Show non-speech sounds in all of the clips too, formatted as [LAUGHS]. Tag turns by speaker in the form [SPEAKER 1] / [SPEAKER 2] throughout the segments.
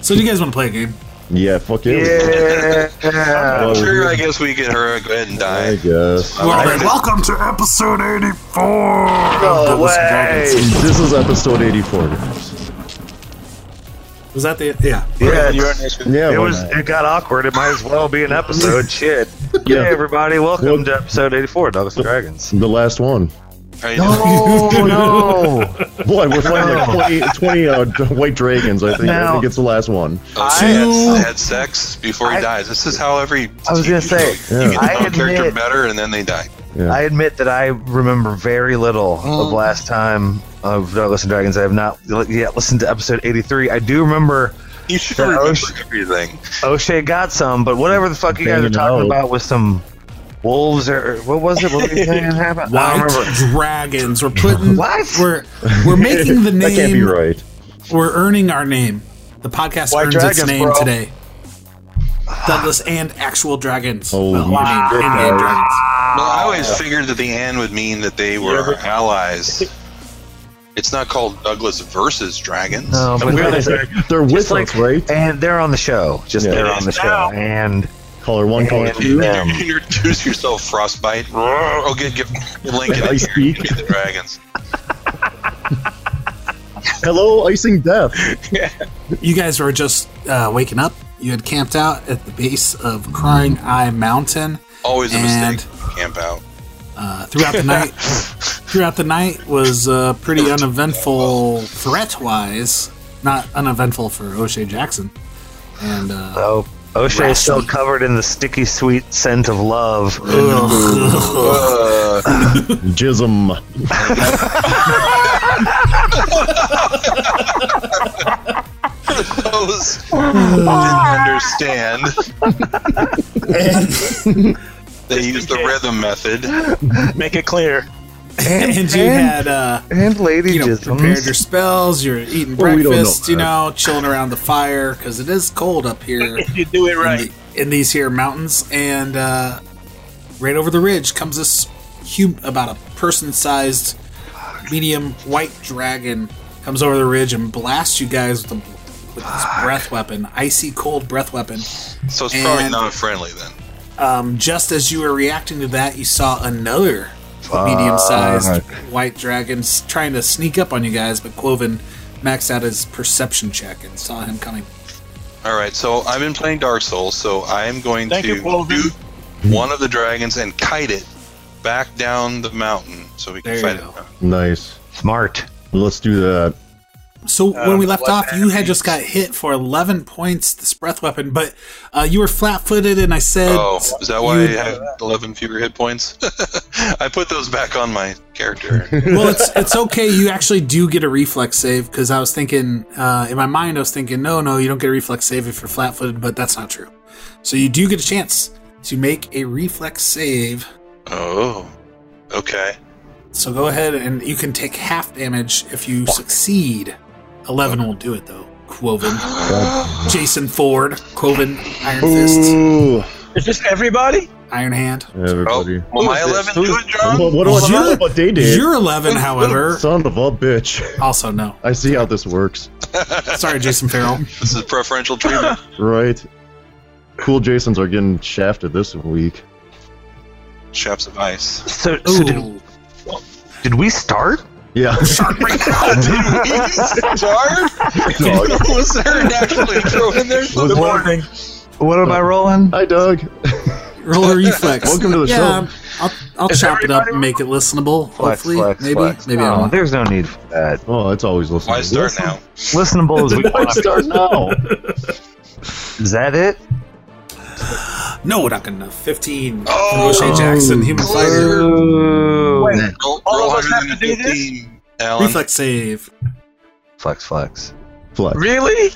[SPEAKER 1] So do you guys want to play a game?
[SPEAKER 2] Yeah, fuck yeah. we do.
[SPEAKER 3] Yeah.
[SPEAKER 2] Well,
[SPEAKER 4] Sure,
[SPEAKER 2] we
[SPEAKER 4] I
[SPEAKER 2] do.
[SPEAKER 4] guess we can hurry, go ahead and
[SPEAKER 2] I
[SPEAKER 4] die.
[SPEAKER 2] guess.
[SPEAKER 1] Well, then, welcome to episode 84!
[SPEAKER 3] Go
[SPEAKER 1] That was-
[SPEAKER 3] away.
[SPEAKER 2] This is episode 84, guys.
[SPEAKER 1] Was that the... Yeah.
[SPEAKER 3] Yeah,
[SPEAKER 4] You're on this-
[SPEAKER 2] Yeah,
[SPEAKER 3] it
[SPEAKER 2] why
[SPEAKER 3] was.
[SPEAKER 2] not?
[SPEAKER 3] It got awkward. It might as well be
[SPEAKER 2] [LAUGHS]
[SPEAKER 3] an episode. Shit.
[SPEAKER 2] Yeah.
[SPEAKER 3] Hey everybody, welcome
[SPEAKER 2] Well-
[SPEAKER 3] to episode 84, Douglas and
[SPEAKER 2] [LAUGHS]
[SPEAKER 3] Dragons.
[SPEAKER 2] the last one.
[SPEAKER 4] How you doing?
[SPEAKER 3] No, no.
[SPEAKER 2] Boy, we're fighting like 20, 20 uh, white dragons, I think. I
[SPEAKER 3] Now-
[SPEAKER 2] think it's the last one.
[SPEAKER 4] I had, I had sex before he
[SPEAKER 3] I-
[SPEAKER 4] dies. This is how every
[SPEAKER 3] I was gonna
[SPEAKER 4] TV
[SPEAKER 3] say,
[SPEAKER 4] show,
[SPEAKER 2] yeah.
[SPEAKER 4] you get
[SPEAKER 3] I
[SPEAKER 4] to know a character
[SPEAKER 3] admit-
[SPEAKER 4] better and then they die.
[SPEAKER 2] Yeah.
[SPEAKER 3] I admit that I remember very little
[SPEAKER 2] Oh.
[SPEAKER 3] of last time of Douglas and Dragons. I have not li- yet listened to episode 83. I do remember
[SPEAKER 4] You should
[SPEAKER 3] Yeah, I
[SPEAKER 4] remember
[SPEAKER 3] was-
[SPEAKER 4] everything.
[SPEAKER 3] O'Shea got some, but whatever the fuck you guys are
[SPEAKER 2] Banging
[SPEAKER 3] talking
[SPEAKER 2] out.
[SPEAKER 3] about with some wolves or what was it? What were you saying happened? I don't
[SPEAKER 1] White
[SPEAKER 3] remember.
[SPEAKER 1] Dragons. We're putting...
[SPEAKER 3] What?
[SPEAKER 1] We're, we're making the
[SPEAKER 2] [LAUGHS]
[SPEAKER 1] name...
[SPEAKER 2] that can't be right.
[SPEAKER 1] We're earning our name. The podcast
[SPEAKER 3] White
[SPEAKER 1] earns its
[SPEAKER 3] Dragons,
[SPEAKER 1] name
[SPEAKER 3] bro.
[SPEAKER 1] today. Douglas and actual dragons.
[SPEAKER 2] Holy
[SPEAKER 1] Well, I mean,
[SPEAKER 2] shit,
[SPEAKER 1] in-game
[SPEAKER 2] guys.
[SPEAKER 1] dragons.
[SPEAKER 3] Ah.
[SPEAKER 4] Well, I always figured that the Anne would mean that they were allies. It's not called Douglas versus Dragons.
[SPEAKER 3] No, but
[SPEAKER 2] We're-
[SPEAKER 3] it's
[SPEAKER 2] they're,
[SPEAKER 3] like-
[SPEAKER 2] with
[SPEAKER 3] it's like-
[SPEAKER 2] us, right?
[SPEAKER 3] and they're on the show. Just
[SPEAKER 2] Yeah.
[SPEAKER 3] they're on the show. And
[SPEAKER 2] Color one, color
[SPEAKER 3] and
[SPEAKER 2] two.
[SPEAKER 4] [LAUGHS]
[SPEAKER 3] them.
[SPEAKER 4] You can introduce yourself,
[SPEAKER 3] [LAUGHS]
[SPEAKER 4] Frostbite. Oh, get, get Link in
[SPEAKER 2] I
[SPEAKER 4] here.
[SPEAKER 2] speak.
[SPEAKER 4] You can be the dragons.
[SPEAKER 2] Hello, icing death.
[SPEAKER 1] You guys were just uh, waking up. You had camped out at the base of Crying Eye Mountain.
[SPEAKER 4] Always a
[SPEAKER 1] And-
[SPEAKER 4] mistake. to Camp out.
[SPEAKER 1] Uh, throughout the night, throughout the night was uh, pretty uneventful threat-wise. Not uneventful for O'Shea Jackson. And uh,
[SPEAKER 3] Oh, O'Shea is still
[SPEAKER 1] Raspy.
[SPEAKER 3] covered in the sticky sweet scent of love.
[SPEAKER 4] Uh,
[SPEAKER 2] Jism.
[SPEAKER 4] those who didn't
[SPEAKER 5] [LAUGHS]
[SPEAKER 4] understand. they used the rhythm method.
[SPEAKER 5] Make it clear.
[SPEAKER 1] [LAUGHS] and you had uh,
[SPEAKER 3] and lady
[SPEAKER 1] you know
[SPEAKER 3] just mm,
[SPEAKER 1] prepared your spells. You're eating
[SPEAKER 2] mm-hmm. Well, we don't know
[SPEAKER 1] breakfast. you
[SPEAKER 2] that.
[SPEAKER 1] know, chilling around the fire because it is cold up here.
[SPEAKER 5] If [LAUGHS] you do it right.
[SPEAKER 1] in, the- in these here mountains, and uh, right over the ridge comes this hum- about a person-sized, medium white dragon. Comes over the ridge and blasts you guys with, a, with this breath weapon, icy cold breath weapon.
[SPEAKER 4] So it's probably
[SPEAKER 1] And-
[SPEAKER 4] not friendly then.
[SPEAKER 1] Um, just as you were reacting to that, you saw another medium-sized white dragon s- trying to sneak up on you guys, but Quoven maxed out his perception check and saw him coming.
[SPEAKER 4] All right, so I've been playing Dark Souls, so I'm going
[SPEAKER 5] Thank
[SPEAKER 4] to
[SPEAKER 5] you, Wolven.
[SPEAKER 4] duke one of the dragons and kite it back down the mountain so we can
[SPEAKER 1] There you go.
[SPEAKER 4] fight it.
[SPEAKER 2] Nice.
[SPEAKER 3] smart.
[SPEAKER 2] Let's do that.
[SPEAKER 1] So when we left
[SPEAKER 4] what
[SPEAKER 1] off, you had
[SPEAKER 4] happens-
[SPEAKER 1] just got hit for 11 points this breath weapon, but uh, you were flat-footed, and I said,
[SPEAKER 4] Oh, is that why I
[SPEAKER 1] you-
[SPEAKER 4] have 11 fewer hit points? [LAUGHS] I put those back on my
[SPEAKER 1] [LAUGHS]
[SPEAKER 4] character.
[SPEAKER 1] "Well, it's it's okay. You actually do get a reflex save because I was thinking uh, in my mind, I was thinking, no, no, you don't get a reflex save if you're flat-footed, but that's not true. So you do get a chance to make a reflex save.
[SPEAKER 4] oh, okay.
[SPEAKER 1] So go ahead, and you can take half damage if you succeed. 11 won't do it though.
[SPEAKER 2] [GASPS]
[SPEAKER 1] Quoven, Jason Ford, Quoven, Iron Fist,
[SPEAKER 2] Ooh.
[SPEAKER 5] Is this everybody?
[SPEAKER 1] Iron Hand.
[SPEAKER 4] Oh,
[SPEAKER 2] Everybody.
[SPEAKER 4] will my 11 do it, John?
[SPEAKER 2] What, what do I
[SPEAKER 1] You're-
[SPEAKER 2] know about they did? [LAUGHS]
[SPEAKER 1] Your 11, however,
[SPEAKER 2] Son of a bitch. [LAUGHS]
[SPEAKER 1] also no.
[SPEAKER 2] I see how this works.
[SPEAKER 1] Sorry,
[SPEAKER 2] [LAUGHS]
[SPEAKER 1] Jason Farrell.
[SPEAKER 4] This is preferential treatment.
[SPEAKER 2] Right. Cool Jasons are getting shafted this week.
[SPEAKER 4] Chaps of ice.
[SPEAKER 3] So, so did,
[SPEAKER 1] Ooh,
[SPEAKER 3] did we start?
[SPEAKER 2] Yeah. [LAUGHS]
[SPEAKER 4] Jar? Was there an actual intro in there?
[SPEAKER 2] Good
[SPEAKER 5] morning.
[SPEAKER 3] What am I rolling?
[SPEAKER 2] Hi, Doug.
[SPEAKER 1] roll a reflex.
[SPEAKER 2] Welcome to the show.
[SPEAKER 1] yeah, um, I'll, I'll chop it up and make it listenable.
[SPEAKER 3] Flex,
[SPEAKER 1] hopefully,
[SPEAKER 3] flex,
[SPEAKER 1] maybe,
[SPEAKER 3] flex.
[SPEAKER 1] maybe I
[SPEAKER 3] No,
[SPEAKER 1] won't.
[SPEAKER 3] uh, there's no need for that.
[SPEAKER 2] Oh, it's always listening.
[SPEAKER 4] Why start now?
[SPEAKER 3] Listenable as we
[SPEAKER 2] Why
[SPEAKER 3] want.
[SPEAKER 2] start
[SPEAKER 1] [LAUGHS]
[SPEAKER 2] now?
[SPEAKER 3] Is that it?
[SPEAKER 1] No, not good enough. Fifteen.
[SPEAKER 4] Oh,
[SPEAKER 2] Oh.
[SPEAKER 1] O'Shea Jackson, human fighter.
[SPEAKER 3] Ooh.
[SPEAKER 4] Roll,
[SPEAKER 5] All
[SPEAKER 4] roll
[SPEAKER 5] us have to do this?
[SPEAKER 4] 115, Alan.
[SPEAKER 1] Reflex save.
[SPEAKER 3] Flex, flex.
[SPEAKER 2] Flex.
[SPEAKER 5] Really?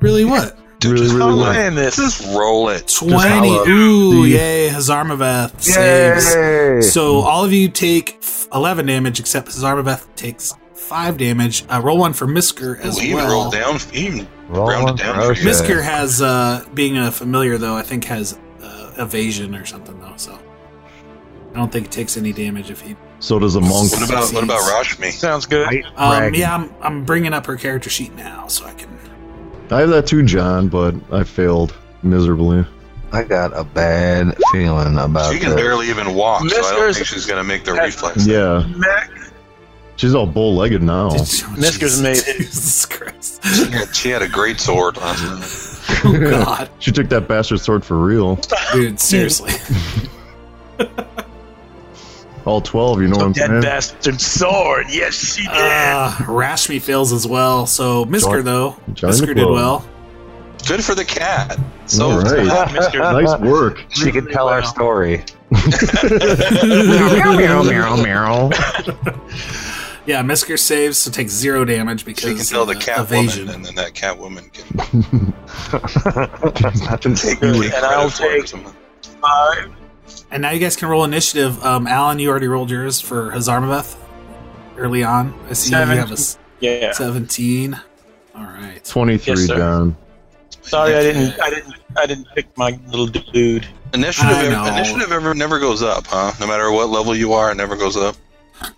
[SPEAKER 1] Really what?
[SPEAKER 4] Dude,
[SPEAKER 2] Really,
[SPEAKER 4] just,
[SPEAKER 2] really
[SPEAKER 5] I'm
[SPEAKER 2] well.
[SPEAKER 5] lying this.
[SPEAKER 4] just roll it.
[SPEAKER 1] Twenty.
[SPEAKER 3] hollow.
[SPEAKER 1] Ooh,
[SPEAKER 2] See?
[SPEAKER 1] yay! Hazarmaveth saves.
[SPEAKER 3] Yay!
[SPEAKER 1] So all of you take f- eleven damage, except Hazarmaveth takes five damage. Uh, roll one for Misker as
[SPEAKER 4] Ooh, he even
[SPEAKER 1] well.
[SPEAKER 4] rolled down. He even
[SPEAKER 3] Roll
[SPEAKER 4] round it
[SPEAKER 3] one
[SPEAKER 4] down
[SPEAKER 3] for
[SPEAKER 4] for
[SPEAKER 3] O'Shea.
[SPEAKER 4] you.
[SPEAKER 1] Miskir has uh, being a familiar though. I think has uh, evasion or something though. So I don't think it takes any damage if he.
[SPEAKER 2] So does a monk.
[SPEAKER 4] What about what about Rashmi?
[SPEAKER 5] Sounds good.
[SPEAKER 3] Right,
[SPEAKER 1] Um,
[SPEAKER 3] Dragon.
[SPEAKER 1] yeah, I'm I'm bringing up her character sheet now, so I can.
[SPEAKER 2] I have that too, John, but I failed miserably.
[SPEAKER 3] I got a bad feeling about
[SPEAKER 4] She can
[SPEAKER 3] this.
[SPEAKER 4] barely even walk, so I don't
[SPEAKER 5] Miskers-
[SPEAKER 4] think she's gonna make the
[SPEAKER 5] Yeah.
[SPEAKER 4] reflex.
[SPEAKER 2] Yeah,
[SPEAKER 5] Mac,
[SPEAKER 2] she's all bow-legged now.
[SPEAKER 1] [LAUGHS] Jesus,
[SPEAKER 5] made it.
[SPEAKER 1] Jesus Christ! [LAUGHS]
[SPEAKER 4] She had, she had a great sword last night.
[SPEAKER 1] Oh God,
[SPEAKER 2] She took that bastard sword for real.
[SPEAKER 1] dude, seriously.
[SPEAKER 2] All twelve, you know what I'm
[SPEAKER 5] dead
[SPEAKER 2] saying?
[SPEAKER 5] bastard sword. Yes, she did.
[SPEAKER 1] Uh, Rashmi fails as well. So Misker
[SPEAKER 2] Join-
[SPEAKER 1] though,
[SPEAKER 2] join the
[SPEAKER 1] Misker did
[SPEAKER 2] club.
[SPEAKER 1] well.
[SPEAKER 4] Good for the cat. So
[SPEAKER 2] All right. nice
[SPEAKER 4] [LAUGHS]
[SPEAKER 2] work.
[SPEAKER 3] She can tell our
[SPEAKER 5] Well.
[SPEAKER 3] story. [LAUGHS] meow, meow, meow, meow.
[SPEAKER 1] Yeah, Misker saves, so takes zero damage because
[SPEAKER 4] she can tell the
[SPEAKER 1] uh,
[SPEAKER 4] cat
[SPEAKER 1] evasion.
[SPEAKER 4] woman, and then that cat woman can take, take
[SPEAKER 5] And I'll
[SPEAKER 4] credit for it or
[SPEAKER 5] take-
[SPEAKER 4] something.
[SPEAKER 5] Five.
[SPEAKER 1] And now you guys can roll initiative. Um, Alan, you already rolled yours for Hazarmaveth early on. I see you have a s-
[SPEAKER 5] Yeah.
[SPEAKER 1] 17. All right.
[SPEAKER 2] Twenty-three,
[SPEAKER 5] Yes, sir.
[SPEAKER 2] John.
[SPEAKER 5] Sorry, I didn't. I didn't. I didn't pick my little dude.
[SPEAKER 4] Initiative,
[SPEAKER 1] I know.
[SPEAKER 4] ever, initiative ever never goes up, huh? No matter what level you are, it never goes up.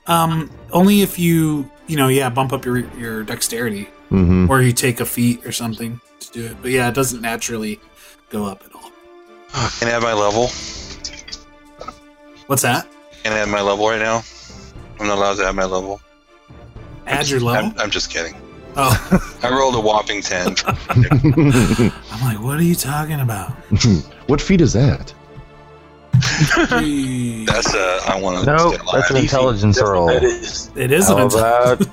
[SPEAKER 1] Um, only if you, you know, yeah, bump up your your dexterity
[SPEAKER 2] Mm-hmm.
[SPEAKER 1] or you take a feat or something to do it. But yeah, it doesn't naturally go up at all.
[SPEAKER 4] Can I have my level?
[SPEAKER 1] What's that?
[SPEAKER 4] Can I have my level right now? I'm not allowed to have my level.
[SPEAKER 1] Add your level.
[SPEAKER 4] I'm, I'm just kidding.
[SPEAKER 1] Oh,
[SPEAKER 4] I rolled a whopping ten.
[SPEAKER 1] I'm like, what are you talking about?
[SPEAKER 2] [LAUGHS] what feat is
[SPEAKER 1] [LAUGHS]
[SPEAKER 2] that?
[SPEAKER 1] Gee.
[SPEAKER 4] That's uh, I want to.
[SPEAKER 3] Nope, that's an intelligence roll.
[SPEAKER 5] That is.
[SPEAKER 1] it is an
[SPEAKER 3] How
[SPEAKER 1] intelligence.
[SPEAKER 3] about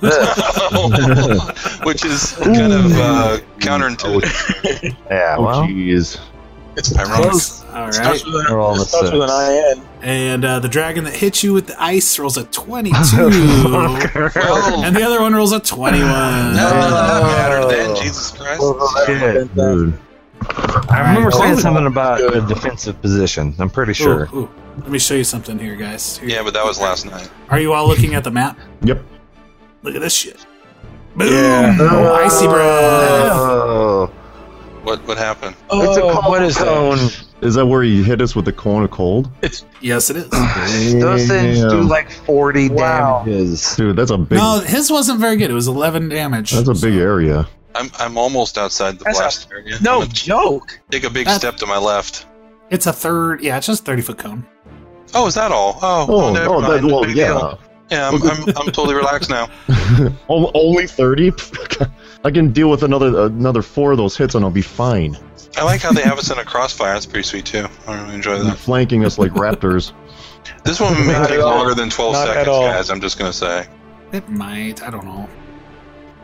[SPEAKER 3] this?
[SPEAKER 4] [LAUGHS] which is kind of uh, counterintuitive.
[SPEAKER 3] Yeah,
[SPEAKER 2] Oh,
[SPEAKER 3] [LAUGHS] well,
[SPEAKER 2] jeez.
[SPEAKER 5] It's
[SPEAKER 4] Ironic.
[SPEAKER 5] close.
[SPEAKER 1] All right.
[SPEAKER 5] Starts with an,
[SPEAKER 3] They're all the
[SPEAKER 5] starts with an IN.
[SPEAKER 1] And uh, the dragon that hits you with the ice rolls
[SPEAKER 2] [LAUGHS]
[SPEAKER 1] a
[SPEAKER 2] Oh,
[SPEAKER 1] 22. [LAUGHS]
[SPEAKER 4] Well,
[SPEAKER 1] And the other one rolls a 21.
[SPEAKER 4] no, [LAUGHS] no, that mattered then.
[SPEAKER 3] Oh.
[SPEAKER 4] Jesus Christ.
[SPEAKER 3] Shit.
[SPEAKER 2] Dude.
[SPEAKER 3] I
[SPEAKER 1] Alright,
[SPEAKER 3] remember saying
[SPEAKER 1] cool.
[SPEAKER 3] something about a defensive position. I'm pretty
[SPEAKER 1] Ooh,
[SPEAKER 3] sure.
[SPEAKER 1] ooh. Let me show you something here, guys. Here.
[SPEAKER 4] Yeah, but that was last night.
[SPEAKER 1] Are you all looking at the map?
[SPEAKER 2] Yep.
[SPEAKER 1] Look at this shit. Boom!
[SPEAKER 2] Oh.
[SPEAKER 1] Icy breath.
[SPEAKER 3] Oh,
[SPEAKER 4] What what happened?
[SPEAKER 3] it's a
[SPEAKER 5] Oh,
[SPEAKER 3] what is that?
[SPEAKER 2] Is that where he hit us with the cone of cold?
[SPEAKER 1] Yes, it is.
[SPEAKER 3] Those things do
[SPEAKER 2] Damn.
[SPEAKER 3] like 40
[SPEAKER 5] Wow.
[SPEAKER 3] damages.
[SPEAKER 2] Dude, that's a big.
[SPEAKER 1] No, his wasn't very good. It was 11 damage.
[SPEAKER 2] that's a big area.
[SPEAKER 4] I'm I'm almost outside the
[SPEAKER 5] That's
[SPEAKER 4] blast area. I'm
[SPEAKER 5] No
[SPEAKER 4] gonna
[SPEAKER 5] joke.
[SPEAKER 4] take a big
[SPEAKER 1] That's-
[SPEAKER 4] step to my left.
[SPEAKER 1] It's a third. Yeah, it's just 30 foot cone.
[SPEAKER 4] Oh, is that all? Oh,
[SPEAKER 2] Oh,
[SPEAKER 4] never
[SPEAKER 2] oh, that,
[SPEAKER 4] mind.
[SPEAKER 2] well,
[SPEAKER 4] Big deal.
[SPEAKER 2] yeah.
[SPEAKER 4] Yeah, I'm, I'm, I'm totally relaxed now.
[SPEAKER 2] O- [LAUGHS] Only thirty. [LAUGHS] I can deal with another another four of those hits, and I'll be fine.
[SPEAKER 4] I like how they have us in a crossfire. That's pretty sweet too. I really enjoy that.
[SPEAKER 2] Flanking us like
[SPEAKER 3] [LAUGHS]
[SPEAKER 2] raptors.
[SPEAKER 4] This one may
[SPEAKER 5] Not
[SPEAKER 4] take
[SPEAKER 5] at all.
[SPEAKER 4] longer than 12
[SPEAKER 5] Not at
[SPEAKER 4] seconds,
[SPEAKER 5] all.
[SPEAKER 4] guys. I'm just gonna say.
[SPEAKER 1] It might. I don't know.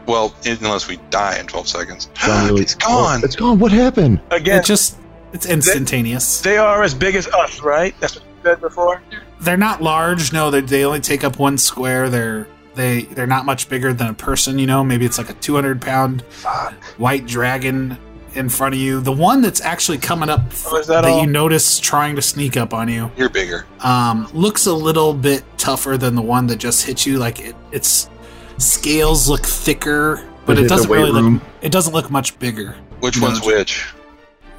[SPEAKER 4] Well, it- unless we die in 12 seconds.
[SPEAKER 2] John really-
[SPEAKER 4] [GASPS] it's gone.
[SPEAKER 2] Oh, it's gone. What happened?
[SPEAKER 5] Again,
[SPEAKER 1] It just. It's instantaneous.
[SPEAKER 5] they are as big as us, right? That's what you said before.
[SPEAKER 1] They're not large. No, they they only take up one square. They're they they're not much bigger than a person. You know, maybe it's like a 200 pound white dragon in front of you. The one that's actually coming up
[SPEAKER 5] Oh, is that all?
[SPEAKER 1] you notice trying to sneak up on you
[SPEAKER 4] You're bigger.
[SPEAKER 1] um, looks a little bit tougher than the one that just hit you. Like it, its scales look thicker, but
[SPEAKER 2] Is it
[SPEAKER 1] it
[SPEAKER 2] the
[SPEAKER 1] doesn't
[SPEAKER 2] weight
[SPEAKER 1] really
[SPEAKER 2] room?
[SPEAKER 1] look. It doesn't look much bigger.
[SPEAKER 4] Which
[SPEAKER 1] No.
[SPEAKER 4] one's which?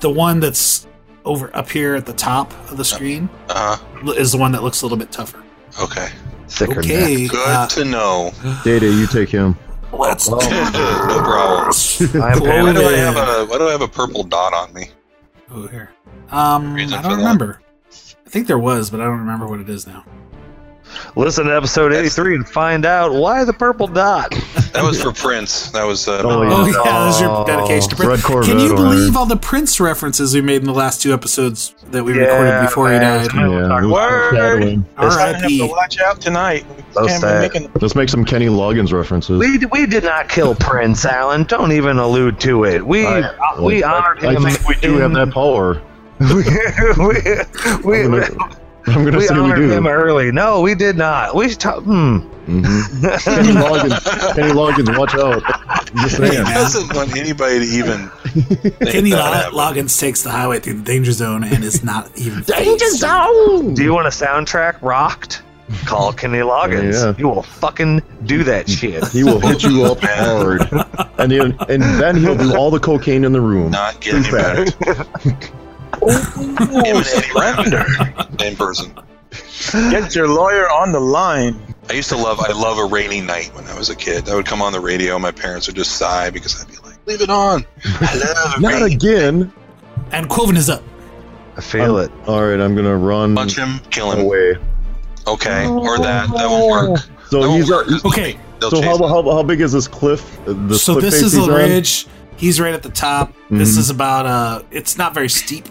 [SPEAKER 1] The one that's over up here at the top of the screen
[SPEAKER 4] Uh huh.
[SPEAKER 1] l- is the one that looks a little bit tougher.
[SPEAKER 4] Okay.
[SPEAKER 3] Thicker neck.
[SPEAKER 1] okay,
[SPEAKER 4] Good
[SPEAKER 1] uh,
[SPEAKER 4] to know.
[SPEAKER 2] Data, you take him.
[SPEAKER 1] let's do
[SPEAKER 3] Oh.
[SPEAKER 4] no problem.
[SPEAKER 1] this.
[SPEAKER 3] I'm
[SPEAKER 1] Close
[SPEAKER 4] Why do I
[SPEAKER 1] it.
[SPEAKER 4] have a Why do I have a purple dot on me?
[SPEAKER 1] Oh, here. Um,
[SPEAKER 4] Reason
[SPEAKER 1] I
[SPEAKER 4] for
[SPEAKER 1] don't
[SPEAKER 4] that?
[SPEAKER 1] remember. I think there was, but I don't remember what it is now.
[SPEAKER 3] Listen to episode 83 and find out why the purple dot.
[SPEAKER 4] That was for Prince. That was uh, [LAUGHS]
[SPEAKER 2] Oh,
[SPEAKER 1] Oh
[SPEAKER 2] yeah.
[SPEAKER 1] yeah, that was your dedication to
[SPEAKER 2] Red
[SPEAKER 1] Prince.
[SPEAKER 2] Corvette.
[SPEAKER 1] Can you
[SPEAKER 2] or-
[SPEAKER 1] believe all the Prince references we made in the last two episodes that we recorded
[SPEAKER 3] Yeah,
[SPEAKER 1] before he
[SPEAKER 3] man.
[SPEAKER 1] died?
[SPEAKER 2] Yeah,
[SPEAKER 3] Word.
[SPEAKER 2] it was foreshadowing.
[SPEAKER 5] We're gonna have to
[SPEAKER 1] R.I.P.
[SPEAKER 5] watch out tonight. We
[SPEAKER 3] So
[SPEAKER 5] can't be
[SPEAKER 3] sad.
[SPEAKER 5] making
[SPEAKER 2] Let's make some Kenny Loggins references.
[SPEAKER 3] We, we did not kill Prince Alan. Don't even allude to it. We
[SPEAKER 2] I-
[SPEAKER 3] we
[SPEAKER 2] I-
[SPEAKER 3] honored
[SPEAKER 2] I
[SPEAKER 3] him.
[SPEAKER 2] think we do have that power.
[SPEAKER 3] [LAUGHS] we,
[SPEAKER 2] I'm
[SPEAKER 3] we, we,
[SPEAKER 2] gonna- [LAUGHS] I'm gonna
[SPEAKER 3] we
[SPEAKER 2] say we
[SPEAKER 3] honored
[SPEAKER 2] do.
[SPEAKER 3] him early. No, we did not. We should talk. Hmm.
[SPEAKER 2] Kenny Loggins, Kenny Loggins, watch out. I'm just
[SPEAKER 4] He
[SPEAKER 2] saying.
[SPEAKER 4] doesn't want anybody to even. think
[SPEAKER 1] Kenny
[SPEAKER 4] that
[SPEAKER 1] Log-
[SPEAKER 4] happened.
[SPEAKER 1] Loggins takes the highway through the danger zone and is not even. phased.
[SPEAKER 2] zone.
[SPEAKER 3] Do you want a soundtrack rocked?
[SPEAKER 2] [LAUGHS]
[SPEAKER 3] Call Kenny Loggins.
[SPEAKER 2] Yeah.
[SPEAKER 3] You will fucking do that shit.
[SPEAKER 2] [LAUGHS] He will hit you up hard, and then and then he'll do all the cocaine in the room.
[SPEAKER 4] Not get any better. Him
[SPEAKER 3] [LAUGHS]
[SPEAKER 4] and Eddie Lavender, same person.
[SPEAKER 5] Get your lawyer on the line.
[SPEAKER 4] I used to love I love a rainy night when I was a kid. I would come on the radio, my parents would just sigh because I'd be like, Leave it on.
[SPEAKER 2] [LAUGHS]
[SPEAKER 4] I love
[SPEAKER 2] Not
[SPEAKER 4] rain.
[SPEAKER 2] again.
[SPEAKER 1] And Quoven is up.
[SPEAKER 3] I feel it.
[SPEAKER 2] All right, I'm gonna run
[SPEAKER 4] Punch him, kill him.
[SPEAKER 2] away.
[SPEAKER 4] Okay. Or that. That won't work. That
[SPEAKER 2] So
[SPEAKER 4] won't
[SPEAKER 2] he's
[SPEAKER 4] work.
[SPEAKER 1] Okay,
[SPEAKER 4] They'll
[SPEAKER 2] e- so
[SPEAKER 4] chase
[SPEAKER 2] how,
[SPEAKER 4] me.
[SPEAKER 2] how, how big is this cliff? uh, The
[SPEAKER 1] so
[SPEAKER 2] cliff
[SPEAKER 1] this
[SPEAKER 2] face
[SPEAKER 1] is
[SPEAKER 2] he's
[SPEAKER 1] a
[SPEAKER 2] on?
[SPEAKER 1] ridge. He's right at the top. This
[SPEAKER 2] Mhm.
[SPEAKER 1] is about uh It's not very steep.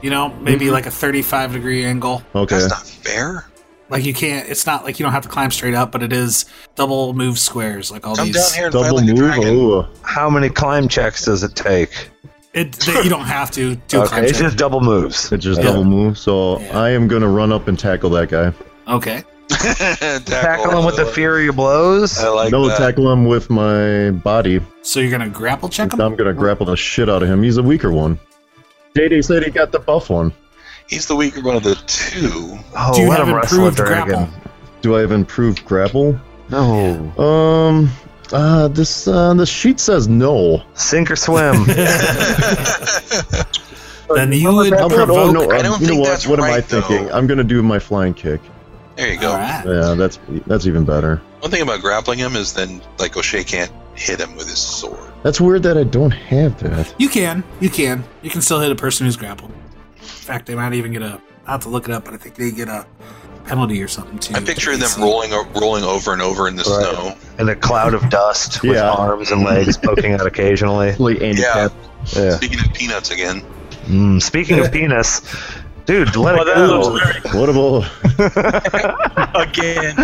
[SPEAKER 1] You know, maybe
[SPEAKER 2] Mm-hmm.
[SPEAKER 1] like a thirty-five degree angle.
[SPEAKER 2] Okay.
[SPEAKER 4] That's not fair.
[SPEAKER 1] Like you can't. It's not like you don't have to climb straight up, but it is double move squares. Like all
[SPEAKER 4] Come
[SPEAKER 1] these.
[SPEAKER 4] down here and
[SPEAKER 2] Double
[SPEAKER 4] fight like a
[SPEAKER 2] move.
[SPEAKER 4] dragon.
[SPEAKER 2] Oh,
[SPEAKER 3] How many climb checks does it take?
[SPEAKER 1] It, that you don't have to do
[SPEAKER 3] okay,
[SPEAKER 1] climb
[SPEAKER 3] it's
[SPEAKER 1] check.
[SPEAKER 3] just double moves.
[SPEAKER 2] it just
[SPEAKER 1] Yeah.
[SPEAKER 2] double move. So
[SPEAKER 1] Yeah.
[SPEAKER 2] I am gonna run up and tackle that guy.
[SPEAKER 1] Okay.
[SPEAKER 4] [LAUGHS] Tackle,
[SPEAKER 3] Tackle him with the fury of blows.
[SPEAKER 4] I like
[SPEAKER 2] no,
[SPEAKER 4] that.
[SPEAKER 2] tackle him with my body.
[SPEAKER 1] So you're gonna grapple check him.
[SPEAKER 2] I'm gonna grapple the shit out of him. He's a weaker one. JD said he got the buff one.
[SPEAKER 4] He's the weaker one of the
[SPEAKER 3] [LAUGHS]
[SPEAKER 4] two. [LAUGHS]
[SPEAKER 3] oh,
[SPEAKER 1] Do you
[SPEAKER 3] let
[SPEAKER 1] have
[SPEAKER 3] him wrestle a
[SPEAKER 1] improved
[SPEAKER 3] dragon.
[SPEAKER 1] grapple?
[SPEAKER 2] Do I have improved grapple?
[SPEAKER 3] No,
[SPEAKER 2] Um, uh, this uh, the sheet says no.
[SPEAKER 3] sink
[SPEAKER 1] [LAUGHS]
[SPEAKER 3] or swim.
[SPEAKER 1] Then you would
[SPEAKER 2] How about-
[SPEAKER 1] provoke.
[SPEAKER 2] oh no,
[SPEAKER 4] I
[SPEAKER 2] um,
[SPEAKER 4] don't
[SPEAKER 2] you know
[SPEAKER 4] think
[SPEAKER 2] what?
[SPEAKER 4] that's
[SPEAKER 2] What am I
[SPEAKER 4] right, though.
[SPEAKER 2] thinking? I'm gonna do my flying kick.
[SPEAKER 4] There you go.
[SPEAKER 1] All right.
[SPEAKER 2] Yeah, that's that's even better.
[SPEAKER 4] One thing about grappling him is then, like, O'Shea can't hit him with his sword.
[SPEAKER 2] That's weird that I don't have that.
[SPEAKER 1] You can. You can. You can still hit a person who's grappled. In fact, they might even get a. I have to look it up, but I think they get a penalty or something too.
[SPEAKER 4] I'm picturing them
[SPEAKER 1] It's-
[SPEAKER 4] rolling o- rolling over and over in the
[SPEAKER 3] Right.
[SPEAKER 4] snow.
[SPEAKER 3] and a cloud of dust with
[SPEAKER 2] Yeah.
[SPEAKER 3] arms and legs poking
[SPEAKER 2] [LAUGHS]
[SPEAKER 3] out occasionally.
[SPEAKER 2] Like Andy
[SPEAKER 4] Yeah.
[SPEAKER 2] Yeah.
[SPEAKER 4] Speaking of peanuts again,
[SPEAKER 3] Mm, speaking of penis, dude, let
[SPEAKER 5] Well,
[SPEAKER 3] it
[SPEAKER 5] that
[SPEAKER 3] go.
[SPEAKER 5] looks very
[SPEAKER 2] What
[SPEAKER 4] [LAUGHS]
[SPEAKER 2] about
[SPEAKER 5] [LAUGHS] again.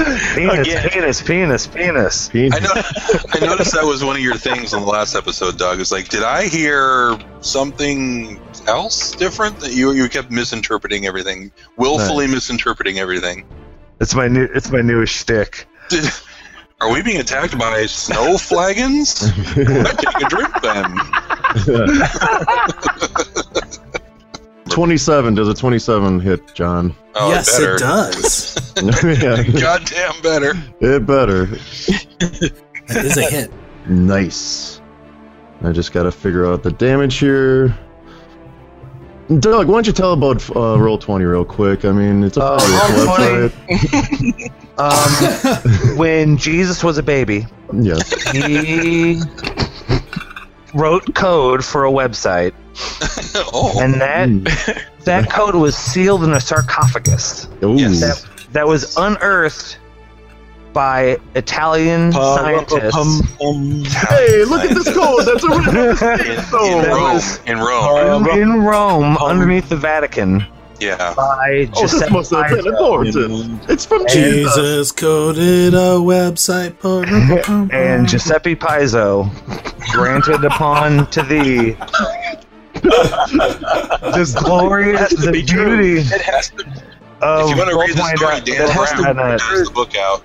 [SPEAKER 2] [LAUGHS]
[SPEAKER 3] Penis,
[SPEAKER 5] Again.
[SPEAKER 3] penis, penis, penis.
[SPEAKER 2] penis?
[SPEAKER 4] I know [LAUGHS] I noticed that was one of your things in the last episode, Doug. It's like, did I hear something else different that you you kept misinterpreting everything, willfully misinterpreting everything?
[SPEAKER 3] It's my new. It's my newest shtick.
[SPEAKER 4] Did, are we being attacked
[SPEAKER 2] [LAUGHS]
[SPEAKER 4] by snow flagons? I take a drink then.
[SPEAKER 2] twenty-seven. Does a twenty-seven hit, John? [LAUGHS]
[SPEAKER 4] Oh,
[SPEAKER 1] yes,
[SPEAKER 4] better.
[SPEAKER 1] it does.
[SPEAKER 2] yeah,
[SPEAKER 4] [LAUGHS] Goddamn better.
[SPEAKER 2] it better.
[SPEAKER 1] It is a hit.
[SPEAKER 2] Nice. I just gotta figure out the damage here. Doug, why don't you tell about uh, Roll Twenty real quick? I mean, it's a
[SPEAKER 3] Uh,
[SPEAKER 2] website.
[SPEAKER 3] Roll20.
[SPEAKER 2] [LAUGHS]
[SPEAKER 3] Um, when Jesus was a baby, [LAUGHS]
[SPEAKER 2] Yes.
[SPEAKER 3] he wrote code for a website,
[SPEAKER 4] Oh,
[SPEAKER 3] and that
[SPEAKER 2] Hmm.
[SPEAKER 3] that code was sealed in a sarcophagus
[SPEAKER 2] Ooh.
[SPEAKER 4] Yes.
[SPEAKER 3] that that was unearthed by Italian scientists.
[SPEAKER 2] Hey, look at this code. That's a [LAUGHS]
[SPEAKER 4] in, in
[SPEAKER 3] That
[SPEAKER 4] Rome.
[SPEAKER 3] was-
[SPEAKER 4] In Rome.
[SPEAKER 3] In, [LAUGHS] in Rome, underneath the Vatican,
[SPEAKER 4] Yeah.
[SPEAKER 3] by
[SPEAKER 2] oh, this
[SPEAKER 3] Giuseppe
[SPEAKER 2] must have been
[SPEAKER 3] Pisa.
[SPEAKER 2] important. It's from Jesus.
[SPEAKER 1] Jesus coded a website portal.
[SPEAKER 3] and
[SPEAKER 2] Mm.
[SPEAKER 3] Giuseppe Pizzo granted upon to thee the glory, the beauty
[SPEAKER 5] It has to
[SPEAKER 3] of
[SPEAKER 4] if you want to read the
[SPEAKER 3] Goldwine
[SPEAKER 4] story,
[SPEAKER 3] Dot-
[SPEAKER 4] Dan
[SPEAKER 3] that has
[SPEAKER 4] Brown
[SPEAKER 3] to-
[SPEAKER 4] has the book out.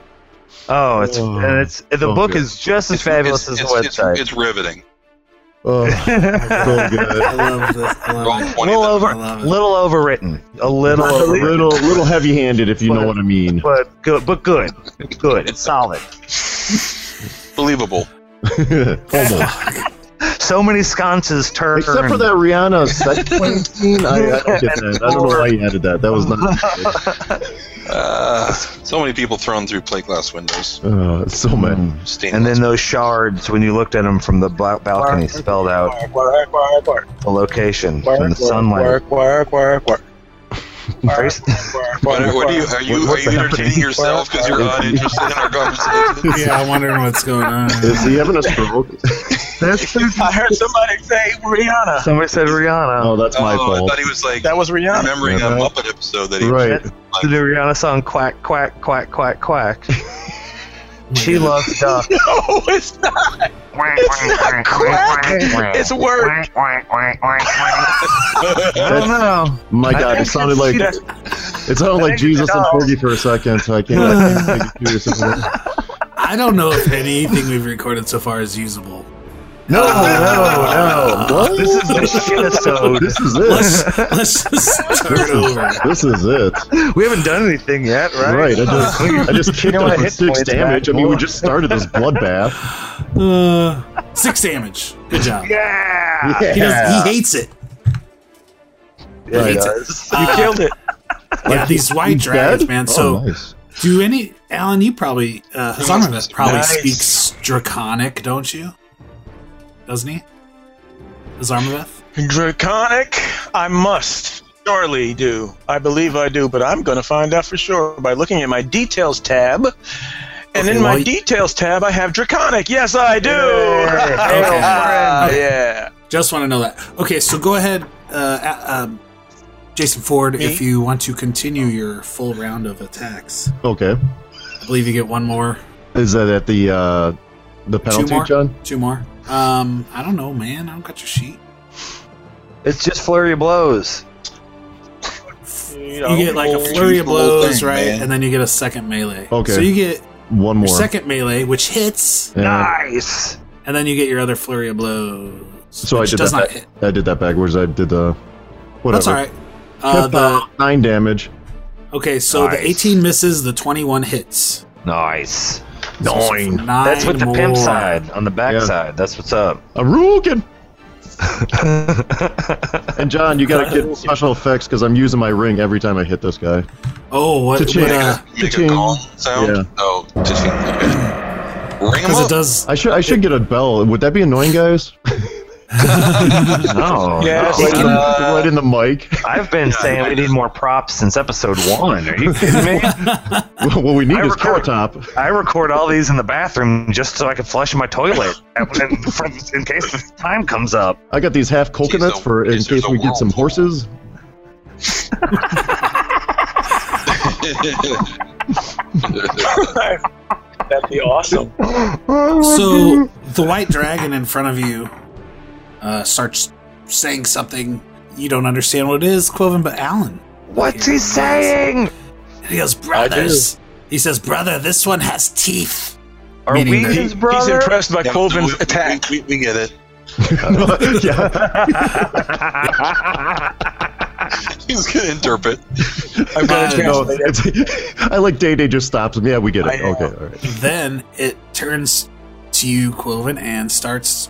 [SPEAKER 3] Oh, it's and it's the
[SPEAKER 2] Oh,
[SPEAKER 3] book
[SPEAKER 2] good.
[SPEAKER 3] is just as fabulous
[SPEAKER 4] it's,
[SPEAKER 3] as
[SPEAKER 4] it's,
[SPEAKER 3] the website.
[SPEAKER 4] It's, it's riveting.
[SPEAKER 2] Oh,
[SPEAKER 3] [LAUGHS]
[SPEAKER 2] so good.
[SPEAKER 1] I love this. I love
[SPEAKER 4] Wrong
[SPEAKER 1] it.
[SPEAKER 3] a
[SPEAKER 4] point.
[SPEAKER 3] little over,
[SPEAKER 1] I love it.
[SPEAKER 3] little overwritten, a little,
[SPEAKER 2] A
[SPEAKER 3] overwritten,
[SPEAKER 2] little, little heavy-handed, if you know what I mean.
[SPEAKER 3] but good, but good, good. It's solid.
[SPEAKER 4] Believable.
[SPEAKER 2] [LAUGHS] Almost.
[SPEAKER 3] So many sconces turned.
[SPEAKER 2] Except for that Rihanna [LAUGHS] sex plane scene, I, I don't get that. I don't know why you added that. That was [LAUGHS] not.
[SPEAKER 4] Uh, so many people thrown through plate glass windows.
[SPEAKER 2] Uh, so many.
[SPEAKER 4] Stained
[SPEAKER 3] And then
[SPEAKER 4] glass-
[SPEAKER 3] those shards, when you looked at them from the bal- balcony, spelled out
[SPEAKER 5] Quark, quark, quark, quark,
[SPEAKER 3] the location
[SPEAKER 5] quark,
[SPEAKER 3] and the sunlight.
[SPEAKER 5] quark, quark, quark,
[SPEAKER 3] [LAUGHS]
[SPEAKER 5] quark.
[SPEAKER 3] Very-
[SPEAKER 5] Quark, quark,
[SPEAKER 4] what, what are you?
[SPEAKER 5] quark.
[SPEAKER 4] Are you,
[SPEAKER 2] What's
[SPEAKER 4] are you
[SPEAKER 2] happening?
[SPEAKER 4] entertaining yourself because you're uninterested in our conversation?
[SPEAKER 1] [LAUGHS] Yeah, I'm wondering what's going on.
[SPEAKER 2] Is he having a stroke?
[SPEAKER 3] That's
[SPEAKER 5] I heard somebody say Rihanna.
[SPEAKER 3] Somebody said Rihanna.
[SPEAKER 2] Oh, that's my
[SPEAKER 4] oh, I
[SPEAKER 2] fault.
[SPEAKER 4] thought he was like
[SPEAKER 5] That was Rihanna.
[SPEAKER 4] remembering
[SPEAKER 2] Yeah,
[SPEAKER 4] a
[SPEAKER 2] right.
[SPEAKER 4] Muppet episode that he.
[SPEAKER 2] Right. [LAUGHS]
[SPEAKER 3] The Rihanna song, quack, quack, quack, quack, quack. She loves duck.
[SPEAKER 5] [LAUGHS] No, it's not. It's not quack. It's work.
[SPEAKER 3] I don't know.
[SPEAKER 2] My God, it
[SPEAKER 3] think
[SPEAKER 2] sounded
[SPEAKER 3] that's-
[SPEAKER 2] like
[SPEAKER 3] she
[SPEAKER 2] it
[SPEAKER 3] does-
[SPEAKER 2] sounded like
[SPEAKER 3] think she
[SPEAKER 2] Jesus and
[SPEAKER 3] does.
[SPEAKER 2] Fergie for a second. So I can't. I can't figure something out.
[SPEAKER 1] I don't know if anything we've recorded so far is usable.
[SPEAKER 2] [LAUGHS]
[SPEAKER 1] Uh,
[SPEAKER 3] No, no, no.
[SPEAKER 2] What?
[SPEAKER 3] This is this
[SPEAKER 2] [LAUGHS]
[SPEAKER 3] episode.
[SPEAKER 2] Oh, This is it.
[SPEAKER 1] [LAUGHS] Let's let's just start over.
[SPEAKER 2] This is it.
[SPEAKER 3] We haven't done anything yet, right?
[SPEAKER 2] Right. I
[SPEAKER 3] [LAUGHS]
[SPEAKER 2] just, I just kicked
[SPEAKER 3] know what
[SPEAKER 2] up
[SPEAKER 3] hit
[SPEAKER 2] with six
[SPEAKER 3] points
[SPEAKER 2] damage. I
[SPEAKER 3] back
[SPEAKER 2] mean, we
[SPEAKER 3] for?
[SPEAKER 2] just started this
[SPEAKER 3] [LAUGHS]
[SPEAKER 2] bloodbath.
[SPEAKER 1] Uh, six damage. Good job.
[SPEAKER 3] Yeah.
[SPEAKER 1] He, does, he hates it.
[SPEAKER 3] Yeah, he
[SPEAKER 1] hates it.
[SPEAKER 3] does.
[SPEAKER 5] You killed it.
[SPEAKER 1] Yeah, these white
[SPEAKER 2] He's
[SPEAKER 1] dragons,
[SPEAKER 2] dead?
[SPEAKER 1] man.
[SPEAKER 2] Oh,
[SPEAKER 1] So
[SPEAKER 2] nice.
[SPEAKER 1] do any Alan? You probably uh, Hazarmaveth probably
[SPEAKER 3] Nice.
[SPEAKER 1] speaks Draconic, don't you? Doesn't he? Hazarmaveth.
[SPEAKER 5] Draconic, I must surely do. I believe I do, but I'm going to find out for sure by looking at my details tab. And
[SPEAKER 1] Okay,
[SPEAKER 5] in my
[SPEAKER 1] well, you-
[SPEAKER 5] details tab, I have Draconic. Yes, I do. [LAUGHS]
[SPEAKER 1] Okay.
[SPEAKER 5] Ah,
[SPEAKER 1] Okay.
[SPEAKER 5] yeah.
[SPEAKER 1] Just want to know that. Okay, so go ahead, uh, a- um, Jason Ford,
[SPEAKER 5] Me?
[SPEAKER 1] if you want to continue your full round of attacks.
[SPEAKER 2] Okay.
[SPEAKER 1] I believe you get one more,
[SPEAKER 2] Is that at the uh, the penalty,
[SPEAKER 1] more?
[SPEAKER 2] John?
[SPEAKER 1] two more. Um, I don't know, man. I don't got your sheet.
[SPEAKER 3] It's just flurry of blows.
[SPEAKER 1] You get like a flurry of
[SPEAKER 4] the whole
[SPEAKER 1] blows,
[SPEAKER 4] thing,
[SPEAKER 1] right?
[SPEAKER 4] man.
[SPEAKER 1] And then you get a second melee.
[SPEAKER 2] Okay.
[SPEAKER 1] So you get
[SPEAKER 2] One more.
[SPEAKER 1] your second melee, which hits,
[SPEAKER 2] Yeah.
[SPEAKER 3] Nice.
[SPEAKER 1] and then you get your other flurry of blows.
[SPEAKER 2] So I
[SPEAKER 1] which
[SPEAKER 2] did
[SPEAKER 1] does
[SPEAKER 2] that
[SPEAKER 1] not
[SPEAKER 2] back-
[SPEAKER 1] hit.
[SPEAKER 2] I did that backwards. I did the. Whatever.
[SPEAKER 1] That's all right. Uh,
[SPEAKER 2] Kept, uh,
[SPEAKER 1] the,
[SPEAKER 2] nine damage.
[SPEAKER 1] okay, so the
[SPEAKER 3] Nice.
[SPEAKER 1] 18 misses, the 21 hits.
[SPEAKER 3] Nice.
[SPEAKER 1] Nine.
[SPEAKER 3] That's with the
[SPEAKER 1] more.
[SPEAKER 3] pimp side on the back
[SPEAKER 2] Yeah.
[SPEAKER 3] side. That's what's up.
[SPEAKER 2] A Rugen. And John, you gotta get special effects because I'm using my ring every time I hit this guy.
[SPEAKER 1] Oh, what?
[SPEAKER 2] To
[SPEAKER 1] what
[SPEAKER 2] check.
[SPEAKER 1] uh,
[SPEAKER 4] Make a
[SPEAKER 2] Cha-ching.
[SPEAKER 4] gong sound?
[SPEAKER 2] Yeah.
[SPEAKER 4] Oh, cha-ching. Okay. Ring 'em
[SPEAKER 1] Because
[SPEAKER 4] up.
[SPEAKER 1] it does.
[SPEAKER 2] I should I should get a bell. Would that be annoying, guys?
[SPEAKER 3] no,
[SPEAKER 5] Yeah,
[SPEAKER 3] no.
[SPEAKER 5] it's like-
[SPEAKER 4] Uh,
[SPEAKER 2] right in the
[SPEAKER 1] [LAUGHS]
[SPEAKER 2] mic.
[SPEAKER 3] I've been saying we need more props since episode one. Are you kidding me?
[SPEAKER 2] what we need
[SPEAKER 3] I
[SPEAKER 2] is
[SPEAKER 3] record.
[SPEAKER 2] top.
[SPEAKER 3] I record all these in the bathroom just so I can flush my toilet in, for- in case the time comes up.
[SPEAKER 2] I got these half coconuts
[SPEAKER 4] Jeez,
[SPEAKER 2] for in
[SPEAKER 4] there's
[SPEAKER 2] case
[SPEAKER 4] a
[SPEAKER 2] we get some
[SPEAKER 4] world.
[SPEAKER 2] horses. [LAUGHS]
[SPEAKER 4] [LAUGHS]
[SPEAKER 5] That'd be awesome.
[SPEAKER 1] So the white dragon in front of you uh, starts saying something you don't understand what it is, Quoven, but Alan.
[SPEAKER 3] What's he saying?
[SPEAKER 1] And he goes, brothers. He says, brother, this one has teeth.
[SPEAKER 3] Are
[SPEAKER 1] Meaning
[SPEAKER 3] we
[SPEAKER 1] that-
[SPEAKER 3] his
[SPEAKER 5] He's
[SPEAKER 3] brother?
[SPEAKER 5] impressed by Quoven's
[SPEAKER 4] we-
[SPEAKER 5] attack.
[SPEAKER 4] We, we, we get it.
[SPEAKER 2] yeah.
[SPEAKER 4] [LAUGHS] He's gonna interpret.
[SPEAKER 5] I'm
[SPEAKER 1] [LAUGHS]
[SPEAKER 5] going
[SPEAKER 1] Uh,
[SPEAKER 5] to
[SPEAKER 2] No,
[SPEAKER 5] translate it.
[SPEAKER 2] it's- I like Day Day just stops him. Yeah, we get it.
[SPEAKER 5] I know.
[SPEAKER 2] Okay, all right.
[SPEAKER 1] Then it turns to you, Quoven, and starts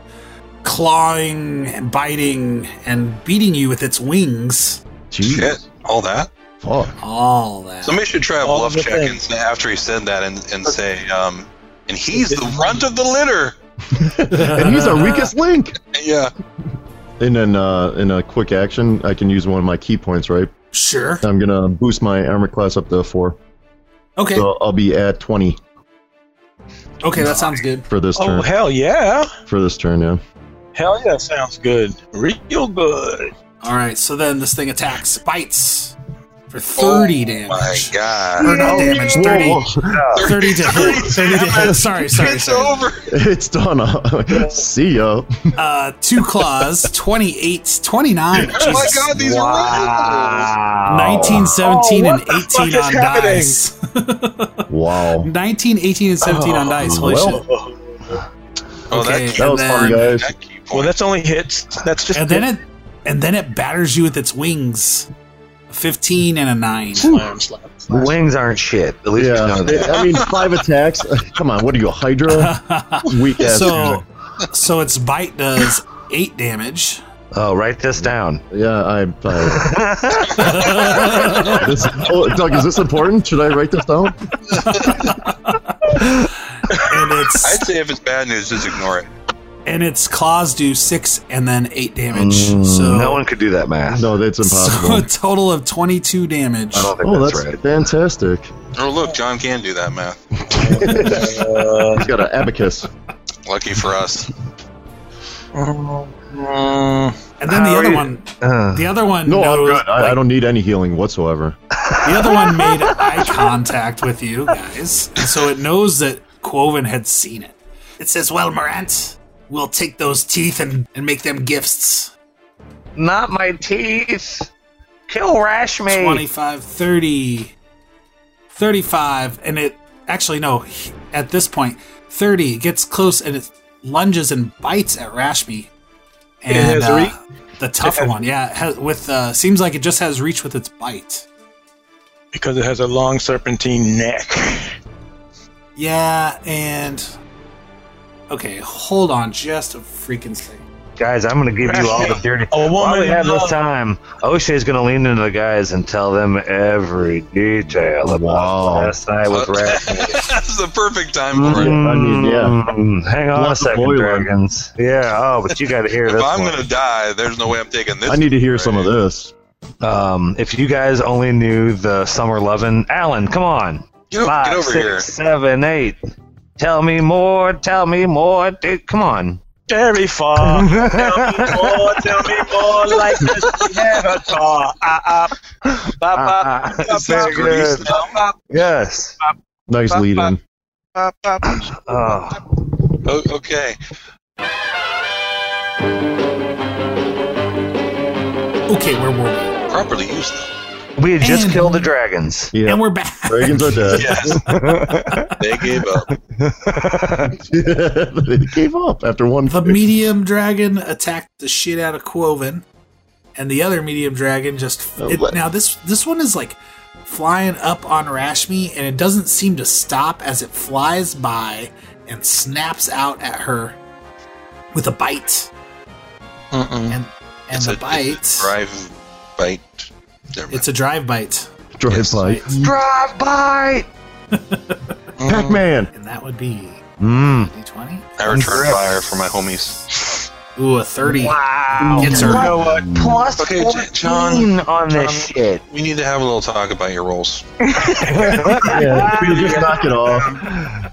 [SPEAKER 1] clawing and biting and beating you with its wings.
[SPEAKER 2] Jeez,
[SPEAKER 4] Shit. All that.
[SPEAKER 2] fuck.
[SPEAKER 1] All that.
[SPEAKER 4] Somebody should try a
[SPEAKER 5] All
[SPEAKER 4] bluff
[SPEAKER 5] the
[SPEAKER 4] check and
[SPEAKER 5] things.
[SPEAKER 4] after he said that and, and say, um, and he's the runt of the litter.
[SPEAKER 2] And he's our
[SPEAKER 1] [LAUGHS]
[SPEAKER 2] weakest link.
[SPEAKER 4] Yeah.
[SPEAKER 2] And then uh, in a quick action, I can use one of my key points. Right,
[SPEAKER 1] Sure.
[SPEAKER 2] I'm gonna boost my armor class up to four,
[SPEAKER 1] Okay.
[SPEAKER 2] so I'll be at twenty
[SPEAKER 1] Okay, that sounds good.
[SPEAKER 2] for this
[SPEAKER 5] Oh,
[SPEAKER 2] turn.
[SPEAKER 5] hell yeah.
[SPEAKER 2] For this turn, yeah. [LAUGHS]
[SPEAKER 5] Hell yeah, sounds good. Real good.
[SPEAKER 1] All right, so then this thing attacks, bites for 30
[SPEAKER 4] Oh
[SPEAKER 1] damage.
[SPEAKER 4] My God.
[SPEAKER 1] Or not damage, 30,
[SPEAKER 3] Whoa.
[SPEAKER 1] 30 to hit. 30 to hit. Sorry, sorry,
[SPEAKER 4] It's
[SPEAKER 1] sorry.
[SPEAKER 4] [LAUGHS] over.
[SPEAKER 2] It's done. [LAUGHS] See ya.
[SPEAKER 1] Uh, two claws, 28, 29.
[SPEAKER 5] [LAUGHS]
[SPEAKER 4] Oh my
[SPEAKER 1] Jesus.
[SPEAKER 4] God, these are
[SPEAKER 3] Wow.
[SPEAKER 1] 19, 17,
[SPEAKER 5] Oh, what
[SPEAKER 1] and
[SPEAKER 5] the
[SPEAKER 1] 18
[SPEAKER 5] fuck
[SPEAKER 1] on
[SPEAKER 5] is happening?
[SPEAKER 1] dice.
[SPEAKER 2] Wow.
[SPEAKER 1] 19, 18, and 17 on dice. Holy
[SPEAKER 2] well.
[SPEAKER 1] shit.
[SPEAKER 4] Oh, that
[SPEAKER 1] Okay,
[SPEAKER 4] key-
[SPEAKER 2] That
[SPEAKER 1] and
[SPEAKER 2] was fun,
[SPEAKER 1] then-
[SPEAKER 2] guys.
[SPEAKER 4] That key
[SPEAKER 5] Well,
[SPEAKER 4] point.
[SPEAKER 5] that's only hits. That's just.
[SPEAKER 1] And then it and then it batters you with its wings. A 15 and a 9.
[SPEAKER 5] Slam, slam,
[SPEAKER 3] The
[SPEAKER 5] slam.
[SPEAKER 3] wings aren't shit. At least we
[SPEAKER 2] Yeah.
[SPEAKER 3] know that.
[SPEAKER 2] I mean, five attacks. [LAUGHS] Come on, what are you, a Hydra?
[SPEAKER 1] [LAUGHS]
[SPEAKER 2] Weak ass.
[SPEAKER 1] so so its bite does 8 damage.
[SPEAKER 3] Oh, write this down.
[SPEAKER 2] Yeah, I'm. I, this, oh, Doug, is this important? Should I write this down?
[SPEAKER 1] And
[SPEAKER 2] [LAUGHS]
[SPEAKER 1] it's
[SPEAKER 4] I'd say if it's bad news, just ignore it.
[SPEAKER 1] and its claws do 6 and then 8 damage. so
[SPEAKER 3] no one could do that math.
[SPEAKER 2] No, that's
[SPEAKER 1] So [LAUGHS] a
[SPEAKER 2] Mm, impossible.
[SPEAKER 1] total of 22 damage.
[SPEAKER 3] I don't think
[SPEAKER 2] Oh,
[SPEAKER 3] that's,
[SPEAKER 2] that's
[SPEAKER 3] right.
[SPEAKER 2] fantastic.
[SPEAKER 4] Oh, look, John can do that math.
[SPEAKER 2] He's got an abacus.
[SPEAKER 4] Lucky for us.
[SPEAKER 1] And then the
[SPEAKER 3] How are
[SPEAKER 1] other
[SPEAKER 3] you?
[SPEAKER 1] one,
[SPEAKER 3] Uh,
[SPEAKER 1] the other one
[SPEAKER 2] No, I'm
[SPEAKER 1] knows-
[SPEAKER 2] good. I, I don't need any healing whatsoever.
[SPEAKER 1] the other one made eye contact with you guys. And so it knows that Quoven had seen it. It says, Well, Morant, we'll take those teeth and, and make them gifts.
[SPEAKER 5] Not my teeth. Kill Rash me.
[SPEAKER 1] 25, 30, 35, and it actually, no, he- at this point, 30 gets close and it lunges and bites at Rashmi. And
[SPEAKER 5] has
[SPEAKER 1] uh,
[SPEAKER 5] reach?
[SPEAKER 1] the tougher one, yeah, it has, with uh, seems like it just has reach with its bite.
[SPEAKER 5] Because it has a long serpentine neck.
[SPEAKER 1] Yeah, and okay, hold on just a freaking second.
[SPEAKER 3] Guys, I'm going to give you all the dirty.
[SPEAKER 5] A woman
[SPEAKER 3] While we
[SPEAKER 5] in
[SPEAKER 3] have this
[SPEAKER 5] love.
[SPEAKER 3] time, O'Shea's going to lean into the guys and tell them every detail about
[SPEAKER 2] Wow.
[SPEAKER 3] last night with Rash.
[SPEAKER 4] That's the perfect time for it.
[SPEAKER 2] I mean, yeah.
[SPEAKER 3] Mm, Hang on a
[SPEAKER 2] Lots of
[SPEAKER 3] second,
[SPEAKER 2] boiler.
[SPEAKER 3] dragons. Yeah. Oh, but you got to hear
[SPEAKER 4] If
[SPEAKER 3] this.
[SPEAKER 4] I'm
[SPEAKER 3] one.
[SPEAKER 4] gonna die, there's no way I'm taking this.
[SPEAKER 2] I need to hear some of this.
[SPEAKER 3] Um, if you guys only knew the summer lovin', Alan, come on.
[SPEAKER 4] Get, o-
[SPEAKER 3] Five,
[SPEAKER 4] get over
[SPEAKER 3] six, seven, eight. Tell me more. Tell me more. Dude,
[SPEAKER 4] [LAUGHS]
[SPEAKER 3] come on.
[SPEAKER 5] Very far. tell me more, tell me more, like this we never saw. Ah, ah. Ba, ba,
[SPEAKER 3] Ah, ah,
[SPEAKER 4] here.
[SPEAKER 3] very
[SPEAKER 4] Grease
[SPEAKER 3] good.
[SPEAKER 4] now.
[SPEAKER 3] Yes.
[SPEAKER 2] Nice lead in.
[SPEAKER 3] Oh,
[SPEAKER 4] O- okay.
[SPEAKER 1] Okay, where were we?
[SPEAKER 4] Properly used though.
[SPEAKER 3] we had just
[SPEAKER 1] And-
[SPEAKER 3] killed the dragons.
[SPEAKER 2] Yeah.
[SPEAKER 1] And we're back.
[SPEAKER 2] Dragons are dead.
[SPEAKER 4] Yes.
[SPEAKER 2] [LAUGHS]
[SPEAKER 4] they gave up.
[SPEAKER 2] [LAUGHS] they gave up after one.
[SPEAKER 1] [LAUGHS] The medium dragon attacked the shit out of Quoven, and the other medium dragon just.
[SPEAKER 2] Oh,
[SPEAKER 1] it-
[SPEAKER 2] what?
[SPEAKER 1] now this this one is like flying up on Rashmi, and it doesn't seem to stop as it flies by and snaps out at her with a bite.
[SPEAKER 5] Mm-mm.
[SPEAKER 1] And and
[SPEAKER 4] It's
[SPEAKER 1] the
[SPEAKER 4] a-
[SPEAKER 1] bite,
[SPEAKER 4] it's a drive bite. Never mind.
[SPEAKER 1] it's a drive bite,
[SPEAKER 2] [LAUGHS] Drive
[SPEAKER 4] Yes.
[SPEAKER 2] by. [LAUGHS]
[SPEAKER 3] Drive by.
[SPEAKER 2] Pac Man!
[SPEAKER 1] and that would be
[SPEAKER 3] Mm.
[SPEAKER 1] d twenty.
[SPEAKER 4] I return fire for my homies.
[SPEAKER 1] Ooh, a thirty.
[SPEAKER 3] Wow.
[SPEAKER 1] Gets her.
[SPEAKER 3] You know what? Plus
[SPEAKER 4] Okay, J-
[SPEAKER 3] 14
[SPEAKER 4] John-
[SPEAKER 3] on this
[SPEAKER 4] John-
[SPEAKER 3] shit.
[SPEAKER 4] We need to have a little talk about your roles.
[SPEAKER 2] Yeah, we just knock it off.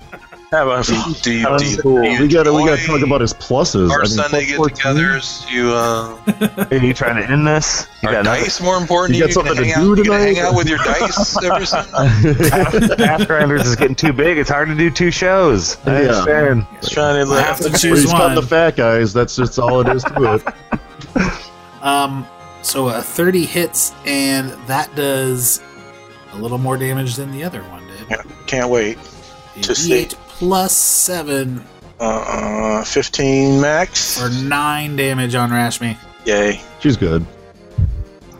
[SPEAKER 5] Have a
[SPEAKER 4] Do you, do you,
[SPEAKER 2] That's cool. We gotta we gotta talk about his pluses.
[SPEAKER 4] our
[SPEAKER 2] [LAUGHS] I mean,
[SPEAKER 4] Sunday
[SPEAKER 2] plus 14?
[SPEAKER 4] get-togethers. You uh,
[SPEAKER 3] [LAUGHS] Are you trying to end this? You
[SPEAKER 4] are
[SPEAKER 3] got nothing.
[SPEAKER 4] dice more important.
[SPEAKER 2] You got
[SPEAKER 4] gonna
[SPEAKER 2] something to
[SPEAKER 4] hang
[SPEAKER 2] do
[SPEAKER 4] out, you gonna
[SPEAKER 2] tonight?
[SPEAKER 4] Hang out with your dice every
[SPEAKER 2] [LAUGHS]
[SPEAKER 4] Sunday.
[SPEAKER 3] Path Grinders is getting too big. It's hard to do two shows. I
[SPEAKER 2] Yeah.
[SPEAKER 3] understand.
[SPEAKER 5] trying to
[SPEAKER 1] I
[SPEAKER 5] live.
[SPEAKER 1] have to
[SPEAKER 2] He's
[SPEAKER 1] choose
[SPEAKER 2] got
[SPEAKER 1] one.
[SPEAKER 2] the fat guys. That's just all it is to it.
[SPEAKER 1] Um, so a 30 hits, and that does a little more damage than the other one did.
[SPEAKER 5] Yeah, can't wait.
[SPEAKER 1] A
[SPEAKER 5] to see.
[SPEAKER 1] D8 plus 7
[SPEAKER 5] Uh, 15 max.
[SPEAKER 1] or 9 damage on Rashmi.
[SPEAKER 5] Yay.
[SPEAKER 2] [LAUGHS] She's good.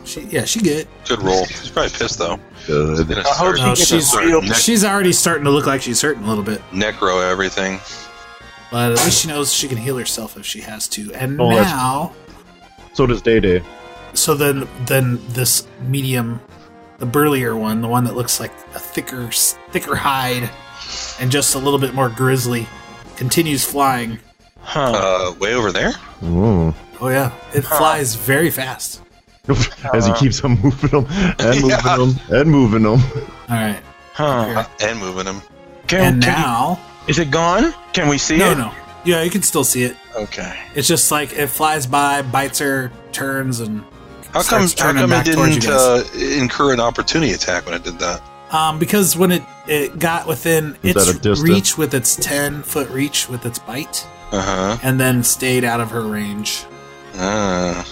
[SPEAKER 1] She, yeah, she good.
[SPEAKER 4] Good roll. She's probably pissed though.
[SPEAKER 2] Good.
[SPEAKER 4] Gonna
[SPEAKER 5] I hope
[SPEAKER 4] start-
[SPEAKER 5] she
[SPEAKER 1] Oh, No,
[SPEAKER 5] gets
[SPEAKER 1] she's-
[SPEAKER 5] a real.
[SPEAKER 4] Next-
[SPEAKER 1] She's already starting to look like she's hurting a little bit,
[SPEAKER 4] necro everything.
[SPEAKER 1] but at least she knows she can heal herself if she has to. And
[SPEAKER 2] Oh, that's-
[SPEAKER 1] now,
[SPEAKER 2] So does Day [LAUGHS] Day.
[SPEAKER 1] so then, then this medium, the burlier one, the one that looks like a thicker, thicker hide, and just a little bit more grizzly, continues flying.
[SPEAKER 5] Huh.
[SPEAKER 4] Uh, way over there.
[SPEAKER 2] Mm.
[SPEAKER 1] Oh yeah, it flies very fast.
[SPEAKER 2] As he keeps on moving them and moving
[SPEAKER 4] Yeah.
[SPEAKER 2] them and moving them.
[SPEAKER 1] All right,
[SPEAKER 5] Huh.
[SPEAKER 4] and moving him.
[SPEAKER 5] Can,
[SPEAKER 1] and
[SPEAKER 5] can-
[SPEAKER 1] now
[SPEAKER 5] is it gone? Can we see
[SPEAKER 1] no,
[SPEAKER 5] it?
[SPEAKER 1] no, yeah, you can still see it.
[SPEAKER 5] Okay.
[SPEAKER 1] It's just like it flies by, bites her, turns, and
[SPEAKER 4] How come?
[SPEAKER 1] starts
[SPEAKER 4] How
[SPEAKER 1] turning
[SPEAKER 4] come it
[SPEAKER 1] back towards you
[SPEAKER 4] didn't
[SPEAKER 1] guys.
[SPEAKER 4] uh, incur an opportunity attack when it did that?
[SPEAKER 1] um, because when it it got within
[SPEAKER 2] Is that a
[SPEAKER 1] its
[SPEAKER 2] distance?
[SPEAKER 1] reach with its ten foot reach with its bite,
[SPEAKER 4] Uh-huh.
[SPEAKER 1] and then stayed out of her range.
[SPEAKER 4] Uh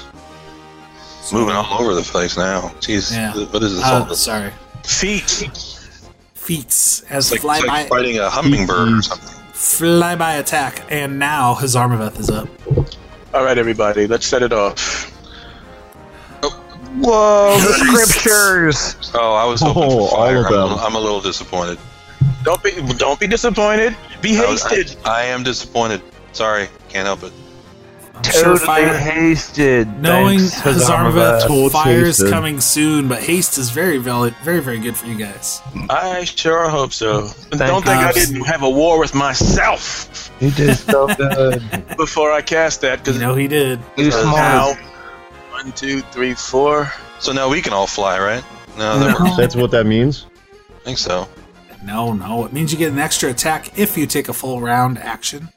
[SPEAKER 4] Moving all over the place now. Jeez,
[SPEAKER 1] Yeah.
[SPEAKER 4] what is this? all
[SPEAKER 1] Oh,
[SPEAKER 4] this?
[SPEAKER 1] sorry,
[SPEAKER 5] uh, Feet.
[SPEAKER 1] feats as
[SPEAKER 4] It's like,
[SPEAKER 1] fly
[SPEAKER 4] it's like
[SPEAKER 1] by
[SPEAKER 4] fighting a hummingbird or something.
[SPEAKER 1] fly by attack, and now Hazarmaveth is up.
[SPEAKER 5] All right, everybody, let's set it off. Oh,
[SPEAKER 3] Whoa, the scriptures.
[SPEAKER 4] Oh, I was hoping
[SPEAKER 2] Oh,
[SPEAKER 4] for fire.
[SPEAKER 2] all of
[SPEAKER 4] I'm a-
[SPEAKER 2] them.
[SPEAKER 4] I'm, a little disappointed.
[SPEAKER 5] Don't be don't be disappointed. Be
[SPEAKER 4] I was-
[SPEAKER 5] hasted.
[SPEAKER 4] I, I am disappointed. Sorry, can't help it.
[SPEAKER 1] I'm sure
[SPEAKER 3] Totally
[SPEAKER 1] fire-
[SPEAKER 3] hasted.
[SPEAKER 1] Knowing
[SPEAKER 3] Thanks,
[SPEAKER 1] Hazarmaveth
[SPEAKER 3] Hazarmaveth.
[SPEAKER 2] Total
[SPEAKER 1] fire's
[SPEAKER 2] chaser.
[SPEAKER 1] coming soon, but haste is very valid, very very good for you guys.
[SPEAKER 5] I sure hope so. And don't think I
[SPEAKER 1] God.
[SPEAKER 5] didn't have a war with myself
[SPEAKER 3] You did
[SPEAKER 5] [LAUGHS]
[SPEAKER 3] so good.
[SPEAKER 5] before I cast that. Because
[SPEAKER 1] You know he did.
[SPEAKER 3] You
[SPEAKER 5] now,
[SPEAKER 3] smart.
[SPEAKER 5] one, two, three, four.
[SPEAKER 4] So now we can all fly, right? No,
[SPEAKER 1] Uh-huh.
[SPEAKER 4] that works.
[SPEAKER 2] That's what that means.
[SPEAKER 4] I think so.
[SPEAKER 1] No, no. It means you get an extra attack if you take a full round action,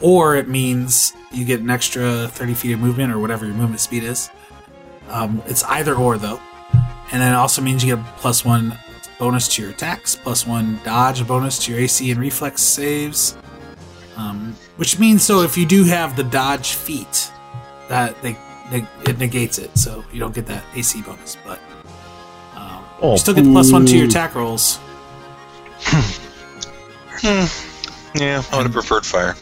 [SPEAKER 1] or it means you get an extra thirty feet of movement or whatever your movement speed is. Um, it's either or though, and then it also means you get plus one bonus to your attacks, plus one dodge bonus to your AC and reflex saves. Um, which means so if you do have the dodge feat, that they, they it negates it, so you don't get that AC bonus. But um,
[SPEAKER 2] Oh,
[SPEAKER 1] you still get the plus one to your
[SPEAKER 2] boo.
[SPEAKER 1] attack rolls.
[SPEAKER 5] Yeah.
[SPEAKER 4] I would have preferred fire.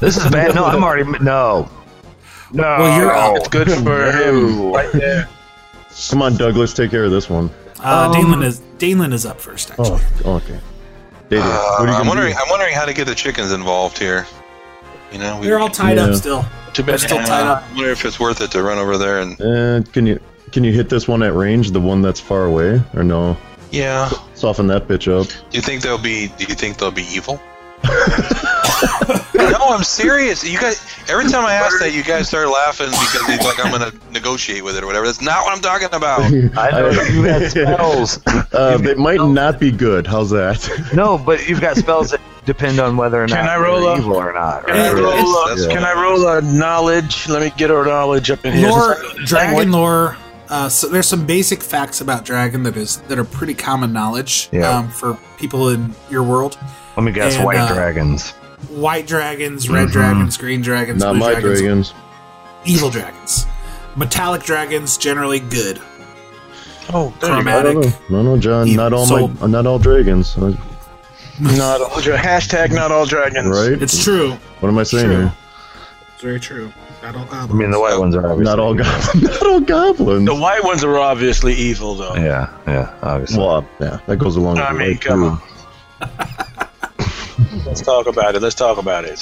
[SPEAKER 3] This is bad. No, I'm already no. No,
[SPEAKER 1] Well, you're out.
[SPEAKER 5] It's good for him. Right there.
[SPEAKER 2] Come on, Douglas, take care of this one.
[SPEAKER 1] Uh,
[SPEAKER 3] Um,
[SPEAKER 1] Danelin is Danelin is up first. Actually,
[SPEAKER 2] Oh, okay. David, what are you
[SPEAKER 4] Uh, I'm
[SPEAKER 2] gonna
[SPEAKER 4] wondering.
[SPEAKER 2] do?
[SPEAKER 4] I'm wondering how to get the chickens involved here. You know, we,
[SPEAKER 1] they're all tied up
[SPEAKER 2] Yeah.
[SPEAKER 1] still.
[SPEAKER 5] Too
[SPEAKER 1] They're
[SPEAKER 5] bad
[SPEAKER 1] still
[SPEAKER 5] it's
[SPEAKER 1] tied up.
[SPEAKER 4] I wonder if it's worth it to run over there and.
[SPEAKER 2] Uh, can you can you hit this one at range, the one that's far away, or no?
[SPEAKER 4] Yeah.
[SPEAKER 2] Soften that bitch up.
[SPEAKER 4] Do you think they'll be? Do you think they'll be evil? no, I'm serious. You guys. Every time I ask that, you guys start laughing because it's like I'm gonna negotiate with it or whatever. That's not what I'm talking about.
[SPEAKER 3] I know you
[SPEAKER 2] [LAUGHS]
[SPEAKER 3] got spells.
[SPEAKER 2] Uh, they might not be good. How's that?
[SPEAKER 3] No, but you've got spells that depend on whether or not
[SPEAKER 5] Can I roll
[SPEAKER 3] you're
[SPEAKER 5] a-
[SPEAKER 3] evil or not.
[SPEAKER 5] Can I
[SPEAKER 3] Right?
[SPEAKER 5] roll a-
[SPEAKER 4] That's-
[SPEAKER 5] Can I roll a knowledge? Let me get our knowledge up in here.
[SPEAKER 1] lore,
[SPEAKER 5] Language.
[SPEAKER 1] dragon lore. Uh, so there's some basic facts about dragon that is that are pretty common knowledge
[SPEAKER 3] Yeah.
[SPEAKER 1] um, for people in your world.
[SPEAKER 3] Let me guess.
[SPEAKER 1] And,
[SPEAKER 3] white
[SPEAKER 1] uh,
[SPEAKER 3] dragons.
[SPEAKER 1] White dragons, red
[SPEAKER 3] Mhm.
[SPEAKER 1] dragons, green dragons,
[SPEAKER 2] not
[SPEAKER 1] blue
[SPEAKER 2] my
[SPEAKER 1] dragons,
[SPEAKER 2] dragons.
[SPEAKER 1] evil dragons, metallic dragons generally good,
[SPEAKER 5] Oh, there you go.
[SPEAKER 2] I don't
[SPEAKER 1] chromatic.
[SPEAKER 2] know. No, no, John.
[SPEAKER 1] Evil
[SPEAKER 2] Not all
[SPEAKER 1] soul.
[SPEAKER 2] my. Not all dragons. Uh,
[SPEAKER 5] Not all dra- hashtag not all dragons.
[SPEAKER 2] Right?
[SPEAKER 3] Mm-hmm.
[SPEAKER 1] It's true.
[SPEAKER 2] what am I saying
[SPEAKER 1] Sure.
[SPEAKER 2] here?
[SPEAKER 1] It's very true. Not all
[SPEAKER 3] I mean, the white ones are obviously
[SPEAKER 2] Not all goblins. [LAUGHS] Not all goblins.
[SPEAKER 5] The white ones are obviously evil, though.
[SPEAKER 3] Yeah, yeah, obviously.
[SPEAKER 2] Well, yeah, that goes along.
[SPEAKER 5] I
[SPEAKER 2] with
[SPEAKER 5] mean,
[SPEAKER 2] life,
[SPEAKER 5] come
[SPEAKER 2] too.
[SPEAKER 3] [LAUGHS]
[SPEAKER 5] on. Let's talk about it. Let's talk about
[SPEAKER 3] [LAUGHS]
[SPEAKER 5] it.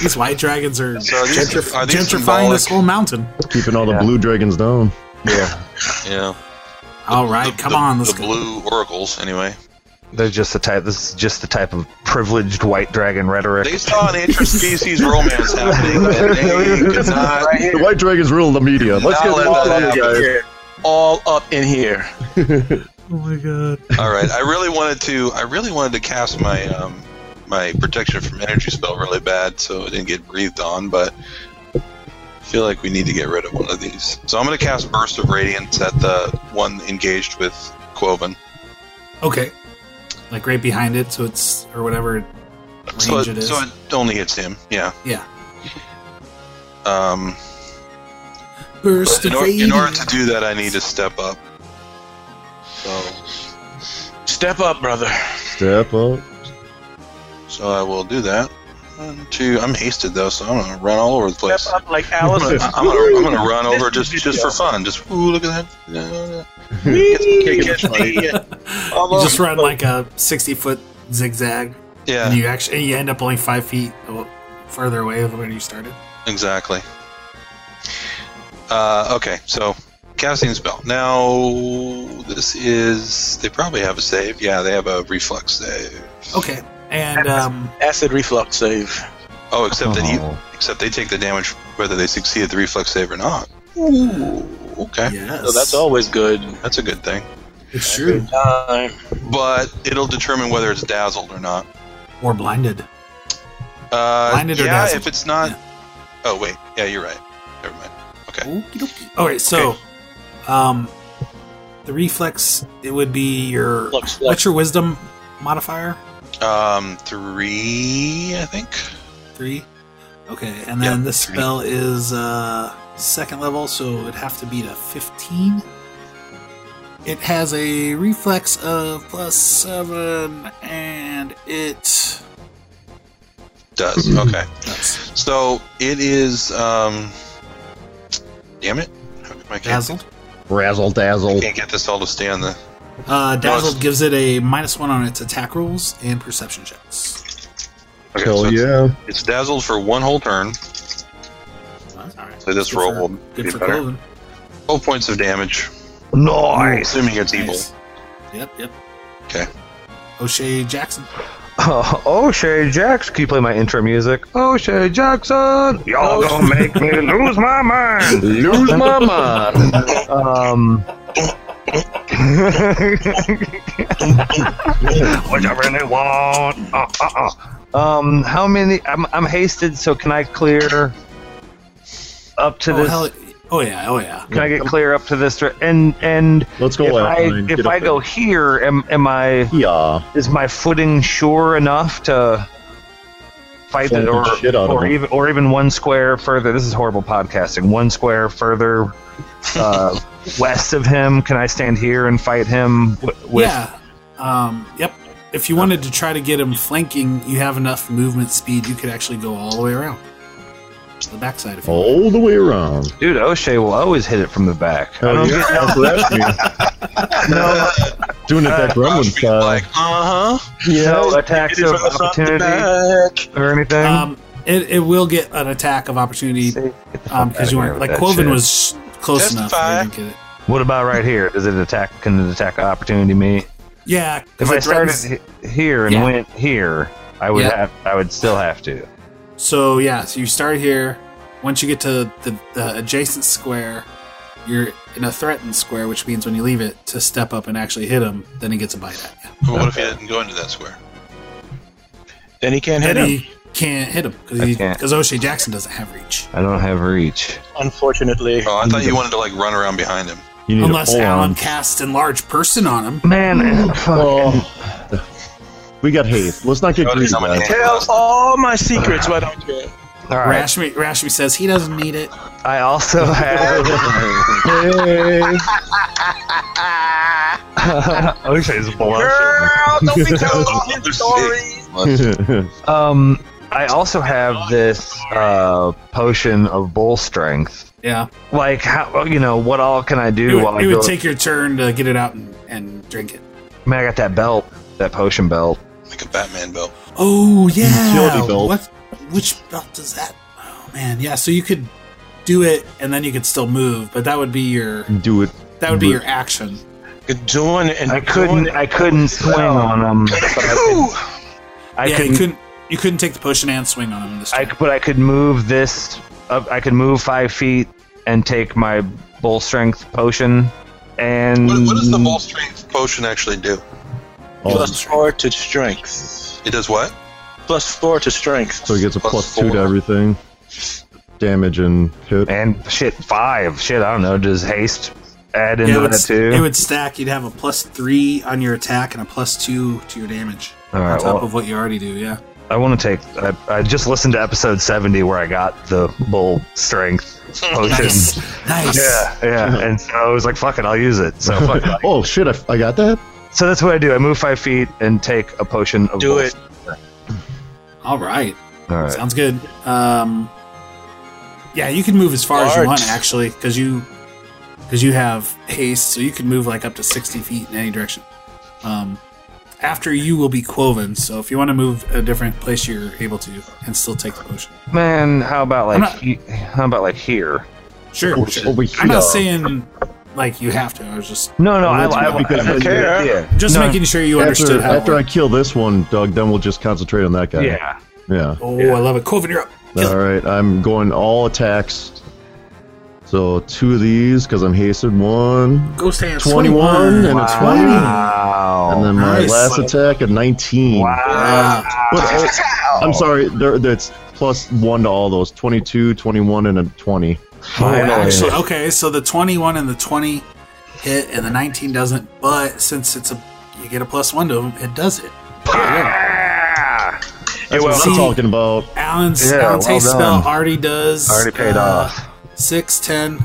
[SPEAKER 1] These white dragons are,
[SPEAKER 4] So are these-
[SPEAKER 1] gentrif-
[SPEAKER 4] are these
[SPEAKER 1] gentrifying this
[SPEAKER 4] symbolic?
[SPEAKER 1] whole mountain.
[SPEAKER 2] Keeping all
[SPEAKER 3] Yeah.
[SPEAKER 2] the blue dragons down.
[SPEAKER 4] Yeah.
[SPEAKER 1] All right, come
[SPEAKER 4] the,
[SPEAKER 1] on, let's
[SPEAKER 4] the
[SPEAKER 1] go.
[SPEAKER 4] blue oracles. Anyway,
[SPEAKER 3] They're just the type. This is just the type of privileged white dragon rhetoric.
[SPEAKER 4] they saw
[SPEAKER 1] [LAUGHS]
[SPEAKER 4] an interspecies romance happening, and they could not.
[SPEAKER 2] The white dragons rule the media. Let's
[SPEAKER 4] Not
[SPEAKER 2] get
[SPEAKER 4] let
[SPEAKER 2] this out
[SPEAKER 4] that
[SPEAKER 2] of
[SPEAKER 4] happen.
[SPEAKER 2] here,
[SPEAKER 5] All up in here.
[SPEAKER 4] All right, I really wanted to. I really wanted to cast my um, my protection from energy spell really bad, so it didn't get breathed on. But I feel like we need to get rid of one of these. So I'm going to cast burst of radiance at the one engaged with Quoven.
[SPEAKER 1] Okay, like right behind it, so it's or whatever
[SPEAKER 4] So
[SPEAKER 1] Range
[SPEAKER 4] it,
[SPEAKER 1] it is.
[SPEAKER 4] so it only hits him. Yeah.
[SPEAKER 1] Yeah.
[SPEAKER 4] Um,
[SPEAKER 1] burst
[SPEAKER 4] in,
[SPEAKER 1] of
[SPEAKER 4] or, in order
[SPEAKER 1] radiance.
[SPEAKER 4] to do that, I need to step up. So,
[SPEAKER 5] Step up, brother.
[SPEAKER 2] guys. Step up.
[SPEAKER 4] so I will do that. One, two. I'm hasted though, so I'm gonna run all over the
[SPEAKER 5] Step
[SPEAKER 4] place.
[SPEAKER 5] up like
[SPEAKER 4] I'm gonna,
[SPEAKER 3] [LAUGHS]
[SPEAKER 5] Alice.
[SPEAKER 4] I'm gonna, I'm gonna run over just just for fun. Just ooh, look at that.
[SPEAKER 5] Catch me. All
[SPEAKER 1] You
[SPEAKER 5] over
[SPEAKER 1] just run
[SPEAKER 5] the-
[SPEAKER 1] like a 60 foot zigzag,
[SPEAKER 4] Yeah,
[SPEAKER 1] and you actually and you end up only five feet o- further away than where you started.
[SPEAKER 4] exactly. Uh, okay, so casting spell. Now this is they probably have a save. Yeah, they have a reflex save.
[SPEAKER 1] Okay, and um,
[SPEAKER 5] [LAUGHS] acid reflux save.
[SPEAKER 4] Oh, except that you,
[SPEAKER 3] Oh.
[SPEAKER 4] except they take the damage whether they succeed at the reflex save or not. Ooh, okay,
[SPEAKER 1] yes,
[SPEAKER 5] So that's always good.
[SPEAKER 4] that's a good thing.
[SPEAKER 1] It's true.
[SPEAKER 5] Time.
[SPEAKER 4] But it'll determine whether it's dazzled or not.
[SPEAKER 1] Or blinded.
[SPEAKER 4] Uh,
[SPEAKER 1] Blinded or
[SPEAKER 4] yeah,
[SPEAKER 1] dazzled?
[SPEAKER 4] if it's not.
[SPEAKER 1] Yeah.
[SPEAKER 4] Oh wait, yeah, you're right. Never mind. Okay.
[SPEAKER 1] All right, so um, the reflex it would be your
[SPEAKER 5] Flux, flux.
[SPEAKER 1] what's your wisdom modifier
[SPEAKER 4] Um, three, I think.
[SPEAKER 1] three. Okay, and then
[SPEAKER 4] Yeah,
[SPEAKER 1] this
[SPEAKER 4] three.
[SPEAKER 1] spell is uh, second level, so it'd have to be to 15. It has a reflex of plus seven, and it
[SPEAKER 4] Does okay.
[SPEAKER 1] does.
[SPEAKER 4] So it is. Um, damn it! How come I can't,
[SPEAKER 1] Dazzled.
[SPEAKER 2] Razzle dazzle.
[SPEAKER 4] can't get this all to stay on the.
[SPEAKER 1] Uh, Dazzled
[SPEAKER 4] it's-
[SPEAKER 1] gives it a minus one on its attack rolls and perception checks.
[SPEAKER 4] Okay,
[SPEAKER 2] Hell
[SPEAKER 4] so it's-
[SPEAKER 2] yeah.
[SPEAKER 4] It's dazzled for one whole turn.
[SPEAKER 1] All right.
[SPEAKER 4] So this
[SPEAKER 1] Good
[SPEAKER 4] roll
[SPEAKER 1] for-
[SPEAKER 4] will
[SPEAKER 1] Good
[SPEAKER 4] be
[SPEAKER 1] for
[SPEAKER 4] better.
[SPEAKER 1] Cloven.
[SPEAKER 4] Twelve points of damage,
[SPEAKER 3] Nice. [LAUGHS]
[SPEAKER 4] assuming it's evil.
[SPEAKER 1] Nice. Yep, yep.
[SPEAKER 4] Okay.
[SPEAKER 1] O'Shea Jackson.
[SPEAKER 3] Oh, O'Shea Jackson. Can you play my intro music? O'Shea Jackson. Y'all
[SPEAKER 5] Oh.
[SPEAKER 3] gonna make me lose my mind. Lose
[SPEAKER 1] Oh,
[SPEAKER 3] my mind. Um. [LAUGHS] Whatever they want. Uh, uh, uh. Um. How many? I'm I'm hasted, so can I clear up to
[SPEAKER 1] Oh,
[SPEAKER 3] this?
[SPEAKER 1] hell, Oh yeah, oh yeah.
[SPEAKER 3] Can I get clear up to this? dir- And and
[SPEAKER 2] Let's go
[SPEAKER 3] if
[SPEAKER 2] left.
[SPEAKER 3] I
[SPEAKER 2] Ryan. Get
[SPEAKER 3] if
[SPEAKER 2] up
[SPEAKER 3] I
[SPEAKER 2] there.
[SPEAKER 3] go here, am am I
[SPEAKER 2] yeah,
[SPEAKER 3] is my footing sure enough to fight
[SPEAKER 2] Flunk
[SPEAKER 3] the
[SPEAKER 2] the
[SPEAKER 3] or
[SPEAKER 2] shit out of
[SPEAKER 3] or
[SPEAKER 2] him.
[SPEAKER 3] even or even one square further? This is horrible podcasting. One square further
[SPEAKER 2] [LAUGHS]
[SPEAKER 3] uh, west of him, can I stand here and fight him w- with?
[SPEAKER 1] yeah. Um, yep. If you wanted to try to get him flanking, you have enough movement speed. You could actually go all the way around to the backside. If you want.
[SPEAKER 2] all the way around.
[SPEAKER 3] Dude, O'Shea will always hit it from the back. I
[SPEAKER 2] Oh,
[SPEAKER 3] don't
[SPEAKER 2] yeah,
[SPEAKER 3] get-
[SPEAKER 2] [LAUGHS] that's what that's me. doing it that Gremlin
[SPEAKER 4] Ross being
[SPEAKER 2] style.
[SPEAKER 4] like, uh huh.
[SPEAKER 3] [LAUGHS] no attacks of opportunity or anything.
[SPEAKER 1] Um, it, it will get an attack of opportunity
[SPEAKER 3] Get the fuck
[SPEAKER 1] um, because
[SPEAKER 3] outta
[SPEAKER 1] you
[SPEAKER 3] here
[SPEAKER 1] weren't
[SPEAKER 3] with
[SPEAKER 1] like
[SPEAKER 3] that
[SPEAKER 1] Quoven
[SPEAKER 3] shit.
[SPEAKER 1] was close
[SPEAKER 4] Testify.
[SPEAKER 1] enough. Where you didn't get it.
[SPEAKER 3] What about right here? Does it attack? Can it attack opportunity me?
[SPEAKER 1] Yeah. 'cause
[SPEAKER 3] If
[SPEAKER 1] it
[SPEAKER 3] I started
[SPEAKER 1] threatens-
[SPEAKER 3] he- here and
[SPEAKER 1] Yeah.
[SPEAKER 3] went here, I would
[SPEAKER 1] Yeah.
[SPEAKER 3] have. I would still have to.
[SPEAKER 1] So yeah, so you start here. Once you get to the, the adjacent square, you're in a threatened square, which means when you leave it to step up and actually hit him, then he gets a bite at you.
[SPEAKER 4] But what if he didn't go into that square?
[SPEAKER 5] Then he can't hit
[SPEAKER 1] And
[SPEAKER 5] him.
[SPEAKER 1] he can't hit him
[SPEAKER 3] I
[SPEAKER 1] because
[SPEAKER 3] can't.
[SPEAKER 1] because O'Shea Jackson doesn't have reach.
[SPEAKER 3] I don't have reach.
[SPEAKER 5] Unfortunately,
[SPEAKER 4] Oh, I thought you wanted to like run around behind him.
[SPEAKER 2] You need
[SPEAKER 1] Unless
[SPEAKER 2] a forearm.
[SPEAKER 1] Alan casts enlarge person on him.
[SPEAKER 3] [SIGHS] Man, [LAUGHS]
[SPEAKER 2] Oh. We got haste. Let's not get
[SPEAKER 4] Notice
[SPEAKER 2] greedy,
[SPEAKER 4] how many
[SPEAKER 2] guys.
[SPEAKER 4] hands
[SPEAKER 5] tell
[SPEAKER 4] left.
[SPEAKER 5] all my secrets. Why don't you?
[SPEAKER 3] All right.
[SPEAKER 1] Rashmi, Rashmi says he doesn't need it.
[SPEAKER 3] I also [LAUGHS] have.
[SPEAKER 2] Hey.
[SPEAKER 6] Ah.
[SPEAKER 3] O'Shea's blushing.
[SPEAKER 5] Girl, don't be telling all
[SPEAKER 4] Another
[SPEAKER 5] your stories.
[SPEAKER 3] Um, I also have this uh, potion of bull strength.
[SPEAKER 1] Yeah,
[SPEAKER 3] Like how you know what all can I do
[SPEAKER 1] it
[SPEAKER 3] while
[SPEAKER 1] would, it
[SPEAKER 3] I
[SPEAKER 1] would
[SPEAKER 3] go?
[SPEAKER 1] take your turn to get it out and, and drink it.
[SPEAKER 3] Man, I got that belt, that potion belt.
[SPEAKER 4] Like a Batman belt.
[SPEAKER 1] Oh yeah,
[SPEAKER 2] Utility belt.
[SPEAKER 1] what? Which belt does that? Oh man, yeah. So you could do it, and then you could still move, but that would be your
[SPEAKER 2] Do it.
[SPEAKER 1] That would be your action.
[SPEAKER 5] You're doing it and
[SPEAKER 3] I couldn't. I couldn't swing on
[SPEAKER 1] [LAUGHS]
[SPEAKER 3] him. but I could- I
[SPEAKER 1] yeah,
[SPEAKER 3] couldn't.
[SPEAKER 1] you couldn't you couldn't take the potion and swing on him this
[SPEAKER 3] I,
[SPEAKER 1] time.
[SPEAKER 3] but I could move this. Up, I could move five feet and take my bull strength potion. And
[SPEAKER 4] What, what does the ball strength potion actually do?
[SPEAKER 2] Oh,
[SPEAKER 5] Plus four to strength.
[SPEAKER 4] It does what?
[SPEAKER 5] Plus four to strength.
[SPEAKER 2] so he gets a
[SPEAKER 4] Plus
[SPEAKER 2] plus, two to
[SPEAKER 4] four.
[SPEAKER 2] everything. Damage and hit.
[SPEAKER 3] and shit five. Shit, I don't know. Does haste add
[SPEAKER 1] Yeah,
[SPEAKER 3] into
[SPEAKER 1] it, would,
[SPEAKER 3] that too?
[SPEAKER 1] it would stack. You'd have a plus three on your attack and a plus two to your damage
[SPEAKER 3] All
[SPEAKER 1] on
[SPEAKER 3] right.
[SPEAKER 1] top
[SPEAKER 3] Well,
[SPEAKER 1] of what you already do. Yeah.
[SPEAKER 3] I want to take. I, I just listened to episode seventy where I got the bull
[SPEAKER 5] [LAUGHS]
[SPEAKER 3] strength potion.
[SPEAKER 1] Nice.
[SPEAKER 3] yeah,
[SPEAKER 1] [LAUGHS]
[SPEAKER 3] yeah. And so I was like, "Fuck it, I'll use it." So fuck it.
[SPEAKER 2] oh shit! I, f- I got that.
[SPEAKER 3] So that's what I do. I move five feet and take a potion of.
[SPEAKER 5] Do
[SPEAKER 3] bull
[SPEAKER 5] it.
[SPEAKER 3] strength.
[SPEAKER 1] All right.
[SPEAKER 3] All right.
[SPEAKER 1] Sounds good. Um, yeah, you can move as far as you
[SPEAKER 5] Large.
[SPEAKER 1] want actually, because you because you have haste, so you can move like up to sixty feet in any direction. Um, after you will be Quoven, so if you want to move a different place, you're able to, and still take the potion.
[SPEAKER 3] Man, how about like
[SPEAKER 1] I'm not-
[SPEAKER 3] he- how about like here?
[SPEAKER 1] Sure.
[SPEAKER 2] Oh,
[SPEAKER 1] sure.
[SPEAKER 2] oh, we
[SPEAKER 1] I'm not
[SPEAKER 2] should-
[SPEAKER 1] saying like you have to. I was just
[SPEAKER 3] No, no,
[SPEAKER 2] Oh,
[SPEAKER 3] I,
[SPEAKER 2] that's
[SPEAKER 3] I,
[SPEAKER 2] not because
[SPEAKER 3] I-
[SPEAKER 2] then
[SPEAKER 5] you're-
[SPEAKER 3] yeah,
[SPEAKER 1] just
[SPEAKER 3] no,
[SPEAKER 1] making sure you
[SPEAKER 2] After,
[SPEAKER 1] understood how.
[SPEAKER 2] after I kill this one, Doug, then we'll just concentrate on that guy.
[SPEAKER 3] Yeah,
[SPEAKER 2] Yeah.
[SPEAKER 1] oh, I love it. Quoven, you're up. Kill
[SPEAKER 2] All right. I'm going all attacks. So two of these because I'm hasted one.
[SPEAKER 1] Ghost hands.
[SPEAKER 2] 21 and a 20.
[SPEAKER 3] wow,
[SPEAKER 2] And then my
[SPEAKER 1] nice.
[SPEAKER 2] last attack a 19.
[SPEAKER 3] wow.
[SPEAKER 1] Wow.
[SPEAKER 2] But, oh, I'm sorry, there, that's plus one to all those 22, 21, and a 20.
[SPEAKER 3] Finally.
[SPEAKER 1] Actually, okay, so the 21 and the 20 hit, and the 19 doesn't, but since it's a you get a plus one to them, it does it.
[SPEAKER 3] Yeah.
[SPEAKER 2] That's
[SPEAKER 1] well,
[SPEAKER 2] what I'm
[SPEAKER 1] see-
[SPEAKER 2] talking about.
[SPEAKER 1] Alan's,
[SPEAKER 3] Yeah,
[SPEAKER 1] Alan's
[SPEAKER 3] well
[SPEAKER 1] haste
[SPEAKER 3] done.
[SPEAKER 1] spell already does.
[SPEAKER 3] Already paid
[SPEAKER 1] uh,
[SPEAKER 3] off.
[SPEAKER 1] 6, 10,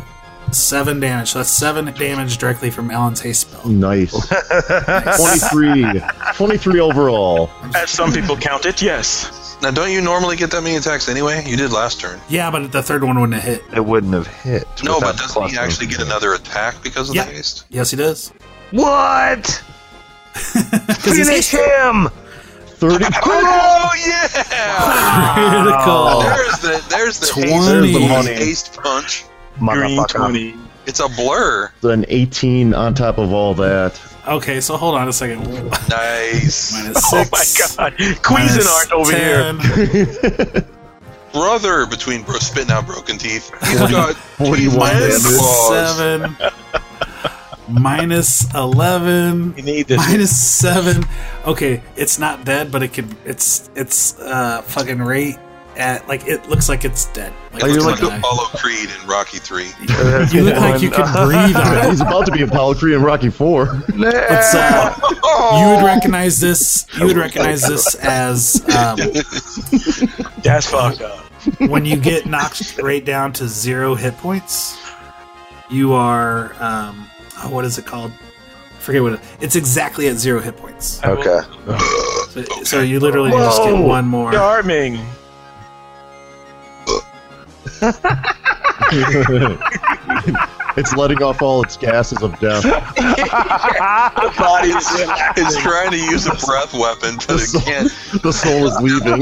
[SPEAKER 1] 7 damage. So that's 7 damage directly from Alan's haste
[SPEAKER 2] [LAUGHS]
[SPEAKER 1] spell.
[SPEAKER 2] Nice. 23. 23 overall.
[SPEAKER 5] As some people count it, yes.
[SPEAKER 4] Now, don't you normally get that many attacks anyway? You did last turn.
[SPEAKER 1] Yeah, but the third one wouldn't have hit.
[SPEAKER 3] It wouldn't have hit.
[SPEAKER 4] No,
[SPEAKER 3] without
[SPEAKER 4] but
[SPEAKER 3] the
[SPEAKER 4] doesn't he
[SPEAKER 3] plus
[SPEAKER 4] actually
[SPEAKER 3] one.
[SPEAKER 4] get another attack because of
[SPEAKER 1] Yeah.
[SPEAKER 4] the haste?
[SPEAKER 1] Yes, he does.
[SPEAKER 3] What?
[SPEAKER 1] [LAUGHS] 'Cause he's
[SPEAKER 3] Finish him!
[SPEAKER 2] 30.
[SPEAKER 4] Oh yeah!
[SPEAKER 1] critical.
[SPEAKER 4] [LAUGHS] There's the there's the
[SPEAKER 1] Twenty.
[SPEAKER 4] haste, the
[SPEAKER 2] Money.
[SPEAKER 4] haste punch.
[SPEAKER 5] Green
[SPEAKER 3] Motherfucker.
[SPEAKER 5] twenty.
[SPEAKER 4] It's a blur.
[SPEAKER 2] Then 18 on top of all that.
[SPEAKER 1] Okay, so hold on a second.
[SPEAKER 4] Nice,
[SPEAKER 1] Minus 6.
[SPEAKER 5] Oh my god, Cuisinart over here.
[SPEAKER 4] brother. Between bro, spitting out broken teeth. He's got
[SPEAKER 2] 41
[SPEAKER 4] minus
[SPEAKER 2] damage.
[SPEAKER 4] claws.
[SPEAKER 1] Seven. minus eleven.
[SPEAKER 5] You
[SPEAKER 1] [LAUGHS]
[SPEAKER 5] need this.
[SPEAKER 1] Minus seven. Okay, it's not dead, but it could. It's it's uh fucking rate at like it looks like it's dead. Like,
[SPEAKER 4] Oh,
[SPEAKER 2] Are
[SPEAKER 1] it's
[SPEAKER 2] you
[SPEAKER 1] gonna
[SPEAKER 2] like the-
[SPEAKER 1] die.
[SPEAKER 4] Apollo Creed in Rocky Three.
[SPEAKER 1] You look like you can breathe on it.
[SPEAKER 2] He's about to be Apollo Creed in Rocky Four.
[SPEAKER 1] It's, uh, you would recognize this. You would recognize this as um,
[SPEAKER 5] That's fucked up.
[SPEAKER 1] when you get knocked right down to zero hit points. You are um, oh, what is it called? I forget what it, it's exactly at zero hit points.
[SPEAKER 3] Okay.
[SPEAKER 1] So, so you literally just get
[SPEAKER 5] Whoa!
[SPEAKER 1] one more.
[SPEAKER 5] Charming.
[SPEAKER 2] [LAUGHS] it's letting off all its gases of death.
[SPEAKER 4] The body [LAUGHS] is, is trying to use a breath weapon, but it can't.
[SPEAKER 2] The soul is leaving.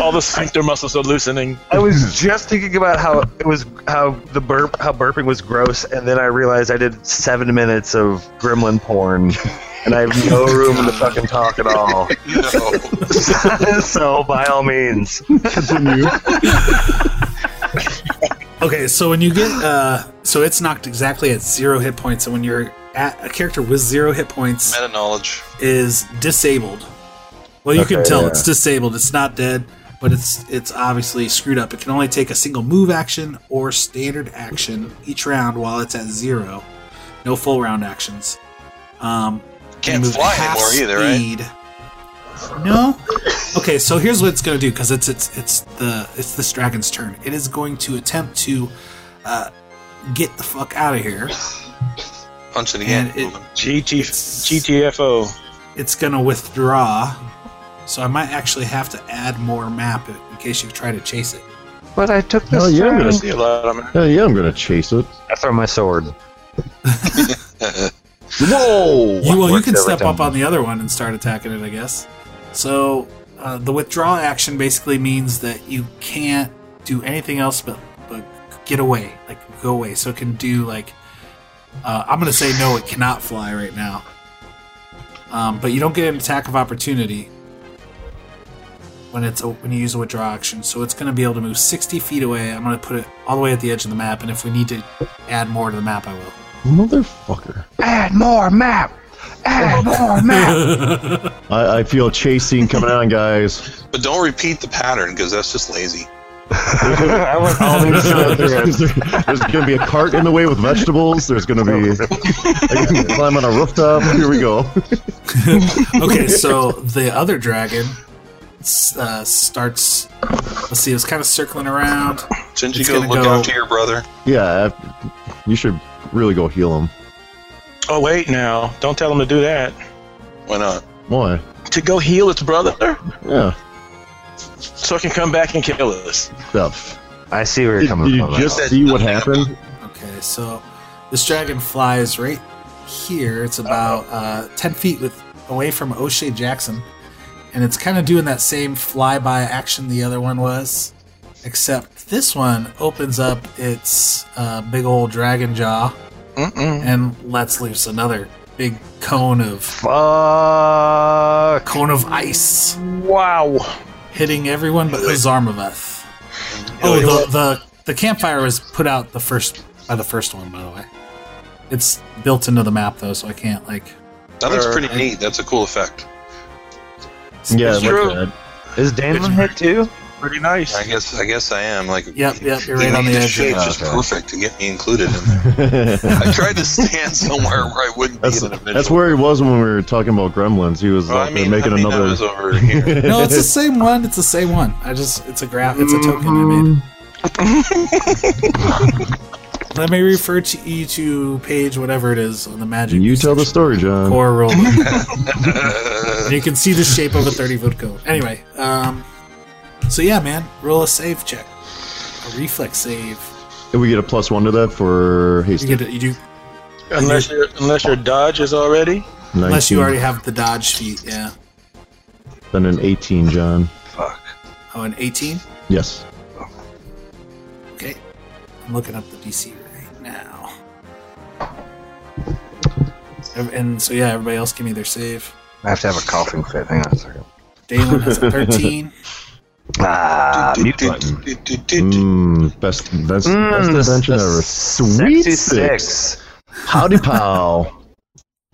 [SPEAKER 5] All the sphincter muscles are loosening.
[SPEAKER 3] I was just thinking about how it was how the burp how burping was gross, and then I realized I did seven minutes of gremlin porn, and I have no room to fucking talk at all. [LAUGHS]
[SPEAKER 4] No.
[SPEAKER 3] so by all means,
[SPEAKER 2] Continue.
[SPEAKER 1] Okay, so when you get uh, so it's knocked exactly at zero hit points, and when you're at a character with zero hit points
[SPEAKER 4] Meta knowledge.
[SPEAKER 1] is disabled. Well, you can
[SPEAKER 3] Okay,
[SPEAKER 1] tell
[SPEAKER 3] yeah.
[SPEAKER 1] it's disabled. It's not dead, but it's it's obviously screwed up. It can only take a single move action or standard action each round while it's at zero. No full round actions. Um,
[SPEAKER 4] Can't
[SPEAKER 1] move
[SPEAKER 4] fly
[SPEAKER 1] half
[SPEAKER 4] anymore either, right?
[SPEAKER 1] speed. No. Okay, so here's what it's going to do because it's it's it's the it's this dragon's turn. It is going to attempt to uh, get the fuck out of here.
[SPEAKER 4] Punch it again.
[SPEAKER 1] And it-
[SPEAKER 5] GT, GTFO.
[SPEAKER 1] It's going to withdraw. So I might actually have to add more map in case you try to chase it.
[SPEAKER 3] but I took this.
[SPEAKER 2] Hell yeah, I'm
[SPEAKER 3] turn.
[SPEAKER 2] gonna,
[SPEAKER 5] See a lot of them.
[SPEAKER 2] hell yeah, I'm gonna chase it.
[SPEAKER 3] I throw my sword.
[SPEAKER 2] Whoa!
[SPEAKER 1] You, well, you
[SPEAKER 3] worked
[SPEAKER 1] can
[SPEAKER 3] every
[SPEAKER 1] step
[SPEAKER 3] time.
[SPEAKER 1] up on the other one and start attacking it, I guess. So uh, the withdraw action basically means that you can't do anything else but, but get away, like go away. So it can do like uh, I'm gonna say no, it cannot fly right now. Um, but you don't get an attack of opportunity when it's a, when you use a withdraw action. So it's gonna be able to move 60 feet away. I'm gonna put it all the way at the edge of the map, and if we need to add more to the map, I will.
[SPEAKER 2] Motherfucker.
[SPEAKER 3] Add more map.
[SPEAKER 2] [LAUGHS]
[SPEAKER 3] Add more map.
[SPEAKER 2] I, I feel a chase scene coming on, guys.
[SPEAKER 4] But don't repeat the pattern because that's just lazy.
[SPEAKER 3] I want all these children.
[SPEAKER 2] there's, there's gonna be a cart in the way with vegetables. There's gonna be. I can climb on a rooftop. Here we go.
[SPEAKER 1] okay, so the other dragon s- uh, starts. Let's see, it's kind of circling around.
[SPEAKER 4] Shouldn't
[SPEAKER 1] It's
[SPEAKER 4] you go
[SPEAKER 1] gonna
[SPEAKER 4] look
[SPEAKER 1] go-
[SPEAKER 4] after your brother?
[SPEAKER 2] Yeah, you should really go heal him.
[SPEAKER 5] Oh, wait now. Don't tell him to do that.
[SPEAKER 4] Why not?
[SPEAKER 2] Why?
[SPEAKER 5] To go heal its brother
[SPEAKER 2] Yeah.
[SPEAKER 5] so it can come back and kill us.
[SPEAKER 2] Stuff.
[SPEAKER 3] I see where you're
[SPEAKER 2] Did,
[SPEAKER 3] coming
[SPEAKER 2] did you
[SPEAKER 3] from.
[SPEAKER 2] just see what happened?
[SPEAKER 1] Okay, so this dragon flies right here. It's about uh, ten feet with away from O'Shea Jackson, and it's kind of doing that same flyby action the other one was, except this one opens up its uh, big old dragon jaw
[SPEAKER 5] Mm-mm.
[SPEAKER 1] and lets loose another big cone of
[SPEAKER 3] Fuck.
[SPEAKER 1] cone of ice.
[SPEAKER 5] Wow.
[SPEAKER 1] hitting everyone but Zarmaveth. Oh, the, the the campfire was put out the first by the first one, by the way. It's built into the map though, so I can't like.
[SPEAKER 4] That looks
[SPEAKER 5] Or-
[SPEAKER 4] pretty neat. That's a cool effect.
[SPEAKER 2] Yeah,
[SPEAKER 5] It's
[SPEAKER 2] my
[SPEAKER 5] true.
[SPEAKER 2] bad.
[SPEAKER 3] Is Danlin hit too?
[SPEAKER 5] Pretty nice.
[SPEAKER 4] I guess I guess I am like.
[SPEAKER 1] Yep, yep, you're right
[SPEAKER 4] They
[SPEAKER 1] on the
[SPEAKER 4] made
[SPEAKER 1] edge.
[SPEAKER 4] shape
[SPEAKER 1] of
[SPEAKER 4] just perfect to get me included in there.
[SPEAKER 1] [LAUGHS]
[SPEAKER 4] I tried to stand somewhere where I wouldn't
[SPEAKER 2] That's,
[SPEAKER 4] be in a visual.
[SPEAKER 2] that's where he was when we were talking about gremlins. He was
[SPEAKER 4] Well,
[SPEAKER 2] like,
[SPEAKER 4] I mean,
[SPEAKER 2] making
[SPEAKER 4] I mean, I
[SPEAKER 2] another.
[SPEAKER 4] was over here.
[SPEAKER 1] [LAUGHS] it. No, it's the same one. It's the same one. I just it's a graph. It's a token I made.
[SPEAKER 2] [LAUGHS]
[SPEAKER 1] Let me refer to you to page whatever it is on the magic.
[SPEAKER 2] you tell the story, John.
[SPEAKER 1] core roll. and you can see the shape of a 30 foot cone. Anyway, um, so yeah, man, roll a save check, a reflex save.
[SPEAKER 2] And we get a plus one to that for haste.
[SPEAKER 1] You get it. You do
[SPEAKER 5] Unless, your unless your dodge is already.
[SPEAKER 2] 19,
[SPEAKER 1] unless you already have the dodge feat. Yeah.
[SPEAKER 2] Then an 18, John.
[SPEAKER 1] Oh, an 18.
[SPEAKER 2] Yes.
[SPEAKER 1] Okay. I'm looking up the DC right now. Ev- And so yeah, everybody else give me their save.
[SPEAKER 3] I have to have a coughing fit. Hang on a second.
[SPEAKER 1] Dalen has a
[SPEAKER 3] [LAUGHS]
[SPEAKER 1] 13.
[SPEAKER 3] Ah, mute button.
[SPEAKER 4] Did
[SPEAKER 2] Mm, best best, best
[SPEAKER 3] the-
[SPEAKER 2] invention
[SPEAKER 3] the
[SPEAKER 2] ever.
[SPEAKER 1] [LAUGHS]
[SPEAKER 3] sexy
[SPEAKER 2] Sweet six. Howdy, pal.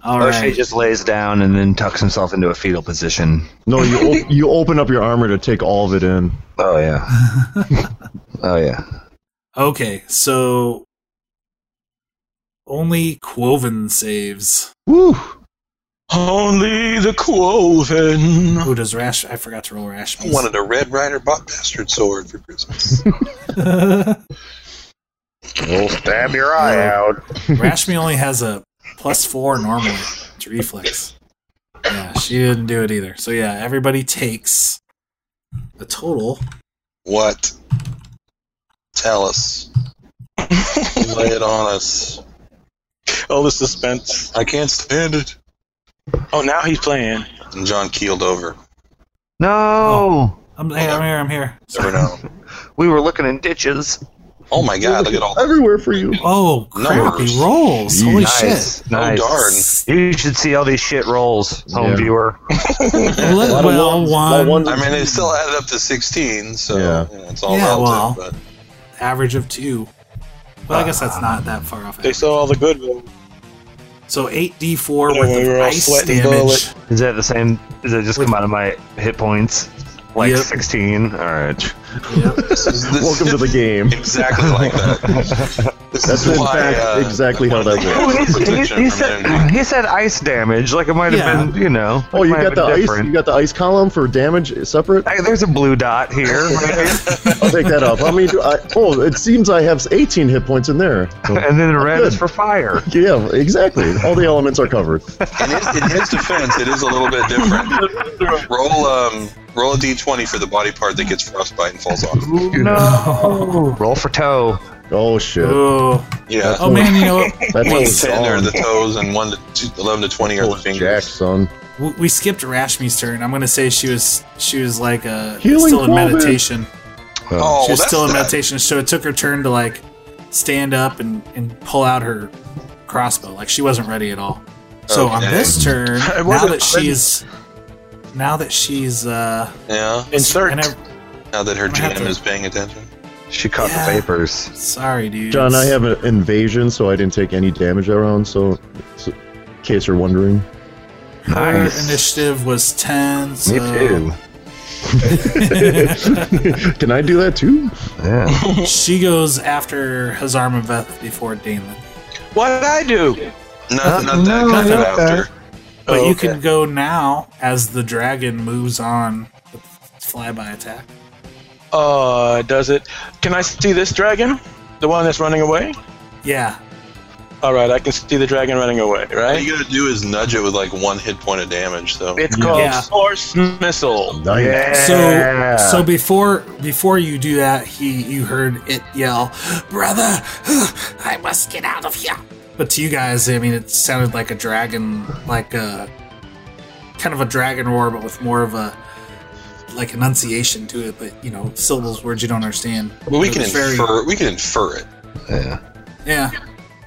[SPEAKER 1] All right.
[SPEAKER 3] O'Shea just lays down and then tucks himself into a fetal position.
[SPEAKER 2] No, you op- you open up your armor to take all of it in.
[SPEAKER 3] Oh [LAUGHS] yeah. oh yeah.
[SPEAKER 1] Okay, so only Quoven saves.
[SPEAKER 2] Woo!
[SPEAKER 5] Only the Quoven.
[SPEAKER 1] Who does Rash? I forgot to roll Rash.
[SPEAKER 4] I wanted a Red Rider Bot Bastard sword for Christmas.
[SPEAKER 1] [LAUGHS]
[SPEAKER 3] We'll stab your eye out.
[SPEAKER 1] Rashmi only has a plus four normally to reflex. Yeah, she didn't do it either. So yeah, everybody takes a total.
[SPEAKER 4] what? Tell
[SPEAKER 1] [LAUGHS]
[SPEAKER 4] us. Lay it on us.
[SPEAKER 5] All the suspense.
[SPEAKER 4] I can't stand it.
[SPEAKER 5] Oh, now he's playing.
[SPEAKER 4] And John keeled over.
[SPEAKER 3] No, Oh.
[SPEAKER 1] I'm, hey, I'm here. I'm here.
[SPEAKER 4] Never know.
[SPEAKER 3] we were looking in ditches.
[SPEAKER 4] Oh my god, look at all
[SPEAKER 2] Everywhere for you.
[SPEAKER 1] Oh, crappy
[SPEAKER 4] Numbers.
[SPEAKER 1] rolls! Holy
[SPEAKER 3] nice,
[SPEAKER 1] shit!
[SPEAKER 3] nice.
[SPEAKER 4] Oh,
[SPEAKER 3] You should see all these shit rolls, home
[SPEAKER 2] Yeah.
[SPEAKER 3] viewer.
[SPEAKER 1] Well, well, one
[SPEAKER 4] I mean, it still added up to 16, so
[SPEAKER 2] Yeah.
[SPEAKER 4] you know, it's all
[SPEAKER 1] Yeah,
[SPEAKER 4] relative.
[SPEAKER 1] well.
[SPEAKER 4] But
[SPEAKER 1] average of two. Well, I guess that's not that far off.
[SPEAKER 5] They
[SPEAKER 1] average.
[SPEAKER 5] saw all the good ones.
[SPEAKER 1] So eight d four
[SPEAKER 5] Yeah,
[SPEAKER 1] worth
[SPEAKER 5] we
[SPEAKER 1] of
[SPEAKER 5] were all
[SPEAKER 1] ice
[SPEAKER 5] sweating
[SPEAKER 1] damage.
[SPEAKER 5] bullets.
[SPEAKER 3] Is that the same? Does that just come out of my hit points? Like
[SPEAKER 1] Yep.
[SPEAKER 3] 16? Alright.
[SPEAKER 1] Yep.
[SPEAKER 4] this is, this
[SPEAKER 2] Welcome to the game.
[SPEAKER 4] Exactly like that.
[SPEAKER 2] [LAUGHS]
[SPEAKER 4] This
[SPEAKER 2] That's
[SPEAKER 4] is
[SPEAKER 2] in
[SPEAKER 4] why,
[SPEAKER 2] fact
[SPEAKER 4] uh,
[SPEAKER 2] exactly how that
[SPEAKER 4] [LAUGHS]
[SPEAKER 2] works.
[SPEAKER 3] he,
[SPEAKER 4] protection
[SPEAKER 3] he
[SPEAKER 4] from
[SPEAKER 3] said,
[SPEAKER 4] enemy.
[SPEAKER 3] he said ice damage, like it might have
[SPEAKER 1] Yeah.
[SPEAKER 3] been, you know.
[SPEAKER 2] Oh,
[SPEAKER 3] it
[SPEAKER 2] you
[SPEAKER 3] might have
[SPEAKER 2] got the
[SPEAKER 3] been
[SPEAKER 2] ice.
[SPEAKER 3] different.
[SPEAKER 2] You got the ice column for damage separate.
[SPEAKER 3] Hey, there's a blue dot here.
[SPEAKER 2] [LAUGHS] I'll take that up. How many do I? Oh, it seems I have 18 hit points in there.
[SPEAKER 3] and then the red
[SPEAKER 2] Good.
[SPEAKER 3] is for fire.
[SPEAKER 2] [LAUGHS] Yeah, exactly. All the elements are covered.
[SPEAKER 4] In his, in his defense, it is a little
[SPEAKER 1] [LAUGHS]
[SPEAKER 4] bit different. Roll um, roll a d20 for the body part that gets frostbite and falls off.
[SPEAKER 3] No. Roll for toe.
[SPEAKER 2] Oh shit.
[SPEAKER 1] Oh,
[SPEAKER 4] Yeah,
[SPEAKER 1] oh man, you know what?
[SPEAKER 2] [LAUGHS] That's
[SPEAKER 4] one
[SPEAKER 2] all
[SPEAKER 4] to 10 are
[SPEAKER 2] gone.
[SPEAKER 4] the toes, and one to two, 11 to 20 are the
[SPEAKER 2] Oh, Jack,
[SPEAKER 4] fingers.
[SPEAKER 2] son.
[SPEAKER 1] We- we skipped Rashmi's turn. I'm gonna say she was she was like uh
[SPEAKER 2] Healing
[SPEAKER 1] still in
[SPEAKER 2] Quoven.
[SPEAKER 1] meditation.
[SPEAKER 4] Oh,
[SPEAKER 1] she was
[SPEAKER 4] that's
[SPEAKER 1] still in
[SPEAKER 4] that.
[SPEAKER 1] meditation, so it took her turn to like stand up and and pull out her crossbow. Like she wasn't ready at all. So on
[SPEAKER 4] Okay.
[SPEAKER 1] this turn,
[SPEAKER 5] I
[SPEAKER 1] now
[SPEAKER 5] wasn't
[SPEAKER 1] that
[SPEAKER 5] ready.
[SPEAKER 1] she's now that she's uh
[SPEAKER 4] Yeah,
[SPEAKER 5] Insert.
[SPEAKER 1] and I-
[SPEAKER 4] now that her
[SPEAKER 1] I have
[SPEAKER 4] GM
[SPEAKER 1] to-
[SPEAKER 4] is paying attention.
[SPEAKER 3] She caught
[SPEAKER 1] Yeah.
[SPEAKER 3] the vapors.
[SPEAKER 1] sorry, dude.
[SPEAKER 2] John, I have an invasion, so I didn't take any damage that round. So, so in case you're wondering,
[SPEAKER 1] her
[SPEAKER 3] Nice.
[SPEAKER 1] initiative was ten. So
[SPEAKER 3] Me too.
[SPEAKER 2] [LAUGHS] can I do that too?
[SPEAKER 1] [LAUGHS]
[SPEAKER 3] Yeah.
[SPEAKER 1] She goes after Hazarmaveth before Damon.
[SPEAKER 5] What did I do?
[SPEAKER 4] Not, not
[SPEAKER 3] Uh,
[SPEAKER 4] that,
[SPEAKER 3] no,
[SPEAKER 4] not that
[SPEAKER 3] okay.
[SPEAKER 4] after.
[SPEAKER 1] But
[SPEAKER 5] Oh,
[SPEAKER 1] you
[SPEAKER 5] okay.
[SPEAKER 1] can go now as the dragon moves on with flyby attack.
[SPEAKER 5] Uh, does it? Can I see this dragon? The one that's running away?
[SPEAKER 1] Yeah.
[SPEAKER 5] All right, I can see the dragon running away,
[SPEAKER 4] All
[SPEAKER 5] right?
[SPEAKER 4] you gotta do is nudge it with like one hit point of damage, though.
[SPEAKER 5] It's called
[SPEAKER 1] Yeah.
[SPEAKER 5] Force Missile.
[SPEAKER 2] Nice.
[SPEAKER 1] So so before before you do that, he you heard it yell, "Brother, I must get out of here." But to you guys, I mean, it sounded like a dragon, like a kind of a dragon roar, but with more of a like enunciation to it. But you know, syllables, words you don't understand.
[SPEAKER 4] Well, we
[SPEAKER 1] It
[SPEAKER 4] can
[SPEAKER 1] was very-
[SPEAKER 4] infer. We can infer it.
[SPEAKER 1] Yeah.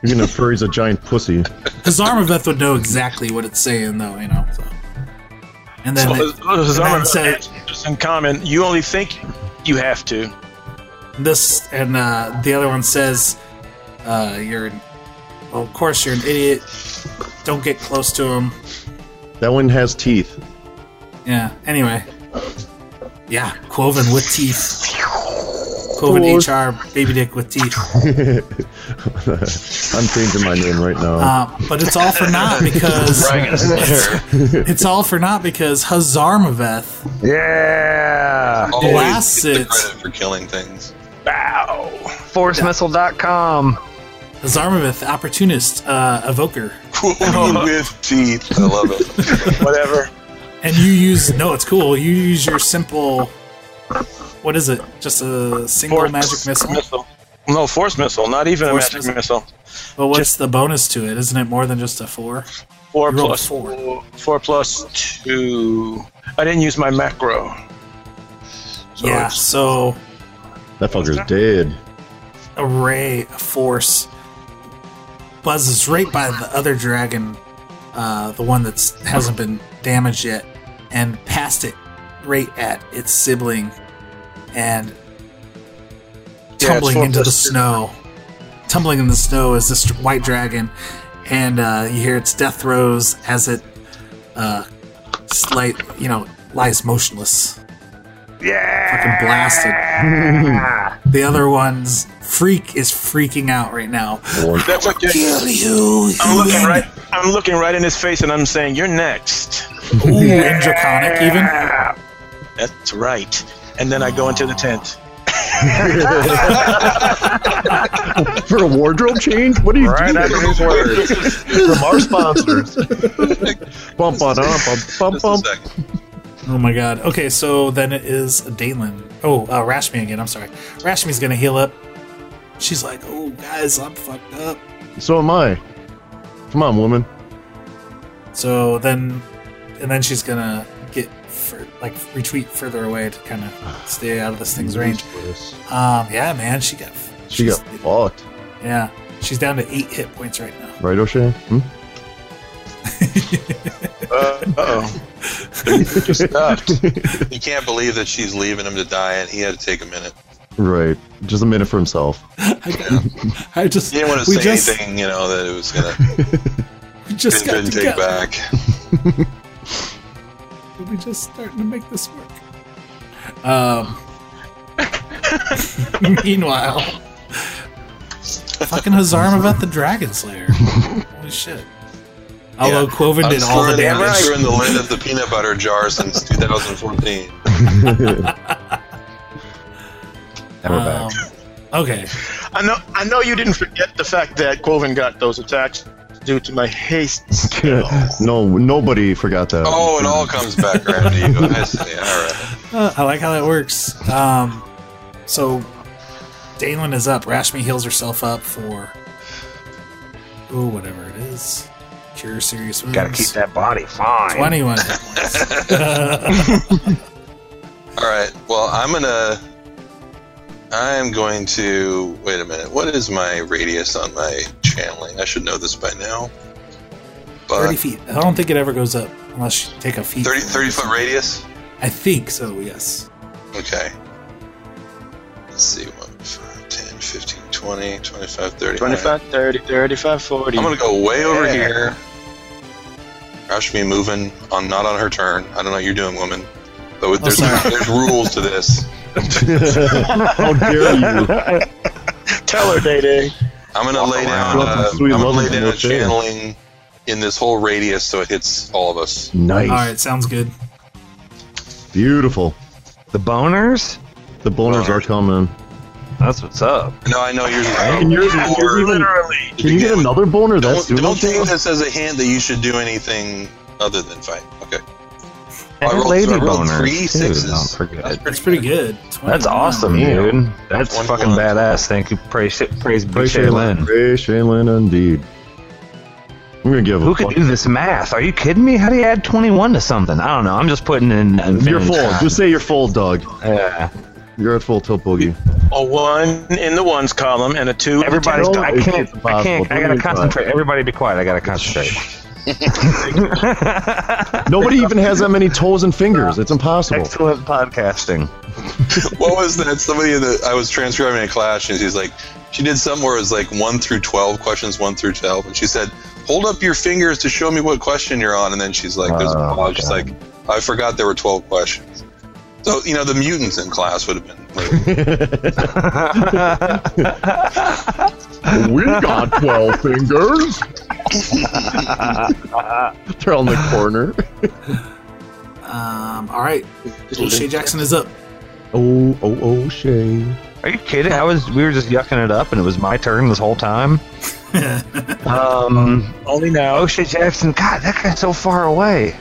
[SPEAKER 2] You're gonna fur he's a giant
[SPEAKER 1] [LAUGHS]
[SPEAKER 2] pussy.
[SPEAKER 1] His Zarmaveth would know exactly what it's saying, though, you know. So. And then,
[SPEAKER 5] So,
[SPEAKER 1] it-
[SPEAKER 5] uh, Zarma
[SPEAKER 1] said-
[SPEAKER 5] just in common, you only think you have to.
[SPEAKER 1] this and uh, the other one says, uh, "You're, an, well, of course, you're an idiot. Don't get close to him."
[SPEAKER 2] That one has teeth. [LAUGHS]
[SPEAKER 1] Yeah. Anyway. Yeah, Quoven with teeth. Quoven HR baby dick with teeth.
[SPEAKER 2] I'm changing my name right now.
[SPEAKER 1] Uh, but it's all for naught because [LAUGHS] it's all for naught because Hazarmaveth Ah.
[SPEAKER 3] yeah.
[SPEAKER 4] Always
[SPEAKER 1] Blast
[SPEAKER 4] get the
[SPEAKER 1] it.
[SPEAKER 4] credit for killing things. [LAUGHS]
[SPEAKER 3] Bow. Forcemissile.com.
[SPEAKER 1] Hazarmaveth opportunist uh, evoker [LAUGHS]
[SPEAKER 4] with teeth. I love it.
[SPEAKER 5] Whatever.
[SPEAKER 1] And you use no, it's cool. You use your simple. What is it? Just a single
[SPEAKER 5] Force
[SPEAKER 1] magic missile.
[SPEAKER 5] No, Force Missile, not even
[SPEAKER 1] Force
[SPEAKER 5] a magic
[SPEAKER 1] missile.
[SPEAKER 5] missile.
[SPEAKER 1] But what's the bonus to it? Isn't it more than just a four?
[SPEAKER 5] Four
[SPEAKER 1] You rolled a
[SPEAKER 5] plus
[SPEAKER 1] four.
[SPEAKER 5] four. Four plus two. I didn't use my macro. So
[SPEAKER 1] yeah.
[SPEAKER 5] it's-
[SPEAKER 1] So
[SPEAKER 2] That fucker's dead.
[SPEAKER 1] a ray of force buzzes right by the other dragon, uh, the one that hasn't been damaged yet, and past it, right at its sibling, and
[SPEAKER 5] Yeah, it's
[SPEAKER 1] tumbling
[SPEAKER 5] four
[SPEAKER 1] into the
[SPEAKER 5] plus two.
[SPEAKER 1] snow. Tumbling in the snow is this white dragon, and uh, you hear its death throes as it uh, slight, you know, lies motionless. Yeah, fucking blasted. The other one's freak is freaking out right now.
[SPEAKER 5] That's okay.
[SPEAKER 1] Kill you!
[SPEAKER 5] I'm looking
[SPEAKER 1] human.
[SPEAKER 5] right. I'm looking right in his face, and I'm saying, "You're next."
[SPEAKER 1] Ooh, and draconic even.
[SPEAKER 5] That's right. And then I go into the tent.
[SPEAKER 2] For a wardrobe change? What are you
[SPEAKER 3] Right
[SPEAKER 2] doing?
[SPEAKER 3] after
[SPEAKER 4] [LAUGHS]
[SPEAKER 3] his words from our sponsors.
[SPEAKER 2] Bump on bump bump
[SPEAKER 4] Just a
[SPEAKER 2] bump.
[SPEAKER 4] sec.
[SPEAKER 1] Oh my god. Okay, so then it is Daylin. Oh, uh, Rashmi again. I'm sorry. Rashmi's gonna heal up. She's like, "Oh, guys, I'm fucked up."
[SPEAKER 2] So am I. Come on, woman.
[SPEAKER 1] So then, and then she's gonna get for, like retreat further away to kind of stay out of this thing's range. Um, yeah, man, she got.
[SPEAKER 2] She
[SPEAKER 1] she's-
[SPEAKER 2] got fucked.
[SPEAKER 1] Yeah, she's down to eight hit points right now.
[SPEAKER 2] Right, O'Shea? Hmm?
[SPEAKER 5] Uh-oh.
[SPEAKER 4] You can't believe that she's leaving him to die, and he had to take a minute.
[SPEAKER 2] Right. Just a minute for himself.
[SPEAKER 1] I, got, I just.
[SPEAKER 4] He didn't want to
[SPEAKER 1] we
[SPEAKER 4] say
[SPEAKER 1] just,
[SPEAKER 4] anything, you know, that it was gonna
[SPEAKER 1] We [LAUGHS] just got
[SPEAKER 4] couldn't take
[SPEAKER 1] together.
[SPEAKER 4] back.
[SPEAKER 1] We just starting to make this work.
[SPEAKER 3] [LAUGHS]
[SPEAKER 1] Um. meanwhile, fucking Hazarm about the Dragon Slayer. Holy shit! Although Quoven did
[SPEAKER 4] I'm
[SPEAKER 1] all the
[SPEAKER 4] swearing- I'm
[SPEAKER 1] damage.
[SPEAKER 4] swearing the lid of the peanut butter
[SPEAKER 1] [LAUGHS]
[SPEAKER 4] jar since 2014.
[SPEAKER 2] And we're back.
[SPEAKER 1] Um, okay.
[SPEAKER 5] I know. I know you didn't forget the fact that Quoven got those attacks due to my haste skill.
[SPEAKER 2] no, nobody forgot that.
[SPEAKER 4] Oh, it all comes back around to you. I see. All right.
[SPEAKER 1] Uh, I like how that works. Um, so, Dalen is up. Rashmi heals herself up for. Oh, whatever it is. Cure serious wounds.
[SPEAKER 3] Gotta keep that body fine. [LAUGHS]
[SPEAKER 1] 21 hit points.
[SPEAKER 4] All right. Well, I'm gonna. I'm going to wait a minute. What is my radius on my channeling? I should know this by now.
[SPEAKER 1] 30
[SPEAKER 4] But
[SPEAKER 1] feet. I don't think it ever goes up unless you take a feet.
[SPEAKER 4] 30, 30 foot radius.
[SPEAKER 1] I think so, yes.
[SPEAKER 4] Okay. Let's see. 1, 5, 10, 15, 20, 25, 30.
[SPEAKER 5] 25, 30, 35, 40.
[SPEAKER 4] I'm going to go way over here. Rashmi moving on, not on her turn. I don't know what you're doing, woman. But with,
[SPEAKER 1] Oh,
[SPEAKER 4] there's,
[SPEAKER 1] sorry.
[SPEAKER 4] there's rules to this.
[SPEAKER 2] How dare
[SPEAKER 3] [LAUGHS]
[SPEAKER 2] you?
[SPEAKER 5] Tell her, Day Day.
[SPEAKER 4] I'm going to lay down.
[SPEAKER 2] around.
[SPEAKER 4] Uh, I'm
[SPEAKER 2] Sweet
[SPEAKER 4] going to
[SPEAKER 2] lovely
[SPEAKER 4] lay down
[SPEAKER 2] little
[SPEAKER 4] a
[SPEAKER 2] chair.
[SPEAKER 4] channeling in this whole radius so it hits all of us.
[SPEAKER 2] Nice.
[SPEAKER 1] All right, sounds good.
[SPEAKER 2] Beautiful.
[SPEAKER 3] The boners?
[SPEAKER 2] The boners are coming.
[SPEAKER 3] That's what's up.
[SPEAKER 4] No, I know yours is
[SPEAKER 2] And you're- you're even-
[SPEAKER 3] Literally.
[SPEAKER 2] Can you get another boner? That's
[SPEAKER 4] Oh,
[SPEAKER 2] soon?
[SPEAKER 4] Don't, don't take this as a hint that you should do anything other than fight. Okay.
[SPEAKER 3] And
[SPEAKER 4] I rolled-
[SPEAKER 3] lady
[SPEAKER 4] I rolled
[SPEAKER 3] boners,
[SPEAKER 4] three
[SPEAKER 3] too,
[SPEAKER 4] sixes.
[SPEAKER 3] don't forget.
[SPEAKER 4] That's pretty
[SPEAKER 1] That's pretty good.
[SPEAKER 3] That's
[SPEAKER 1] 21.
[SPEAKER 3] awesome,
[SPEAKER 2] Damn.
[SPEAKER 3] dude. That's
[SPEAKER 4] One
[SPEAKER 3] fucking
[SPEAKER 4] point.
[SPEAKER 3] badass. Thank you. Praise, praise,
[SPEAKER 2] Ray
[SPEAKER 3] praise
[SPEAKER 2] Shaylin. Ray Shaylin, indeed. I'm gonna give a
[SPEAKER 3] Who could
[SPEAKER 2] fuck.
[SPEAKER 3] do this math? Are you kidding me? How do you add 21 to something? I don't know. I'm just putting in. Infinity
[SPEAKER 2] You're full.
[SPEAKER 3] time.
[SPEAKER 2] Just say you're full, Doug.
[SPEAKER 3] Yeah.
[SPEAKER 2] You're at full tilt [LAUGHS] boogie.
[SPEAKER 5] A one in the ones column and a two.
[SPEAKER 3] Everybody's.
[SPEAKER 2] No,
[SPEAKER 3] I
[SPEAKER 2] it's-
[SPEAKER 3] can't.
[SPEAKER 2] it's
[SPEAKER 3] I can't.
[SPEAKER 2] impossible.
[SPEAKER 3] I
[SPEAKER 2] Don't
[SPEAKER 3] gotta
[SPEAKER 2] even try.
[SPEAKER 3] concentrate. Everybody, be quiet. I gotta concentrate.
[SPEAKER 2] [LAUGHS]
[SPEAKER 3] [LAUGHS]
[SPEAKER 2] Nobody even has that many toes and fingers. It's impossible.
[SPEAKER 3] Excellent podcasting.
[SPEAKER 4] what was that? Somebody in the I was transcribing a class, and she's like, she did something where it was like one through twelve questions, one through twelve, and she said, "Hold up your fingers to show me what question you're on." And then she's like, "There's a
[SPEAKER 3] Oh,
[SPEAKER 4] pause." She's like,
[SPEAKER 3] God.
[SPEAKER 4] "I forgot there were twelve questions." So you know, the mutants in class would have been. Like,
[SPEAKER 2] we [LAUGHS] got 12 fingers. [LAUGHS] They're on the corner.
[SPEAKER 1] Um, all right. Little Shay Jackson is up.
[SPEAKER 2] Oh, oh, oh, Shay.
[SPEAKER 3] Are you kidding? I was. We were just yucking it up, and it was my turn this whole
[SPEAKER 1] [LAUGHS]
[SPEAKER 3] time. um.
[SPEAKER 5] Only now.
[SPEAKER 3] O'Shea Jackson. God, that guy's so far away.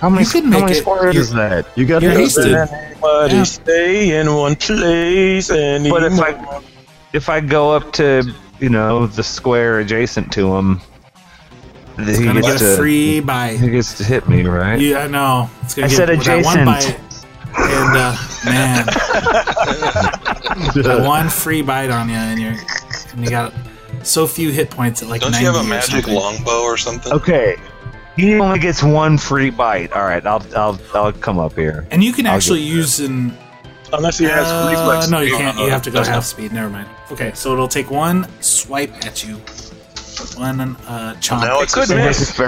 [SPEAKER 3] How many?
[SPEAKER 1] You can
[SPEAKER 3] How
[SPEAKER 1] make
[SPEAKER 3] many
[SPEAKER 1] it-
[SPEAKER 3] squares
[SPEAKER 1] you-
[SPEAKER 3] is that?
[SPEAKER 2] You got
[SPEAKER 1] You're
[SPEAKER 2] to
[SPEAKER 1] hasted.
[SPEAKER 5] Everybody
[SPEAKER 1] Yeah.
[SPEAKER 5] stay in one place and
[SPEAKER 3] But if I if I go up to you know the square adjacent to him, he
[SPEAKER 1] Gonna get
[SPEAKER 3] gets
[SPEAKER 1] a
[SPEAKER 3] to
[SPEAKER 1] free bite.
[SPEAKER 3] he gets to hit me, right?
[SPEAKER 1] Yeah, I know. It's gonna
[SPEAKER 3] I
[SPEAKER 1] get
[SPEAKER 3] said
[SPEAKER 1] that One
[SPEAKER 3] adjacent.
[SPEAKER 1] bite. And, uh, man,
[SPEAKER 3] [LAUGHS]
[SPEAKER 1] that one free bite on you, and you're, and you got so few hit points at like
[SPEAKER 4] don't
[SPEAKER 1] 90
[SPEAKER 4] you
[SPEAKER 1] [LAUGHS]
[SPEAKER 4] have a
[SPEAKER 1] or
[SPEAKER 4] magic
[SPEAKER 1] something.
[SPEAKER 4] longbow or something?
[SPEAKER 3] Okay. He only gets one free bite. All right, I'll I'll I'll come up here.
[SPEAKER 1] And you can
[SPEAKER 3] I'll
[SPEAKER 1] actually use an
[SPEAKER 5] unless he has
[SPEAKER 1] Uh,
[SPEAKER 5] reflex,
[SPEAKER 1] No, you
[SPEAKER 4] No,
[SPEAKER 1] can't.
[SPEAKER 5] Oh,
[SPEAKER 4] no,
[SPEAKER 1] You have to go
[SPEAKER 4] that's
[SPEAKER 1] half
[SPEAKER 4] not-
[SPEAKER 1] speed. Never mind. Okay, so it'll take one swipe at you. one uh, chomp.
[SPEAKER 4] Now it's
[SPEAKER 5] It could
[SPEAKER 4] a-
[SPEAKER 5] miss.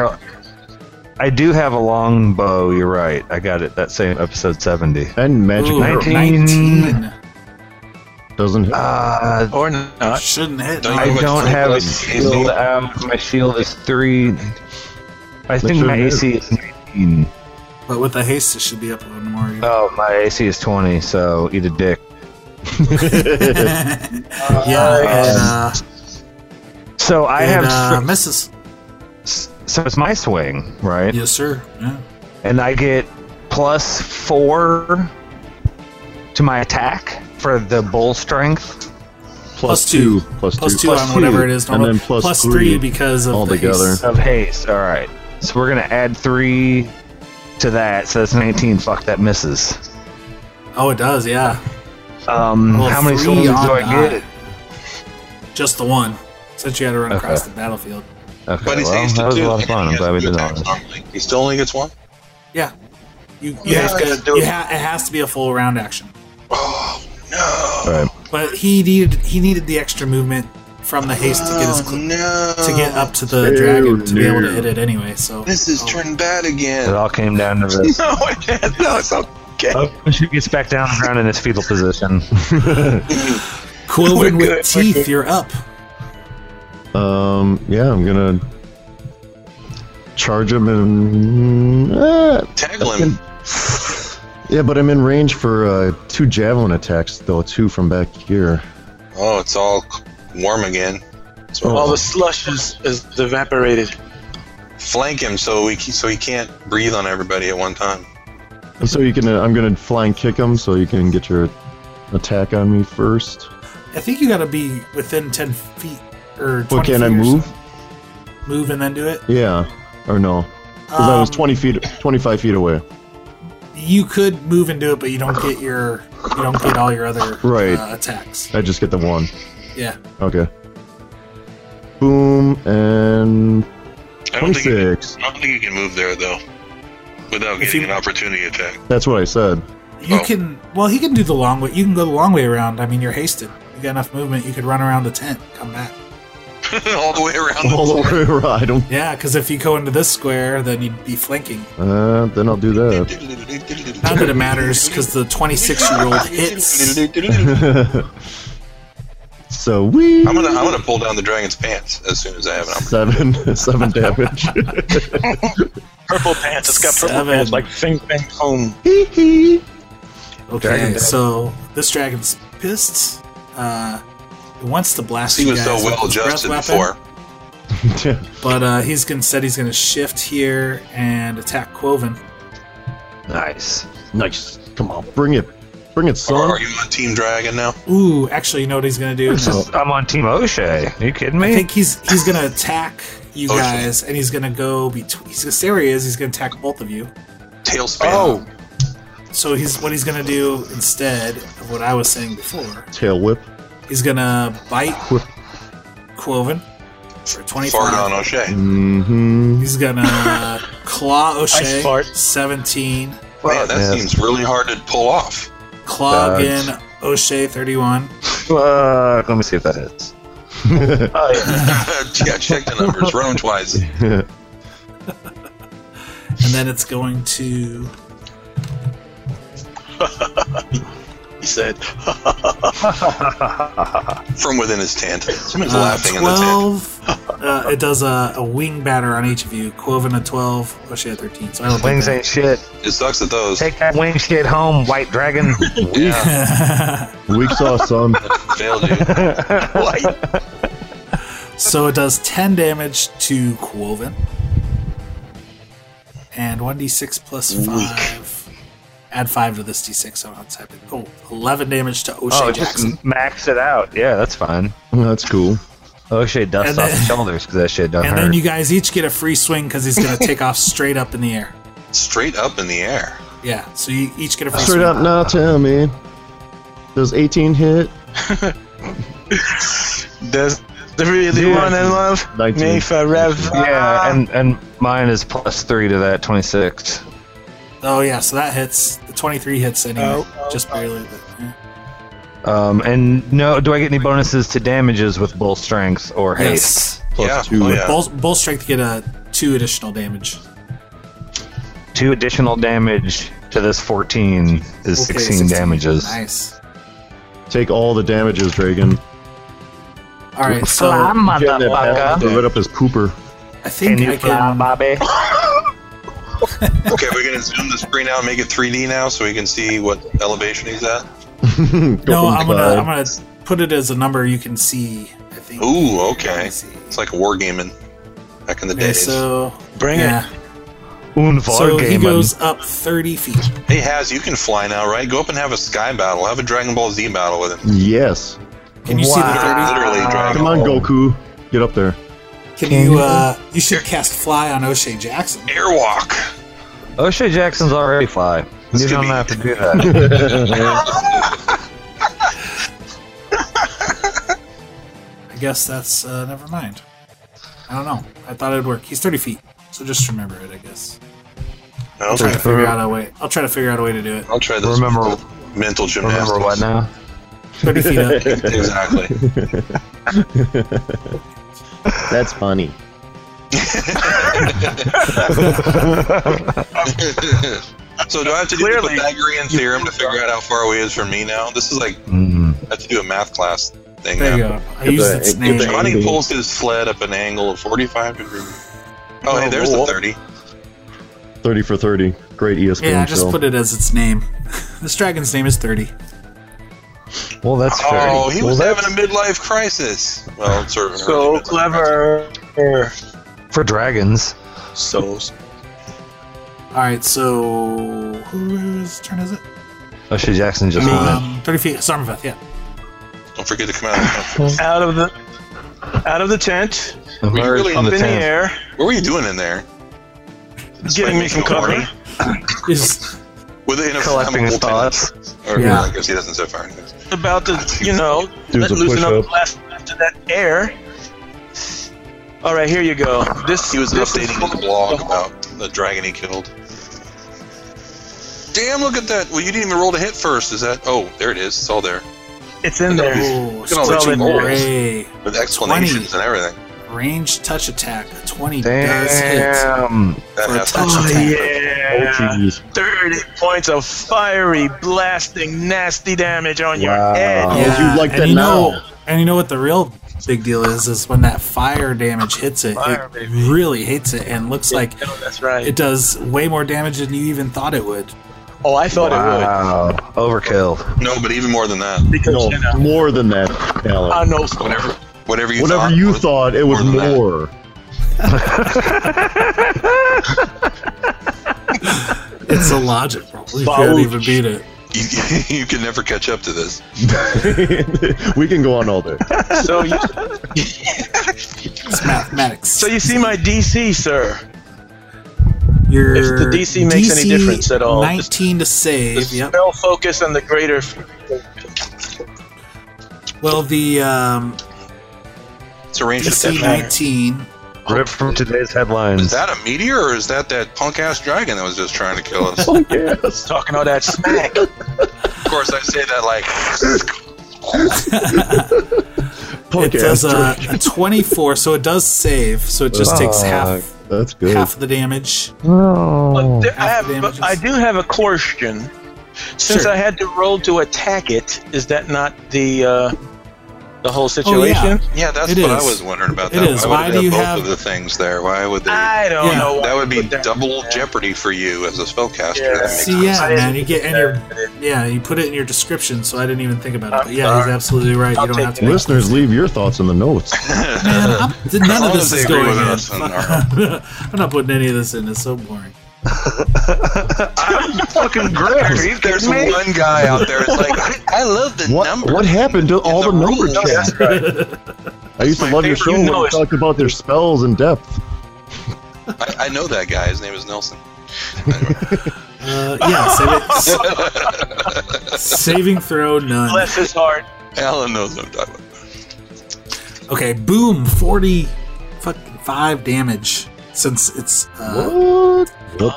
[SPEAKER 3] I do have a long bow. You're right. I got it. That same episode seventy.
[SPEAKER 2] And magic
[SPEAKER 1] Ooh,
[SPEAKER 2] arrow
[SPEAKER 3] 19.
[SPEAKER 1] 19.
[SPEAKER 2] doesn't hit.
[SPEAKER 3] Uh,
[SPEAKER 5] Or not.
[SPEAKER 1] Shouldn't hit.
[SPEAKER 4] Don't
[SPEAKER 1] no.
[SPEAKER 4] you-
[SPEAKER 3] I
[SPEAKER 4] much
[SPEAKER 3] don't
[SPEAKER 4] for
[SPEAKER 3] have a
[SPEAKER 4] those
[SPEAKER 3] shield
[SPEAKER 4] AC?
[SPEAKER 3] out. My shield is three. I think
[SPEAKER 2] sure
[SPEAKER 3] my
[SPEAKER 2] it
[SPEAKER 3] AC is nineteen.
[SPEAKER 1] But with the haste, it should be up one more. even.
[SPEAKER 3] Oh, my AC is twenty. So eat a dick.
[SPEAKER 1] yeah, and, uh,
[SPEAKER 3] So I
[SPEAKER 1] and,
[SPEAKER 3] have.
[SPEAKER 1] uh, misses.
[SPEAKER 3] s- so it's my swing, right?
[SPEAKER 1] Yes, sir. Yeah.
[SPEAKER 3] and I get plus four to my attack for the bull strength.
[SPEAKER 1] Plus two.
[SPEAKER 2] Plus,
[SPEAKER 1] Plus two
[SPEAKER 2] Plus
[SPEAKER 1] on whatever it is.
[SPEAKER 2] And
[SPEAKER 1] Normal.
[SPEAKER 2] then plus,
[SPEAKER 1] plus
[SPEAKER 2] three.
[SPEAKER 1] three because of the
[SPEAKER 2] altogether.
[SPEAKER 1] haste.
[SPEAKER 3] of haste. All right. So we're gonna add three to that. So that's 19. Fuck, that misses.
[SPEAKER 1] Oh, it does. Yeah,
[SPEAKER 3] Um,
[SPEAKER 1] Well,
[SPEAKER 3] how many
[SPEAKER 1] three
[SPEAKER 3] soldiers do
[SPEAKER 1] on
[SPEAKER 3] I
[SPEAKER 1] that.
[SPEAKER 3] get?
[SPEAKER 1] just the one. Since you had to run
[SPEAKER 3] Okay.
[SPEAKER 1] across the battlefield.
[SPEAKER 3] Okay,
[SPEAKER 4] But he's
[SPEAKER 3] well,
[SPEAKER 4] aged
[SPEAKER 3] that
[SPEAKER 4] to
[SPEAKER 3] was a
[SPEAKER 4] two.
[SPEAKER 3] lot of fun. I'm glad we did all this.
[SPEAKER 4] [LAUGHS] that. He still only gets one.
[SPEAKER 1] You, you
[SPEAKER 5] Yeah,
[SPEAKER 1] have
[SPEAKER 5] let's
[SPEAKER 1] to.
[SPEAKER 5] do
[SPEAKER 1] You
[SPEAKER 5] it.
[SPEAKER 1] ha- it has to be a full round action.
[SPEAKER 4] Oh no!
[SPEAKER 2] Alright.
[SPEAKER 1] But he needed he needed the extra movement from the haste to get his cl-
[SPEAKER 4] no!
[SPEAKER 1] to get up to the
[SPEAKER 2] Oh,
[SPEAKER 1] dragon to be able to
[SPEAKER 2] no.
[SPEAKER 1] hit it anyway. So
[SPEAKER 4] This is
[SPEAKER 1] Oh.
[SPEAKER 4] turned bad
[SPEAKER 3] It
[SPEAKER 4] again.
[SPEAKER 3] all came down to this.
[SPEAKER 5] [LAUGHS] No, I can't. No, it's okay.
[SPEAKER 3] Oh, she gets back down on the ground in his fetal position.
[SPEAKER 1] Quilvin
[SPEAKER 5] We're
[SPEAKER 1] with
[SPEAKER 5] good, we're
[SPEAKER 1] teeth,
[SPEAKER 5] good.
[SPEAKER 1] you're up.
[SPEAKER 2] Um, yeah, I'm gonna charge him and. Uh,
[SPEAKER 4] Tackle him.
[SPEAKER 2] yeah, but I'm in range for uh, two javelin attacks, though, two from back here.
[SPEAKER 4] Oh, it's all warm again. So
[SPEAKER 5] All
[SPEAKER 1] Oh.
[SPEAKER 5] the slush is, is evaporated.
[SPEAKER 4] flank him so we so he can't breathe on everybody at one time.
[SPEAKER 2] And so you can. Uh, I'm gonna flying kick him so you can get your attack on me first.
[SPEAKER 1] I think you got to be within ten feet or. 20
[SPEAKER 2] But can I
[SPEAKER 1] feet or
[SPEAKER 2] move?
[SPEAKER 1] so. Move and then do it.
[SPEAKER 2] Yeah. Or no? Because I was
[SPEAKER 1] Um,
[SPEAKER 2] 20 feet, 25 feet away.
[SPEAKER 1] You could move and do it, but you don't get your you don't get all your other
[SPEAKER 2] Right.
[SPEAKER 1] uh, attacks.
[SPEAKER 2] I just get the one.
[SPEAKER 1] Yeah.
[SPEAKER 2] Okay. Boom and
[SPEAKER 4] I don't think you,
[SPEAKER 2] 26.
[SPEAKER 4] I don't think you can move there though, without
[SPEAKER 1] If
[SPEAKER 4] getting
[SPEAKER 1] you-
[SPEAKER 4] an opportunity attack. [LAUGHS]
[SPEAKER 2] That's what I said.
[SPEAKER 1] You
[SPEAKER 4] Oh.
[SPEAKER 1] can well he can do the long way. You can go the long way around. I mean, you're hasted. You got enough movement. You could run around the tent, come back.
[SPEAKER 4] all the way around.
[SPEAKER 2] All the way around. [LAUGHS] I don't.
[SPEAKER 1] Yeah, because if you go into this square, then you'd be flanking.
[SPEAKER 2] Uh, then I'll do that.
[SPEAKER 1] Not that it matters, because the 26 year old hits.
[SPEAKER 2] so we.
[SPEAKER 4] I'm gonna I'm gonna pull down the dragon's pants as soon as I have an opportunity.
[SPEAKER 2] Seven, seven damage.
[SPEAKER 5] Purple pants. It's got purple
[SPEAKER 1] Seven.
[SPEAKER 5] pants. Like Fing Fang Home.
[SPEAKER 2] Hee hee.
[SPEAKER 1] Okay, so this dragon's pissed. Uh, it wants to blast
[SPEAKER 4] He
[SPEAKER 1] you
[SPEAKER 4] was so
[SPEAKER 1] guys with
[SPEAKER 4] well
[SPEAKER 1] his breath
[SPEAKER 4] adjusted
[SPEAKER 1] weapon,
[SPEAKER 4] before.
[SPEAKER 1] But uh, he's gonna said he's gonna shift here and attack Quoven.
[SPEAKER 3] Nice.
[SPEAKER 2] nice. Come on, bring it, bring it,
[SPEAKER 4] Are,
[SPEAKER 2] son.
[SPEAKER 4] are you on Team Dragon now?
[SPEAKER 1] Ooh, actually, you know what he's gonna do?
[SPEAKER 3] This is- I'm on Team O'Shea. Are you kidding me?
[SPEAKER 1] I think he's he's gonna attack you
[SPEAKER 4] Oh, shit.
[SPEAKER 1] guys, and he's gonna go between. He's gonna stay where he is. He's gonna attack both of you.
[SPEAKER 4] Tailspin.
[SPEAKER 5] Oh.
[SPEAKER 1] So he's what he's gonna do instead of what I was saying before.
[SPEAKER 2] Tail whip.
[SPEAKER 1] He's gonna bite Quoven for
[SPEAKER 4] Fart
[SPEAKER 1] 25.
[SPEAKER 4] on
[SPEAKER 2] Mm,
[SPEAKER 4] O'Shea.
[SPEAKER 2] Mm-hmm. [LAUGHS]
[SPEAKER 1] He's gonna claw O'Shea
[SPEAKER 5] fart.
[SPEAKER 1] 17,
[SPEAKER 4] Man, that
[SPEAKER 3] yes.
[SPEAKER 4] seems really hard to pull off. [LAUGHS]
[SPEAKER 1] claw
[SPEAKER 3] That's-
[SPEAKER 1] again O'Shea 31.
[SPEAKER 3] Fuck, let me see if that hits. oh, yeah.
[SPEAKER 4] yeah, check the numbers. Run 'em twice.
[SPEAKER 1] And then it's going to.
[SPEAKER 5] He said,
[SPEAKER 4] From within his tent. Someone's
[SPEAKER 1] Uh,
[SPEAKER 4] laughing in the tent.
[SPEAKER 1] 12. Uh, it does a, a wing batter on each of you. Quoven a 12, O'Shea a 13. So I don't
[SPEAKER 3] Wings
[SPEAKER 1] think
[SPEAKER 3] ain't shit.
[SPEAKER 4] It sucks at those.
[SPEAKER 3] Take that wing shit home,
[SPEAKER 1] [LAUGHS]
[SPEAKER 3] white dragon.
[SPEAKER 4] Yeah,
[SPEAKER 1] that-
[SPEAKER 2] Weak sauce, son.
[SPEAKER 4] [LAUGHS] failed you.
[SPEAKER 5] "What?
[SPEAKER 1] So it does 10 damage to Quoven. And 1d6 plus 5. Add 5 to this d6, so I'm typing. Oh, 11 damage to O'Shea
[SPEAKER 3] oh,
[SPEAKER 1] Jackson.
[SPEAKER 3] just max it out. Yeah, that's fine.
[SPEAKER 2] That's cool.
[SPEAKER 3] O'Shea dusts
[SPEAKER 1] And
[SPEAKER 3] off
[SPEAKER 1] then-
[SPEAKER 3] his shoulders because that shit doesn't
[SPEAKER 1] And
[SPEAKER 3] hurt.
[SPEAKER 1] then you guys each get a free swing because he's going to take off straight up in the air.
[SPEAKER 4] Straight up in the air.
[SPEAKER 1] Yeah, so you each get a free
[SPEAKER 2] Straight
[SPEAKER 1] swing.
[SPEAKER 2] up, now tell me. Does 18 hit?
[SPEAKER 5] Does the really
[SPEAKER 2] Yeah.
[SPEAKER 5] one in love?
[SPEAKER 2] 19.
[SPEAKER 5] Me forever.
[SPEAKER 3] yeah, and, and mine is plus three to that, 26.
[SPEAKER 1] Oh, yeah, so that hits. The 23 hits anyway.
[SPEAKER 5] Oh, oh,
[SPEAKER 1] just barely. But, yeah.
[SPEAKER 3] Um, and no, do I get any bonuses to damages with bull strength or
[SPEAKER 1] Yes.
[SPEAKER 3] haste?
[SPEAKER 2] Plus
[SPEAKER 4] Yeah,
[SPEAKER 2] two.
[SPEAKER 4] oh
[SPEAKER 1] [LAUGHS]
[SPEAKER 4] yeah.
[SPEAKER 1] Both, both strength to get a two additional damage.
[SPEAKER 3] Two additional damage to this 14 is
[SPEAKER 1] Okay,
[SPEAKER 3] 16, damages.
[SPEAKER 1] Nice.
[SPEAKER 2] Take all the damages, Dragon.
[SPEAKER 1] All right, so
[SPEAKER 2] Getting that path to rid up his pooper.
[SPEAKER 1] I think I can.
[SPEAKER 3] Bobby?
[SPEAKER 4] Okay, we're gonna zoom the screen out, and make it 3D now, so we can see what elevation he's at.
[SPEAKER 1] No, I'm gonna
[SPEAKER 2] Cloud.
[SPEAKER 1] I'm gonna put it as a number you can see. I think.
[SPEAKER 4] Ooh,
[SPEAKER 1] Let
[SPEAKER 4] okay.
[SPEAKER 1] me see.
[SPEAKER 4] It's like wargaming back in the
[SPEAKER 1] Okay,
[SPEAKER 4] days.
[SPEAKER 1] so
[SPEAKER 5] Bring
[SPEAKER 1] yeah,
[SPEAKER 3] Un
[SPEAKER 1] so he
[SPEAKER 3] Vargamen.
[SPEAKER 1] goes up 30 feet.
[SPEAKER 4] Hey, Haz, you can fly now, right? Go up and have a sky battle. Have a Dragon Ball Z battle with him.
[SPEAKER 2] Yes.
[SPEAKER 1] Can you see the 30?
[SPEAKER 4] Literally, Dragon
[SPEAKER 2] Come on, Goku. Get up there.
[SPEAKER 1] Uh, Can you? Uh, you should cast fly on O'Shea Jackson.
[SPEAKER 4] Airwalk.
[SPEAKER 3] O'Shea Jackson's already fly.
[SPEAKER 4] This
[SPEAKER 3] You
[SPEAKER 4] could
[SPEAKER 3] don't
[SPEAKER 4] be-
[SPEAKER 3] have to [LAUGHS] do that.
[SPEAKER 1] I guess that's uh, never mind. I don't know. I thought it'd work. He's 30 feet, so just remember it. I guess. I'll try
[SPEAKER 4] Okay.
[SPEAKER 1] to figure out a way. I'll try to figure out a way to do it.
[SPEAKER 4] I'll try this.
[SPEAKER 3] Remember-
[SPEAKER 4] with the mental gymnastics. [LAUGHS]
[SPEAKER 3] Remember what now?
[SPEAKER 1] 30
[SPEAKER 2] [LAUGHS]
[SPEAKER 1] feet up.
[SPEAKER 4] Exactly.
[SPEAKER 2] That's funny.
[SPEAKER 4] so do I have to do
[SPEAKER 5] Clearly,
[SPEAKER 4] the Pythagorean theorem to figure out how far away he is from me now? This is like
[SPEAKER 3] Mm.
[SPEAKER 4] I have to do a math class thing
[SPEAKER 1] There you
[SPEAKER 4] now.
[SPEAKER 1] go. I used
[SPEAKER 2] the-
[SPEAKER 1] its
[SPEAKER 2] get
[SPEAKER 1] name.
[SPEAKER 2] the-
[SPEAKER 4] Johnny
[SPEAKER 2] Andy.
[SPEAKER 4] pulls his sled up an angle of 45 degrees. Oh, hey, there's the 30.
[SPEAKER 2] 30 for 30. Great E ESPN
[SPEAKER 1] Yeah, I just
[SPEAKER 2] show.
[SPEAKER 1] put it as its name. [LAUGHS] this dragon's name is 30.
[SPEAKER 3] Well, that's fair.
[SPEAKER 4] Oh, he
[SPEAKER 3] Well,
[SPEAKER 4] was
[SPEAKER 3] that's-
[SPEAKER 4] having a midlife crisis. Well, it's sort of an early
[SPEAKER 5] So
[SPEAKER 4] midlife
[SPEAKER 5] clever.
[SPEAKER 3] for dragons.
[SPEAKER 5] So
[SPEAKER 1] All right, so whose turn is it?
[SPEAKER 3] O'Shea Jackson just won
[SPEAKER 1] Um, 30 feet. Sarmaveth, yeah.
[SPEAKER 4] crisis. Don't forget to come out.
[SPEAKER 5] out of the out of the tent,
[SPEAKER 3] it.
[SPEAKER 4] we
[SPEAKER 3] Emerged
[SPEAKER 4] really
[SPEAKER 3] from
[SPEAKER 5] up
[SPEAKER 3] the
[SPEAKER 5] in the
[SPEAKER 3] tent.
[SPEAKER 5] air,
[SPEAKER 4] what were you doing in there? This
[SPEAKER 5] getting
[SPEAKER 4] might
[SPEAKER 5] me
[SPEAKER 4] make
[SPEAKER 5] some
[SPEAKER 4] you horny.
[SPEAKER 5] company.
[SPEAKER 1] Is-
[SPEAKER 4] With an
[SPEAKER 3] Collecting his
[SPEAKER 4] inflammable
[SPEAKER 3] thoughts.
[SPEAKER 4] tent. Or,
[SPEAKER 1] Yeah.
[SPEAKER 4] I guess he doesn't so far.
[SPEAKER 5] About to, you know,
[SPEAKER 2] Do
[SPEAKER 5] let
[SPEAKER 2] the
[SPEAKER 5] loosen up
[SPEAKER 2] push-up.
[SPEAKER 5] the last after that air. All right, here you go. This
[SPEAKER 4] He was
[SPEAKER 5] this is
[SPEAKER 4] updating his
[SPEAKER 5] for-
[SPEAKER 4] blog about the dragon he killed. Damn, look at that. Well, you didn't even roll to hit first. Is that. Oh, there it is. It's all there.
[SPEAKER 5] It's in there.
[SPEAKER 1] Oh,
[SPEAKER 4] at all the
[SPEAKER 1] Scorching
[SPEAKER 4] rolls.
[SPEAKER 1] Ray.
[SPEAKER 4] With explanations and everything.
[SPEAKER 1] Range touch attack. A 20 does hit.
[SPEAKER 3] Damn.
[SPEAKER 4] That
[SPEAKER 1] For a
[SPEAKER 4] has to
[SPEAKER 1] touch
[SPEAKER 4] be- [LAUGHS]
[SPEAKER 5] Oh
[SPEAKER 1] attack.
[SPEAKER 5] yeah.
[SPEAKER 2] Jeez.
[SPEAKER 5] 30 points of fiery, blasting, nasty damage on your head.
[SPEAKER 2] Wow. Oh, you like
[SPEAKER 1] and
[SPEAKER 2] that
[SPEAKER 1] you
[SPEAKER 2] now.
[SPEAKER 1] Know, and you know what the real big deal is? Is when that fire damage hits it,
[SPEAKER 5] Fire,
[SPEAKER 1] it
[SPEAKER 5] baby.
[SPEAKER 1] really hits it and looks like
[SPEAKER 5] Oh, that's right.
[SPEAKER 1] it does way more damage than you even thought it would.
[SPEAKER 5] oh, I thought it
[SPEAKER 3] Wow. Overkill.
[SPEAKER 4] No, but even more than that.
[SPEAKER 5] would. Because,
[SPEAKER 2] No,
[SPEAKER 5] you know,
[SPEAKER 2] more than that,
[SPEAKER 5] I
[SPEAKER 1] Uh,
[SPEAKER 2] Alan.
[SPEAKER 5] [LAUGHS] know
[SPEAKER 4] Whatever, whatever you
[SPEAKER 2] Whatever
[SPEAKER 4] thought.
[SPEAKER 2] you thought, it was
[SPEAKER 4] more than that.
[SPEAKER 2] more.
[SPEAKER 1] It's illogical. You
[SPEAKER 2] oh,
[SPEAKER 1] couldn't even beat it.
[SPEAKER 4] You, you can [LAUGHS] never catch up to this.
[SPEAKER 2] we can go on all
[SPEAKER 1] [LAUGHS]
[SPEAKER 2] day.
[SPEAKER 5] So you,
[SPEAKER 2] [LAUGHS]
[SPEAKER 1] It's mathematics.
[SPEAKER 5] so you see my DC, sir.
[SPEAKER 1] Your
[SPEAKER 5] If the DC makes any difference at all, just-
[SPEAKER 1] 19 to
[SPEAKER 5] The
[SPEAKER 1] save. Yep.
[SPEAKER 5] spell focus and the greater.
[SPEAKER 1] Well, the
[SPEAKER 5] [LAUGHS]
[SPEAKER 1] um,
[SPEAKER 4] It's a range of
[SPEAKER 1] DC 19.
[SPEAKER 3] Rip from today's
[SPEAKER 4] Is
[SPEAKER 3] headlines.
[SPEAKER 4] that a meteor or is that that punk ass dragon that was just trying to
[SPEAKER 1] [LAUGHS]
[SPEAKER 4] kill us? of
[SPEAKER 2] Oh, yes.
[SPEAKER 5] Talking all that
[SPEAKER 4] [LAUGHS]
[SPEAKER 5] smack.
[SPEAKER 4] Oh, course, I say that like
[SPEAKER 1] It
[SPEAKER 2] Punk
[SPEAKER 1] does
[SPEAKER 2] ass
[SPEAKER 1] a,
[SPEAKER 2] jerk.
[SPEAKER 1] a 24, so it does save. So it just takes half
[SPEAKER 2] Ah, That's good.
[SPEAKER 1] half of the damage.
[SPEAKER 5] But
[SPEAKER 3] No.
[SPEAKER 5] there- I, have, but I do have a question. Since
[SPEAKER 1] Sure.
[SPEAKER 5] I had to roll to attack it, is that not the uh, the
[SPEAKER 1] Oh,
[SPEAKER 5] whole situation?
[SPEAKER 4] yeah, that's
[SPEAKER 1] It
[SPEAKER 4] what
[SPEAKER 1] is.
[SPEAKER 4] I was wondering about.
[SPEAKER 1] It
[SPEAKER 4] that.
[SPEAKER 1] is.
[SPEAKER 4] would
[SPEAKER 1] Why
[SPEAKER 4] they
[SPEAKER 1] do you
[SPEAKER 4] both
[SPEAKER 1] have-
[SPEAKER 4] of the things there? Why would they?
[SPEAKER 5] I don't
[SPEAKER 1] Yeah.
[SPEAKER 5] know. why
[SPEAKER 4] that would be
[SPEAKER 5] they put that- [LAUGHS]
[SPEAKER 4] double jeopardy for you as a spellcaster.
[SPEAKER 5] Yeah.
[SPEAKER 4] That makes
[SPEAKER 1] See,
[SPEAKER 4] no
[SPEAKER 1] yeah,
[SPEAKER 5] sense.
[SPEAKER 1] man, you get and your yeah, you put it in your description, so I didn't even think about it. But
[SPEAKER 5] I'm
[SPEAKER 1] yeah, he's
[SPEAKER 5] sorry.
[SPEAKER 1] absolutely right.
[SPEAKER 5] I'll
[SPEAKER 1] You don't
[SPEAKER 5] take
[SPEAKER 1] have to.
[SPEAKER 5] it.
[SPEAKER 1] Make,
[SPEAKER 2] Listeners, leave your thoughts in the notes.
[SPEAKER 1] man, I'm,
[SPEAKER 2] [LAUGHS]
[SPEAKER 1] th- none
[SPEAKER 4] long
[SPEAKER 1] of this
[SPEAKER 4] as they
[SPEAKER 1] is
[SPEAKER 4] agree
[SPEAKER 1] going in.
[SPEAKER 4] with us
[SPEAKER 1] [LAUGHS]
[SPEAKER 4] and
[SPEAKER 1] I'm not putting any of this in. It's so boring. [LAUGHS]
[SPEAKER 3] Fucking gross.
[SPEAKER 4] There's- There's one guy out there. It's like [LAUGHS] I, I love the
[SPEAKER 2] What
[SPEAKER 4] number.
[SPEAKER 2] what happened to all the,
[SPEAKER 4] the
[SPEAKER 2] number
[SPEAKER 4] rules.
[SPEAKER 2] chats? I used to
[SPEAKER 4] my
[SPEAKER 2] love your
[SPEAKER 4] favorite.
[SPEAKER 2] show
[SPEAKER 5] You
[SPEAKER 2] when
[SPEAKER 5] know
[SPEAKER 2] you
[SPEAKER 5] it.
[SPEAKER 2] talked about their spells in depth.
[SPEAKER 4] I, I know that guy. His name is Nelson. [LAUGHS]
[SPEAKER 1] Uh, yeah, save it. saving throw none.
[SPEAKER 5] Bless
[SPEAKER 1] [LAUGHS]
[SPEAKER 5] his heart.
[SPEAKER 4] Alan knows what I'm talking about.
[SPEAKER 1] Okay, boom, forty, fucking five damage. Since it's uh,
[SPEAKER 2] What? What the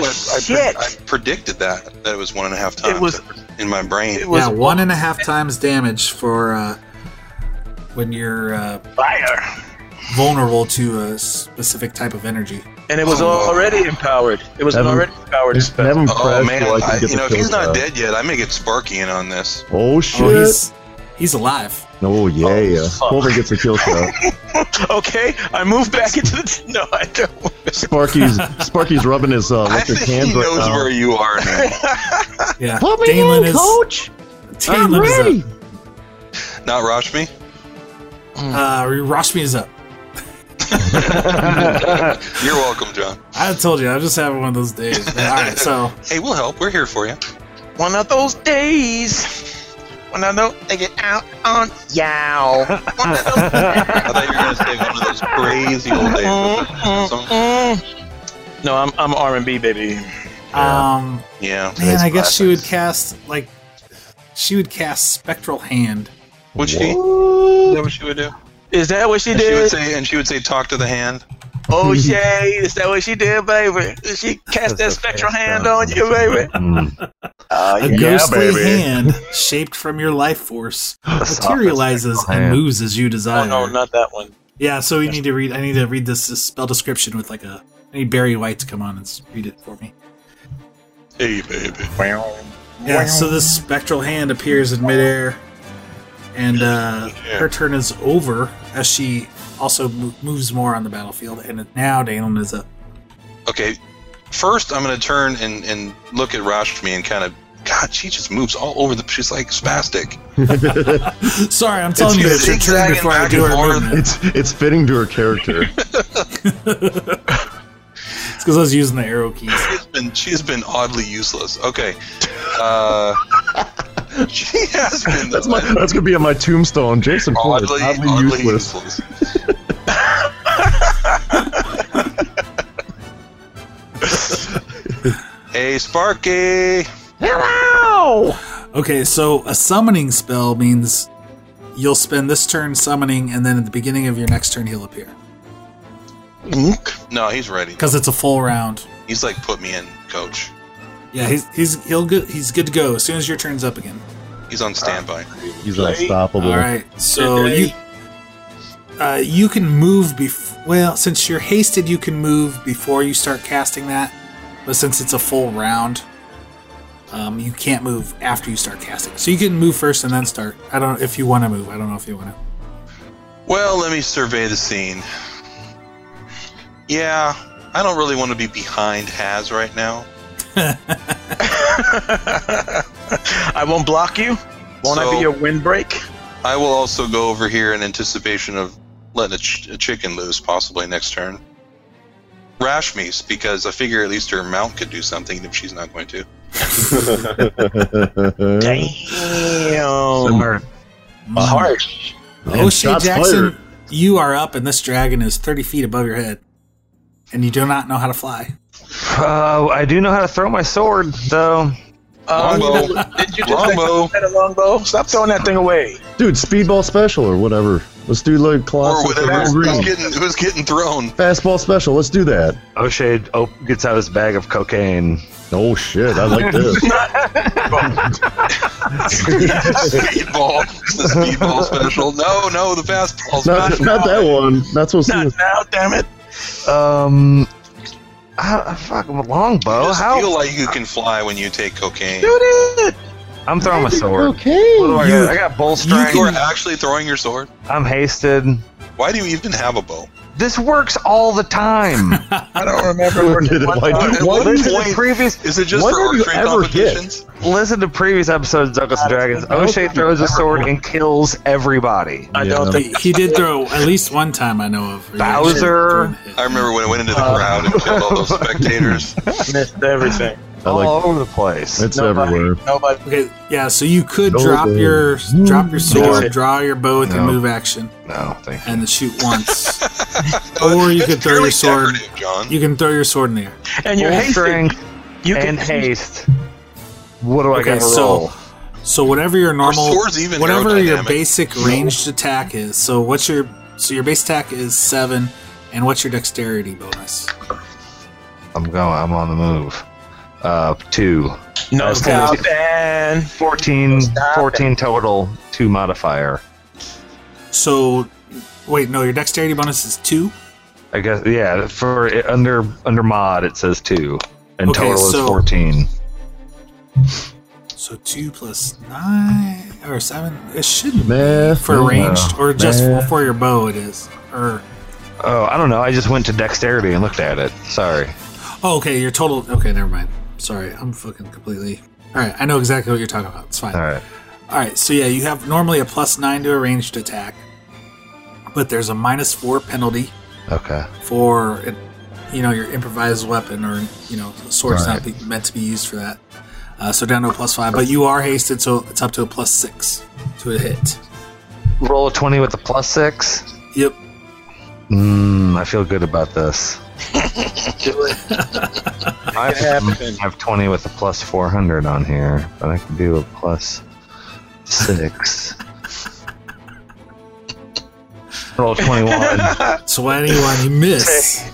[SPEAKER 2] fuck?
[SPEAKER 4] I, pre-
[SPEAKER 5] shit.
[SPEAKER 4] I predicted that that it was one and a half times.
[SPEAKER 5] It was.
[SPEAKER 4] in my brain.
[SPEAKER 5] It was
[SPEAKER 1] yeah, one and a half times damage for uh, when you're uh,
[SPEAKER 5] fire.
[SPEAKER 1] vulnerable to a specific type of energy.
[SPEAKER 5] And it was
[SPEAKER 4] Oh.
[SPEAKER 5] already empowered. It was an
[SPEAKER 2] Haven't-
[SPEAKER 5] already empowered
[SPEAKER 2] Just
[SPEAKER 5] spell.
[SPEAKER 2] have him
[SPEAKER 4] Oh
[SPEAKER 2] crash
[SPEAKER 4] man,
[SPEAKER 2] so I
[SPEAKER 4] I,
[SPEAKER 2] can get
[SPEAKER 4] you
[SPEAKER 2] the
[SPEAKER 4] know if he's
[SPEAKER 2] kills
[SPEAKER 4] not
[SPEAKER 2] out.
[SPEAKER 4] dead yet, I may get Sparky in on this.
[SPEAKER 2] Oh shit!
[SPEAKER 1] Oh, he's he's alive.
[SPEAKER 2] Oh yeah,
[SPEAKER 5] Oh,
[SPEAKER 2] yeah.
[SPEAKER 5] fuck.
[SPEAKER 2] Colvin gets a kill
[SPEAKER 4] [LAUGHS]
[SPEAKER 2] shot.
[SPEAKER 5] [LAUGHS] Okay, I move back into the. [LAUGHS] T- no, I don't.
[SPEAKER 2] Sparky's Sparky's rubbing his uh,
[SPEAKER 4] I
[SPEAKER 2] electric
[SPEAKER 4] think
[SPEAKER 2] hand.
[SPEAKER 4] he
[SPEAKER 2] right
[SPEAKER 4] knows
[SPEAKER 2] now.
[SPEAKER 4] where you
[SPEAKER 5] [LAUGHS]
[SPEAKER 4] are now.
[SPEAKER 1] Yeah,
[SPEAKER 2] Put me
[SPEAKER 1] Danelin
[SPEAKER 2] in,
[SPEAKER 1] is
[SPEAKER 2] coach. I'm
[SPEAKER 1] Danelin
[SPEAKER 2] ready.
[SPEAKER 1] is
[SPEAKER 4] not Rashmi?
[SPEAKER 1] up. Uh, Roshmi is up.
[SPEAKER 4] You're welcome, John.
[SPEAKER 1] I told you, I was just having one of those days. All right, so
[SPEAKER 5] [LAUGHS]
[SPEAKER 4] Hey, we'll help. We're here for you.
[SPEAKER 5] One of those days when I know they get out on yow. One of those-
[SPEAKER 4] I thought you were going to say one of those crazy old
[SPEAKER 5] Uh-huh.
[SPEAKER 4] days. Some-
[SPEAKER 5] no, I'm I'm R and B baby.
[SPEAKER 1] um,
[SPEAKER 4] yeah.
[SPEAKER 1] man, I guess she would cast like she would cast Spectral Hand.
[SPEAKER 4] Would she? Is that what she would do?
[SPEAKER 5] Is that what she
[SPEAKER 4] And she would
[SPEAKER 5] did?
[SPEAKER 4] say, and she would say, "Talk to the hand."
[SPEAKER 5] oh Shay, is that what she did, baby? She cast that
[SPEAKER 3] That's a
[SPEAKER 5] spectral
[SPEAKER 3] fair
[SPEAKER 5] hand
[SPEAKER 3] shot.
[SPEAKER 5] on you, baby.
[SPEAKER 2] Mm.
[SPEAKER 5] Uh,
[SPEAKER 1] A ghostly
[SPEAKER 5] [LAUGHS]
[SPEAKER 1] hand shaped from your life force materializes and
[SPEAKER 3] hand.
[SPEAKER 1] moves as you
[SPEAKER 5] Oh
[SPEAKER 1] desire.
[SPEAKER 5] no, not that one.
[SPEAKER 1] Yeah, so we need to read. I need to read this, this spell description with like a. I need Barry White to come on and s- read it for me.
[SPEAKER 4] Hey, baby.
[SPEAKER 1] Yeah. So this spectral hand appears in midair, and uh, her turn is over as she also mo- moves more on the battlefield. And now Dalen is up. [GASPS]
[SPEAKER 4] Okay. First, I'm going to turn and, and look at Rashmi and kind of. God, she just moves all over the. She's like spastic.
[SPEAKER 1] Sorry, I'm telling you,
[SPEAKER 4] you
[SPEAKER 1] it's your turn
[SPEAKER 4] zigzagging
[SPEAKER 1] before I
[SPEAKER 4] back
[SPEAKER 1] do
[SPEAKER 4] and
[SPEAKER 1] her
[SPEAKER 4] forth.
[SPEAKER 1] movement.
[SPEAKER 2] It's it's fitting to her
[SPEAKER 4] [LAUGHS]
[SPEAKER 2] character. [LAUGHS]
[SPEAKER 1] It's because I was using the arrow keys.
[SPEAKER 4] She's been she's been oddly useless. Okay. Uh, she has been.
[SPEAKER 2] That's my that's gonna be on my tombstone. Jason Ford,
[SPEAKER 4] oddly,
[SPEAKER 2] oddly,
[SPEAKER 4] oddly,
[SPEAKER 2] useless.
[SPEAKER 4] useless. hey, Sparky!
[SPEAKER 1] Okay, so a summoning spell means you'll spend this turn summoning, and then at the beginning of your next turn he'll appear
[SPEAKER 4] No, he's ready.
[SPEAKER 1] because it's a full round.
[SPEAKER 4] He's like, put me in, coach.
[SPEAKER 1] Yeah, he's he's he'll go, he's good to go as soon as your turn's up again.
[SPEAKER 4] He's on standby.
[SPEAKER 2] He's unstoppable.
[SPEAKER 1] All right, so you uh, you can move bef- Well, since you're hasted, you can move before you start casting that. But since it's a full round, um, you can't move after you start casting. So you can move first and then start. I don't if you want to move. I don't know if you want to.
[SPEAKER 4] Well, let me survey the scene. Yeah, I don't really want to be behind Has right now.
[SPEAKER 5] [LAUGHS] I won't block you. Won't I
[SPEAKER 4] So-
[SPEAKER 5] be your windbreak?
[SPEAKER 4] I will also go over here in anticipation of letting a, ch- a chicken loose, possibly next turn. Rashmi's, because I figure at least her mount could do something if she's not going to.
[SPEAKER 5] Damn.
[SPEAKER 3] Oh,
[SPEAKER 5] Harsh.
[SPEAKER 2] And
[SPEAKER 1] O'Shea
[SPEAKER 2] shots
[SPEAKER 1] Jackson,
[SPEAKER 2] fired.
[SPEAKER 1] you are up, and this dragon is thirty feet above your head, and you do not know how to fly.
[SPEAKER 3] Uh, I do know how to throw my sword, though.
[SPEAKER 5] Um,
[SPEAKER 4] Longbow.
[SPEAKER 5] did you just
[SPEAKER 4] Longbow.
[SPEAKER 5] That a longbow? Stop throwing that thing away.
[SPEAKER 2] Dude, speedball special or whatever. Let's do like
[SPEAKER 4] Or
[SPEAKER 2] Colossus.
[SPEAKER 4] whatever. It was
[SPEAKER 2] Wolverine.
[SPEAKER 4] getting, it was getting
[SPEAKER 2] [LAUGHS]
[SPEAKER 4] thrown.
[SPEAKER 2] Fastball special. Let's do that.
[SPEAKER 3] O'Shea op- gets out his bag of cocaine.
[SPEAKER 2] Oh shit! I like
[SPEAKER 4] [LAUGHS]
[SPEAKER 2] this.
[SPEAKER 4] Speedball. It's the speedball special. No, no, the fastball
[SPEAKER 2] not,
[SPEAKER 4] special.
[SPEAKER 2] not that one. Not supposed to.
[SPEAKER 5] Not now, damn it.
[SPEAKER 3] Um, I, fuck, I'm a longbow.
[SPEAKER 4] Just
[SPEAKER 3] Oh, How?
[SPEAKER 4] feel like you can fly when you take cocaine.
[SPEAKER 5] Shoot it.
[SPEAKER 3] I'm throwing my sword. What do
[SPEAKER 2] Okay.
[SPEAKER 3] I, got? I got bull
[SPEAKER 4] You
[SPEAKER 3] strike.
[SPEAKER 4] are actually throwing your sword.
[SPEAKER 3] I'm hasted.
[SPEAKER 4] Why do you even have a bow?
[SPEAKER 3] This works all
[SPEAKER 4] [LAUGHS]
[SPEAKER 3] the time.
[SPEAKER 1] [LAUGHS]
[SPEAKER 5] I don't remember. where-
[SPEAKER 2] Did it like- what?
[SPEAKER 4] At what
[SPEAKER 3] listen, to
[SPEAKER 4] point-
[SPEAKER 3] previous,
[SPEAKER 4] Is it just
[SPEAKER 2] When
[SPEAKER 4] for
[SPEAKER 2] have you
[SPEAKER 4] archery
[SPEAKER 2] ever hit?
[SPEAKER 4] competitions?
[SPEAKER 3] listen to previous episodes of Douglas and Dragons. O'Shea throws a sword and kills everybody.
[SPEAKER 5] I
[SPEAKER 2] Yeah.
[SPEAKER 5] don't think.
[SPEAKER 1] He, he did throw at least one time I know of.
[SPEAKER 3] Bowser.
[SPEAKER 4] I remember when it went into
[SPEAKER 2] Uh,
[SPEAKER 4] the crowd and killed
[SPEAKER 2] [LAUGHS]
[SPEAKER 4] all those spectators.
[SPEAKER 5] missed everything.
[SPEAKER 2] I
[SPEAKER 3] all
[SPEAKER 2] like.
[SPEAKER 3] over the place.
[SPEAKER 2] It's
[SPEAKER 5] Nobody-
[SPEAKER 2] everywhere.
[SPEAKER 5] Nobody.
[SPEAKER 1] Okay, yeah. So you could
[SPEAKER 2] No
[SPEAKER 1] drop
[SPEAKER 2] bow.
[SPEAKER 1] your drop your
[SPEAKER 5] No.
[SPEAKER 1] sword, draw your bow with your
[SPEAKER 3] No.
[SPEAKER 1] move action,
[SPEAKER 3] no, thank
[SPEAKER 1] and then shoot once.
[SPEAKER 4] [LAUGHS]
[SPEAKER 1] or you
[SPEAKER 4] It's
[SPEAKER 1] could throw your
[SPEAKER 4] purely
[SPEAKER 1] sword.
[SPEAKER 4] decorative, John.
[SPEAKER 1] You can throw your sword in the air.
[SPEAKER 5] And
[SPEAKER 3] you.
[SPEAKER 5] you're
[SPEAKER 3] Bull
[SPEAKER 5] hasting.
[SPEAKER 3] strength
[SPEAKER 5] You can
[SPEAKER 3] and haste. What do I
[SPEAKER 1] Okay,
[SPEAKER 3] got to
[SPEAKER 1] so-
[SPEAKER 3] roll?
[SPEAKER 1] So whatever your normal,
[SPEAKER 4] swords even
[SPEAKER 1] whatever your
[SPEAKER 4] aerodynamic?
[SPEAKER 1] basic ranged attack is. So what's your so your base attack is seven, and what's your dexterity bonus?
[SPEAKER 3] I'm going. I'm on the move. Uh, two.
[SPEAKER 5] No,
[SPEAKER 3] Okay.
[SPEAKER 5] stop, man.
[SPEAKER 3] 14,
[SPEAKER 5] Stop it.
[SPEAKER 3] 14 total. Two modifier.
[SPEAKER 1] So Wait, no, your dexterity bonus is two.
[SPEAKER 3] I guess yeah. For it- under under mod, it says two, and
[SPEAKER 1] Okay,
[SPEAKER 3] total
[SPEAKER 1] so-
[SPEAKER 3] is fourteen.
[SPEAKER 1] So two plus nine or seven. It shouldn't
[SPEAKER 3] Eh,
[SPEAKER 2] Math.
[SPEAKER 1] for ranged or just
[SPEAKER 2] Math.
[SPEAKER 1] for, for your bow. It is. Or
[SPEAKER 3] Oh, I don't know. I just went to dexterity and looked at it. Sorry.
[SPEAKER 1] oh, okay, your total. Okay, never mind. Sorry, I'm fucking completely. All right, I know exactly what you're talking about. It's fine.
[SPEAKER 3] All right.
[SPEAKER 1] All right, so yeah, you have normally a plus nine to a ranged attack, but there's a minus four penalty
[SPEAKER 3] Okay.
[SPEAKER 1] for you know your improvised weapon or you know the sword's not be, meant to be used for that. Uh, so down to a plus five, but you are hasted, so it's up to a plus six to a hit.
[SPEAKER 3] Roll a twenty with a plus six.
[SPEAKER 1] Yep.
[SPEAKER 3] Mmm. I feel good about this.
[SPEAKER 1] [LAUGHS]
[SPEAKER 3] I have, I have twenty with a plus four hundred on here, but I can do a plus six. Roll twenty-one
[SPEAKER 1] Twenty-one, you miss.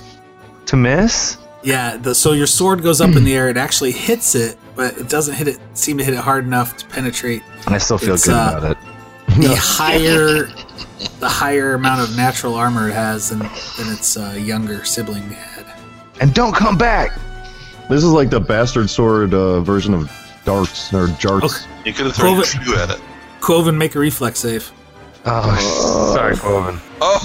[SPEAKER 3] to miss.
[SPEAKER 1] Yeah, the, so your sword goes up in the air. It actually hits it, but it doesn't hit it. Seem to hit it hard enough to penetrate
[SPEAKER 3] I still feel
[SPEAKER 1] It's,
[SPEAKER 3] good
[SPEAKER 1] uh,
[SPEAKER 3] about it.
[SPEAKER 1] the higher
[SPEAKER 3] [LAUGHS]
[SPEAKER 1] the higher amount of natural armor it has than, than its uh, younger sibling had.
[SPEAKER 3] And don't come back.
[SPEAKER 2] This is like the bastard sword uh, version of darts or jarts.
[SPEAKER 1] Okay.
[SPEAKER 4] You could have thrown a
[SPEAKER 1] Clovis-
[SPEAKER 4] shoe at it.
[SPEAKER 1] Quoven, make a reflex save. Uh,
[SPEAKER 3] Oh, sorry, Coven.
[SPEAKER 4] Oh!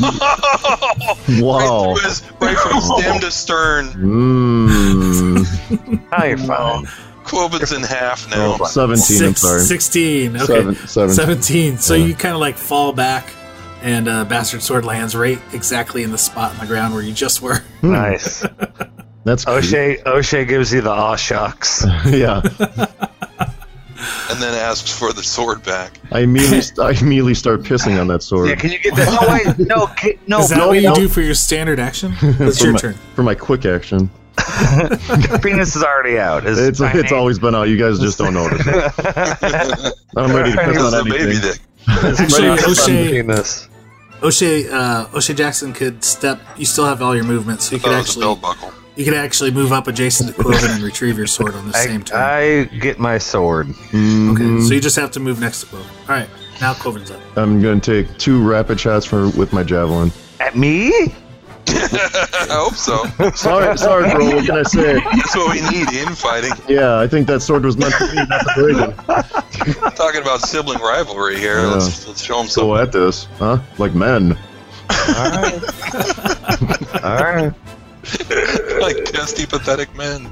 [SPEAKER 1] [LAUGHS]
[SPEAKER 2] Wow.
[SPEAKER 4] Right through his,
[SPEAKER 2] [LAUGHS]
[SPEAKER 4] right from stem to stern.
[SPEAKER 2] Mmm.
[SPEAKER 3] Now you're fine.
[SPEAKER 4] Quovin's in half
[SPEAKER 2] Oh
[SPEAKER 4] now.
[SPEAKER 2] 17, I'm
[SPEAKER 1] Six-
[SPEAKER 2] sorry.
[SPEAKER 1] 16. Okay.
[SPEAKER 2] Seven, seven.
[SPEAKER 1] 17. So
[SPEAKER 2] Yeah.
[SPEAKER 1] you kind of like fall back, and uh, Bastard Sword lands right exactly in the spot in the ground where you just were.
[SPEAKER 2] Hmm,
[SPEAKER 3] Nice.
[SPEAKER 2] That's
[SPEAKER 3] O'Shea O'Shea gives you the aw
[SPEAKER 1] [LAUGHS]
[SPEAKER 3] shucks.
[SPEAKER 2] [LAUGHS] yeah.
[SPEAKER 4] And then asks for the sword back.
[SPEAKER 2] I immediately, I immediately start pissing on that sword.
[SPEAKER 3] Yeah, can you get that? No, wait, no, ki- no.
[SPEAKER 1] Is that
[SPEAKER 3] no,
[SPEAKER 1] what you
[SPEAKER 3] no.
[SPEAKER 1] do for your
[SPEAKER 2] [LAUGHS]
[SPEAKER 1] standard action? It's
[SPEAKER 2] For
[SPEAKER 1] your
[SPEAKER 2] my-
[SPEAKER 1] turn.
[SPEAKER 2] For my quick action.
[SPEAKER 3] Penis is already out. Is
[SPEAKER 2] It's
[SPEAKER 3] I
[SPEAKER 2] it's
[SPEAKER 3] mean-
[SPEAKER 2] always been out. You guys just don't notice. it. I'm ready to
[SPEAKER 3] It's
[SPEAKER 2] piss
[SPEAKER 4] This
[SPEAKER 2] on
[SPEAKER 4] is a baby
[SPEAKER 2] anything.
[SPEAKER 4] dick.
[SPEAKER 1] Actually,
[SPEAKER 3] It's
[SPEAKER 1] O'Shea,
[SPEAKER 3] penis.
[SPEAKER 1] O'Shea, uh, O'Shea Jackson could step. You still have all your movement, so you
[SPEAKER 4] Thought
[SPEAKER 1] could
[SPEAKER 4] it was Oh, a
[SPEAKER 1] actually
[SPEAKER 4] belt buckle.
[SPEAKER 1] you could actually move up adjacent to Quoven and retrieve your sword on the
[SPEAKER 3] I,
[SPEAKER 1] same turn.
[SPEAKER 3] I get my sword.
[SPEAKER 1] okay,
[SPEAKER 2] Mhm.
[SPEAKER 1] so you just have to move next to Quoven. All right, now Quoven's up. Uh,
[SPEAKER 2] I'm going to take two rapid shots for, with my javelin.
[SPEAKER 3] At me?
[SPEAKER 4] I hope so.
[SPEAKER 2] Sorry, sorry, bro. What can I say?
[SPEAKER 4] That's what we need infighting.
[SPEAKER 2] Yeah, I think that sword was meant for me, not the dragon.
[SPEAKER 4] Talking about sibling rivalry here.
[SPEAKER 2] Yeah.
[SPEAKER 4] Let's, let's show them
[SPEAKER 2] So
[SPEAKER 4] something.
[SPEAKER 2] at this, huh? Like men. [LAUGHS]
[SPEAKER 3] All right.
[SPEAKER 4] [LAUGHS] like testy, pathetic men.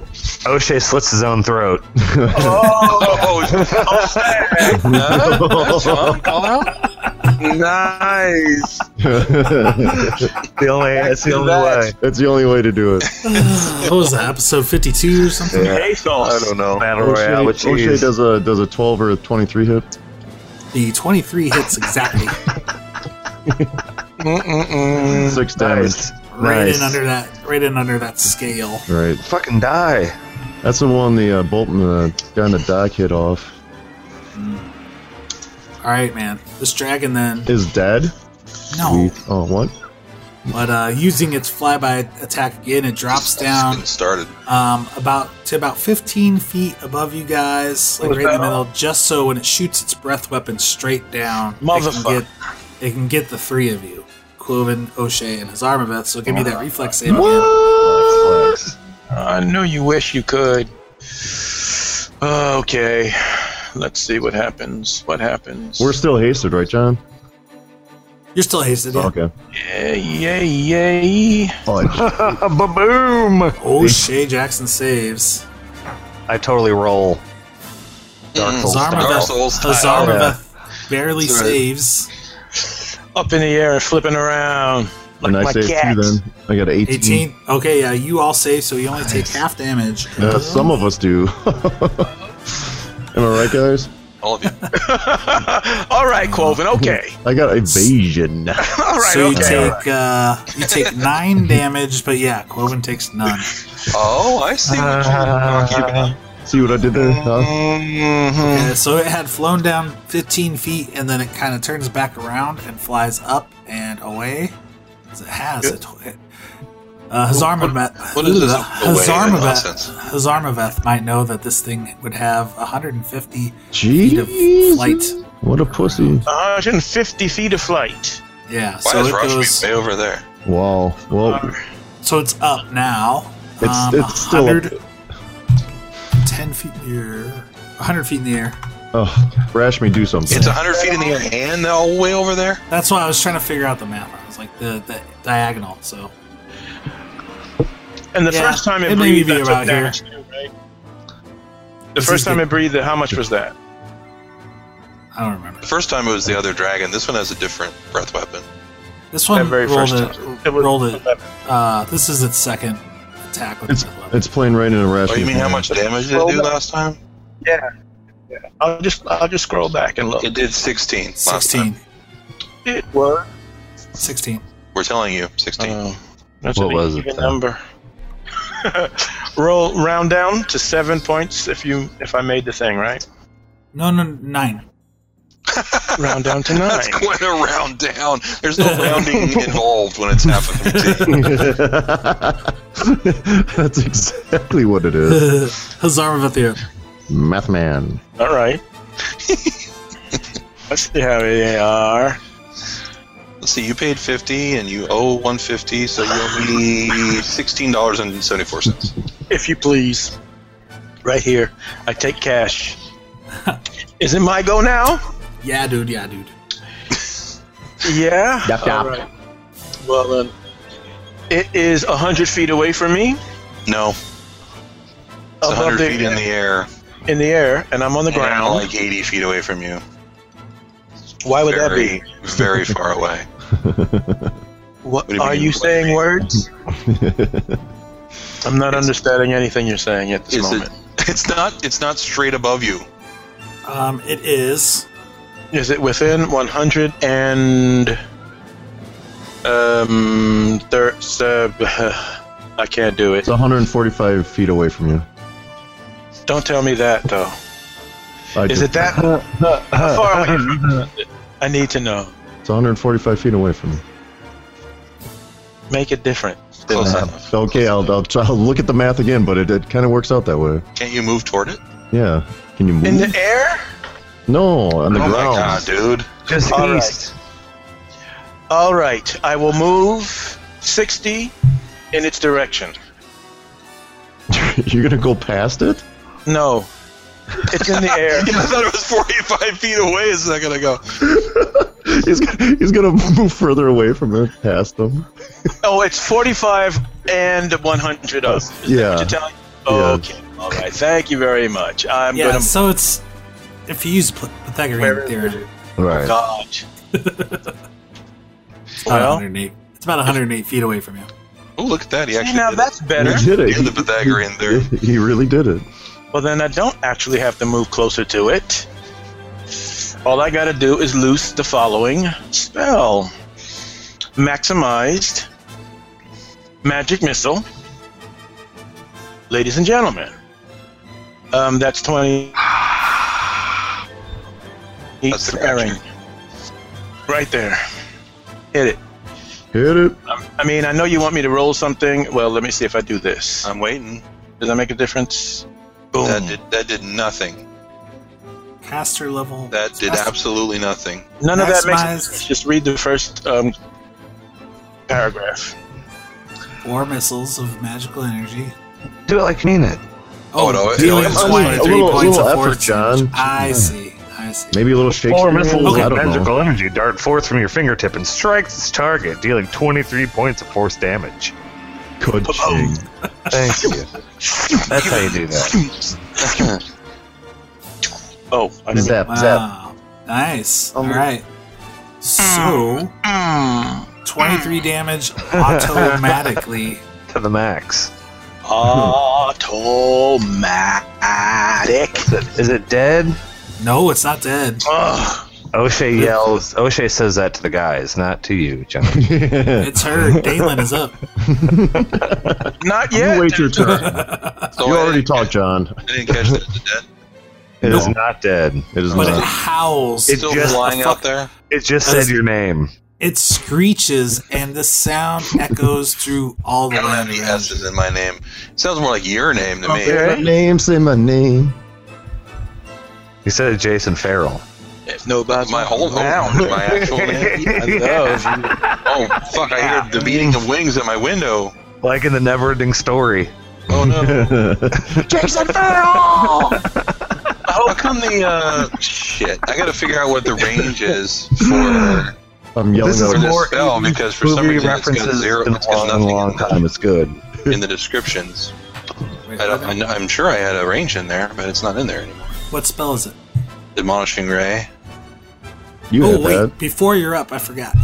[SPEAKER 3] O'Shea slits his own throat.
[SPEAKER 4] Oh,
[SPEAKER 2] [LAUGHS]
[SPEAKER 5] Nice.
[SPEAKER 2] That's
[SPEAKER 3] The only. That's the only way.
[SPEAKER 2] the only way to do it.
[SPEAKER 1] what was that? Episode fifty-two or something?
[SPEAKER 4] I don't know.
[SPEAKER 3] Battle [LAUGHS] royale. with
[SPEAKER 2] O'Shea, O'Shea
[SPEAKER 3] cheese.
[SPEAKER 2] does a does a 12 or a 23 hit.
[SPEAKER 1] The twenty-three hits exactly.
[SPEAKER 2] Six damage.
[SPEAKER 3] Nice.
[SPEAKER 1] right
[SPEAKER 3] Nice.
[SPEAKER 1] in under that right in under that scale
[SPEAKER 2] Right.
[SPEAKER 3] Fucking die.
[SPEAKER 2] That's the one the uh, bolt and the guy on the dock hit off.
[SPEAKER 1] all right man this dragon then
[SPEAKER 2] Is dead.
[SPEAKER 1] no
[SPEAKER 2] Oh, what?
[SPEAKER 1] but uh using its flyby attack again it drops down
[SPEAKER 4] Getting started.
[SPEAKER 1] um about to about 15 feet above you guys like right in the middle just so when it shoots its breath weapon straight down it can
[SPEAKER 5] Motherfucker.
[SPEAKER 1] get, it can get the three of you Cloven, O'Shea, and his Armaveth, so give me that reflex save again.
[SPEAKER 5] I knew you wish you could. Uh, Okay. Let's see what happens. What happens?
[SPEAKER 2] We're still hasted, right, John? Oh,
[SPEAKER 1] You're still hasted, yeah.
[SPEAKER 2] Okay.
[SPEAKER 5] Yay, Eh, yay, yay.
[SPEAKER 2] Oh,
[SPEAKER 3] Ba-boom.
[SPEAKER 1] O'Shea Oh, Jackson saves.
[SPEAKER 3] I totally roll. Dark
[SPEAKER 4] Mm.
[SPEAKER 2] Oh,
[SPEAKER 3] Souls.
[SPEAKER 1] Zarma-
[SPEAKER 4] Dark Souls style.
[SPEAKER 1] His Armaveth barely saves.
[SPEAKER 5] Up in the air and flipping around.
[SPEAKER 2] and I
[SPEAKER 3] [LAUGHS] my
[SPEAKER 2] saved
[SPEAKER 3] cat.
[SPEAKER 2] two then. I got an 18.
[SPEAKER 1] 18. Okay, yeah, you all save, so you only take half damage.
[SPEAKER 2] Yeah, Uh, some of us do. [LAUGHS] Am I right, guys?
[SPEAKER 4] All of you.
[SPEAKER 5] [LAUGHS] All right, Quoven.
[SPEAKER 2] [LAUGHS]
[SPEAKER 5] Okay.
[SPEAKER 2] I got evasion. [LAUGHS]
[SPEAKER 5] All right.
[SPEAKER 1] so you
[SPEAKER 5] okay.
[SPEAKER 1] take uh, you take nine damage, but yeah, Cloven takes none.
[SPEAKER 4] Oh, I see
[SPEAKER 1] Uh,
[SPEAKER 4] what you're talking about.
[SPEAKER 2] See what I did there? Huh? Hmm.
[SPEAKER 5] Mhm.
[SPEAKER 1] Uh, so it had flown down 15 feet, and then it kind of turns back around and flies up and away. 'Cause It has it. it uh, Hazarmaveth.
[SPEAKER 4] what is this
[SPEAKER 1] Ooh,
[SPEAKER 4] away nonsense?
[SPEAKER 1] Hazarmaveth, Hazarmaveth might know that this thing would have 150 feet of
[SPEAKER 2] Jeez.
[SPEAKER 1] flight.
[SPEAKER 2] What a pussy.
[SPEAKER 5] Uh, 150 feet of flight.
[SPEAKER 1] Yeah.
[SPEAKER 4] Why
[SPEAKER 1] so
[SPEAKER 4] is
[SPEAKER 1] it goes.
[SPEAKER 4] Roshmi way over there?
[SPEAKER 2] Wow. Well,
[SPEAKER 1] So it's up now.
[SPEAKER 2] It's-
[SPEAKER 1] Um,
[SPEAKER 2] it's still up.
[SPEAKER 1] 10 feet in the air. 100 feet in the air.
[SPEAKER 2] oh, rash me do something.
[SPEAKER 4] It's 100 feet in the air and they're all way over there?
[SPEAKER 1] That's why I was trying to figure out the math. I was like the, the diagonal. So
[SPEAKER 5] And the
[SPEAKER 1] Yeah,
[SPEAKER 5] first time it,
[SPEAKER 1] it may
[SPEAKER 5] breathed,
[SPEAKER 1] be
[SPEAKER 5] that took
[SPEAKER 1] about here.
[SPEAKER 5] damage too, right? The
[SPEAKER 1] This is
[SPEAKER 5] first time
[SPEAKER 1] the-
[SPEAKER 5] it breathed, how much was that?
[SPEAKER 1] I don't remember.
[SPEAKER 4] The first time it was the other dragon. This one has a different breath weapon.
[SPEAKER 1] This one
[SPEAKER 5] That very
[SPEAKER 1] rolled
[SPEAKER 5] first
[SPEAKER 1] a,
[SPEAKER 5] It was
[SPEAKER 1] rolled a,
[SPEAKER 5] 11.
[SPEAKER 1] uh, This is its second attack with
[SPEAKER 2] It's
[SPEAKER 1] the weapon.
[SPEAKER 2] it's playing right into rash.
[SPEAKER 4] Oh, you mean how much damage did it do last time?
[SPEAKER 5] I'll just I'll just scroll back and look.
[SPEAKER 4] It did 16. last time.
[SPEAKER 1] 16.
[SPEAKER 5] It was
[SPEAKER 1] 16.
[SPEAKER 4] We're telling you, 16.
[SPEAKER 5] Oh, that's
[SPEAKER 2] What
[SPEAKER 5] an
[SPEAKER 2] was it
[SPEAKER 5] even
[SPEAKER 2] then?
[SPEAKER 5] number. [LAUGHS] Roll round down to seven points if you if I made the thing right.
[SPEAKER 1] No, no, nine. [LAUGHS]
[SPEAKER 5] Round down to nine.
[SPEAKER 4] That's quite a round down. There's [LAUGHS] no rounding involved when it's half of 15.
[SPEAKER 2] That's exactly what it is.
[SPEAKER 1] Hazar with you.
[SPEAKER 2] Math man.
[SPEAKER 5] [LAUGHS] All right. [LAUGHS] Let's see how they are.
[SPEAKER 4] Let's [LAUGHS] see, you paid 50 and you owe 150, so you owe me $16.74.
[SPEAKER 5] If you please. Right here. I take [LAUGHS] cash. Is it my go now?
[SPEAKER 1] Yeah, dude. Yeah, dude.
[SPEAKER 5] Yeah. All right. Well then. It is a hundred feet away from me.
[SPEAKER 4] No, it's
[SPEAKER 5] above
[SPEAKER 4] 100 feet in the air.
[SPEAKER 5] in the air, and I'm on the
[SPEAKER 4] and I'm
[SPEAKER 5] ground.
[SPEAKER 4] like 80 feet away from you.
[SPEAKER 5] Why would that
[SPEAKER 4] very,
[SPEAKER 5] be?
[SPEAKER 4] Very
[SPEAKER 5] [LAUGHS]
[SPEAKER 4] far away.
[SPEAKER 5] What,
[SPEAKER 4] do you
[SPEAKER 5] are
[SPEAKER 4] mean,
[SPEAKER 5] you
[SPEAKER 4] what [LAUGHS]
[SPEAKER 5] saying words? I'm not understanding anything you're saying at this
[SPEAKER 4] Is it,
[SPEAKER 5] moment.
[SPEAKER 4] it's not It's not straight above you.
[SPEAKER 1] Um, it is.
[SPEAKER 5] Is it within 100 and um thir- so- [SIGHS] I can't do it.
[SPEAKER 2] It's 145 feet away from you.
[SPEAKER 5] Don't tell me that though.
[SPEAKER 2] I
[SPEAKER 5] Is
[SPEAKER 2] just-
[SPEAKER 5] it that how far away? From I need to know.
[SPEAKER 2] It's 145 feet away from you.
[SPEAKER 5] Make it different.
[SPEAKER 4] Close enough.
[SPEAKER 2] Okay, I'll, I'll, try, I'll look at the math again, but it, it kind of works out that way.
[SPEAKER 4] Can't you move toward it?
[SPEAKER 2] Yeah. Can you move?
[SPEAKER 5] In the air?
[SPEAKER 2] no, on the
[SPEAKER 4] oh
[SPEAKER 2] ground.
[SPEAKER 4] my god,
[SPEAKER 5] [LAUGHS]
[SPEAKER 4] dude.
[SPEAKER 3] Just
[SPEAKER 5] All right.
[SPEAKER 3] east.
[SPEAKER 5] All right. I will move 60 in its direction.
[SPEAKER 2] [LAUGHS] You're gonna go past it? [LAUGHS]
[SPEAKER 5] No. It's in the air.
[SPEAKER 4] I thought it was 45 feet away a second ago.
[SPEAKER 2] he's, gonna- he's gonna move further away from it, past them.
[SPEAKER 5] Oh, it's 45 and 100 of. Is
[SPEAKER 2] Yeah.
[SPEAKER 5] That what you're telling me?
[SPEAKER 2] Yeah.
[SPEAKER 5] Okay. All right. Thank you very much. I'm
[SPEAKER 1] yeah.
[SPEAKER 5] gonna.
[SPEAKER 1] So it's if you use Pyth- Pythagorean
[SPEAKER 5] Where-
[SPEAKER 1] theorem,
[SPEAKER 4] Oh
[SPEAKER 2] Right.
[SPEAKER 5] God.
[SPEAKER 1] it's about
[SPEAKER 5] well,
[SPEAKER 1] 108. It's about 108 feet away from you.
[SPEAKER 4] Oh, look at that. He
[SPEAKER 5] see,
[SPEAKER 4] actually.
[SPEAKER 5] now
[SPEAKER 4] did it.
[SPEAKER 5] that's better.
[SPEAKER 2] He did it.
[SPEAKER 4] Yeah, the Pythagorean theory.
[SPEAKER 2] He, he really did it.
[SPEAKER 5] Well, then I don't actually have to move closer to it. All I gotta do is loose the following spell Maximized Magic Missile. Ladies and gentlemen, um, that's 20. He's
[SPEAKER 4] That's the
[SPEAKER 5] swearing.
[SPEAKER 4] magic.
[SPEAKER 5] Right there. Hit it.
[SPEAKER 2] Hit it.
[SPEAKER 5] Um, I mean, I know you want me to roll something. Well, let me see if I do this.
[SPEAKER 4] I'm waiting.
[SPEAKER 5] Does that make a difference? Boom.
[SPEAKER 4] That did, that did nothing.
[SPEAKER 1] Caster level.
[SPEAKER 4] That did
[SPEAKER 1] Caster-
[SPEAKER 4] absolutely nothing.
[SPEAKER 5] None of that makes
[SPEAKER 1] Maximize-
[SPEAKER 5] sense. Just read the first um, paragraph.
[SPEAKER 1] Four missiles of magical energy.
[SPEAKER 3] Do it like Nina.
[SPEAKER 4] Oh, no, it-
[SPEAKER 1] dealing
[SPEAKER 4] it was-
[SPEAKER 1] 23
[SPEAKER 2] a little-
[SPEAKER 1] points
[SPEAKER 2] little
[SPEAKER 1] of force
[SPEAKER 2] effort, John.
[SPEAKER 1] damage. I see. I see.
[SPEAKER 2] Maybe a little Shakespeare.
[SPEAKER 3] Four missiles
[SPEAKER 2] I
[SPEAKER 3] of
[SPEAKER 2] don't know.
[SPEAKER 3] magical energy dart forth from your fingertip and strikes its target, dealing 23 points of force damage.
[SPEAKER 2] Good
[SPEAKER 5] Boom.
[SPEAKER 2] shit.
[SPEAKER 3] Thank you. That's how you do that.
[SPEAKER 5] Oh, I didn't.
[SPEAKER 2] Zap, zap.
[SPEAKER 1] Wow. Nice.
[SPEAKER 2] Um,
[SPEAKER 1] All right. So, 23
[SPEAKER 2] [LAUGHS]
[SPEAKER 1] damage automatically.
[SPEAKER 3] To the max.
[SPEAKER 5] Automatic.
[SPEAKER 3] Is it dead?
[SPEAKER 1] No, it's not dead.
[SPEAKER 5] Ugh.
[SPEAKER 3] O'Shea yells. O'Shea says that to the guys, not to you, John. [LAUGHS]
[SPEAKER 1] It's her. Dalen is up.
[SPEAKER 5] Not
[SPEAKER 2] you
[SPEAKER 5] yet.
[SPEAKER 2] wait your turn.
[SPEAKER 4] So
[SPEAKER 2] you
[SPEAKER 4] I
[SPEAKER 2] already
[SPEAKER 4] didn't catch-
[SPEAKER 2] talked, John.
[SPEAKER 4] Oh, I didn't catch that. Did that.
[SPEAKER 3] It is not dead.
[SPEAKER 2] It is
[SPEAKER 1] But it
[SPEAKER 2] not.
[SPEAKER 1] howls.
[SPEAKER 3] It
[SPEAKER 1] It,
[SPEAKER 4] Still
[SPEAKER 3] just-
[SPEAKER 4] flying out there.
[SPEAKER 3] It just
[SPEAKER 1] That
[SPEAKER 3] said
[SPEAKER 1] is-
[SPEAKER 3] your name.
[SPEAKER 1] screeches, and the sound echoes through all the
[SPEAKER 4] I don't have
[SPEAKER 1] land
[SPEAKER 4] any
[SPEAKER 1] around.
[SPEAKER 4] S's in my name. sounds more like your name to me.
[SPEAKER 2] My name, say my name.
[SPEAKER 3] [LAUGHS] He said Jason Farrell.
[SPEAKER 5] If nobody's
[SPEAKER 4] My whole
[SPEAKER 5] around,
[SPEAKER 4] home, my actual name.
[SPEAKER 5] [LAUGHS] I love you.
[SPEAKER 4] Oh fuck! I hear the beating of wings at my window.
[SPEAKER 3] [LAUGHS] Like in the Neverending Story.
[SPEAKER 4] Oh
[SPEAKER 2] [LAUGHS]
[SPEAKER 4] no!
[SPEAKER 5] Jason Farrell!
[SPEAKER 4] How come the uh, shit? I gotta figure out what the range is for
[SPEAKER 2] I'm yelling
[SPEAKER 3] This is
[SPEAKER 4] for
[SPEAKER 2] out
[SPEAKER 3] more-
[SPEAKER 4] this spell because for some
[SPEAKER 3] movie
[SPEAKER 4] reason it's got
[SPEAKER 3] references
[SPEAKER 4] zero,
[SPEAKER 3] in
[SPEAKER 4] it's got
[SPEAKER 3] a long,
[SPEAKER 4] nothing in
[SPEAKER 3] long
[SPEAKER 4] the-
[SPEAKER 2] time. It's good.
[SPEAKER 4] in the descriptions.
[SPEAKER 1] Wait,
[SPEAKER 4] I don't, I know- I'm sure I had a range in there, but it's not in there anymore.
[SPEAKER 1] what spell is it?
[SPEAKER 4] Demolishing ray.
[SPEAKER 2] You
[SPEAKER 1] oh
[SPEAKER 2] had
[SPEAKER 1] wait,
[SPEAKER 2] that.
[SPEAKER 1] before you're up, I forgot.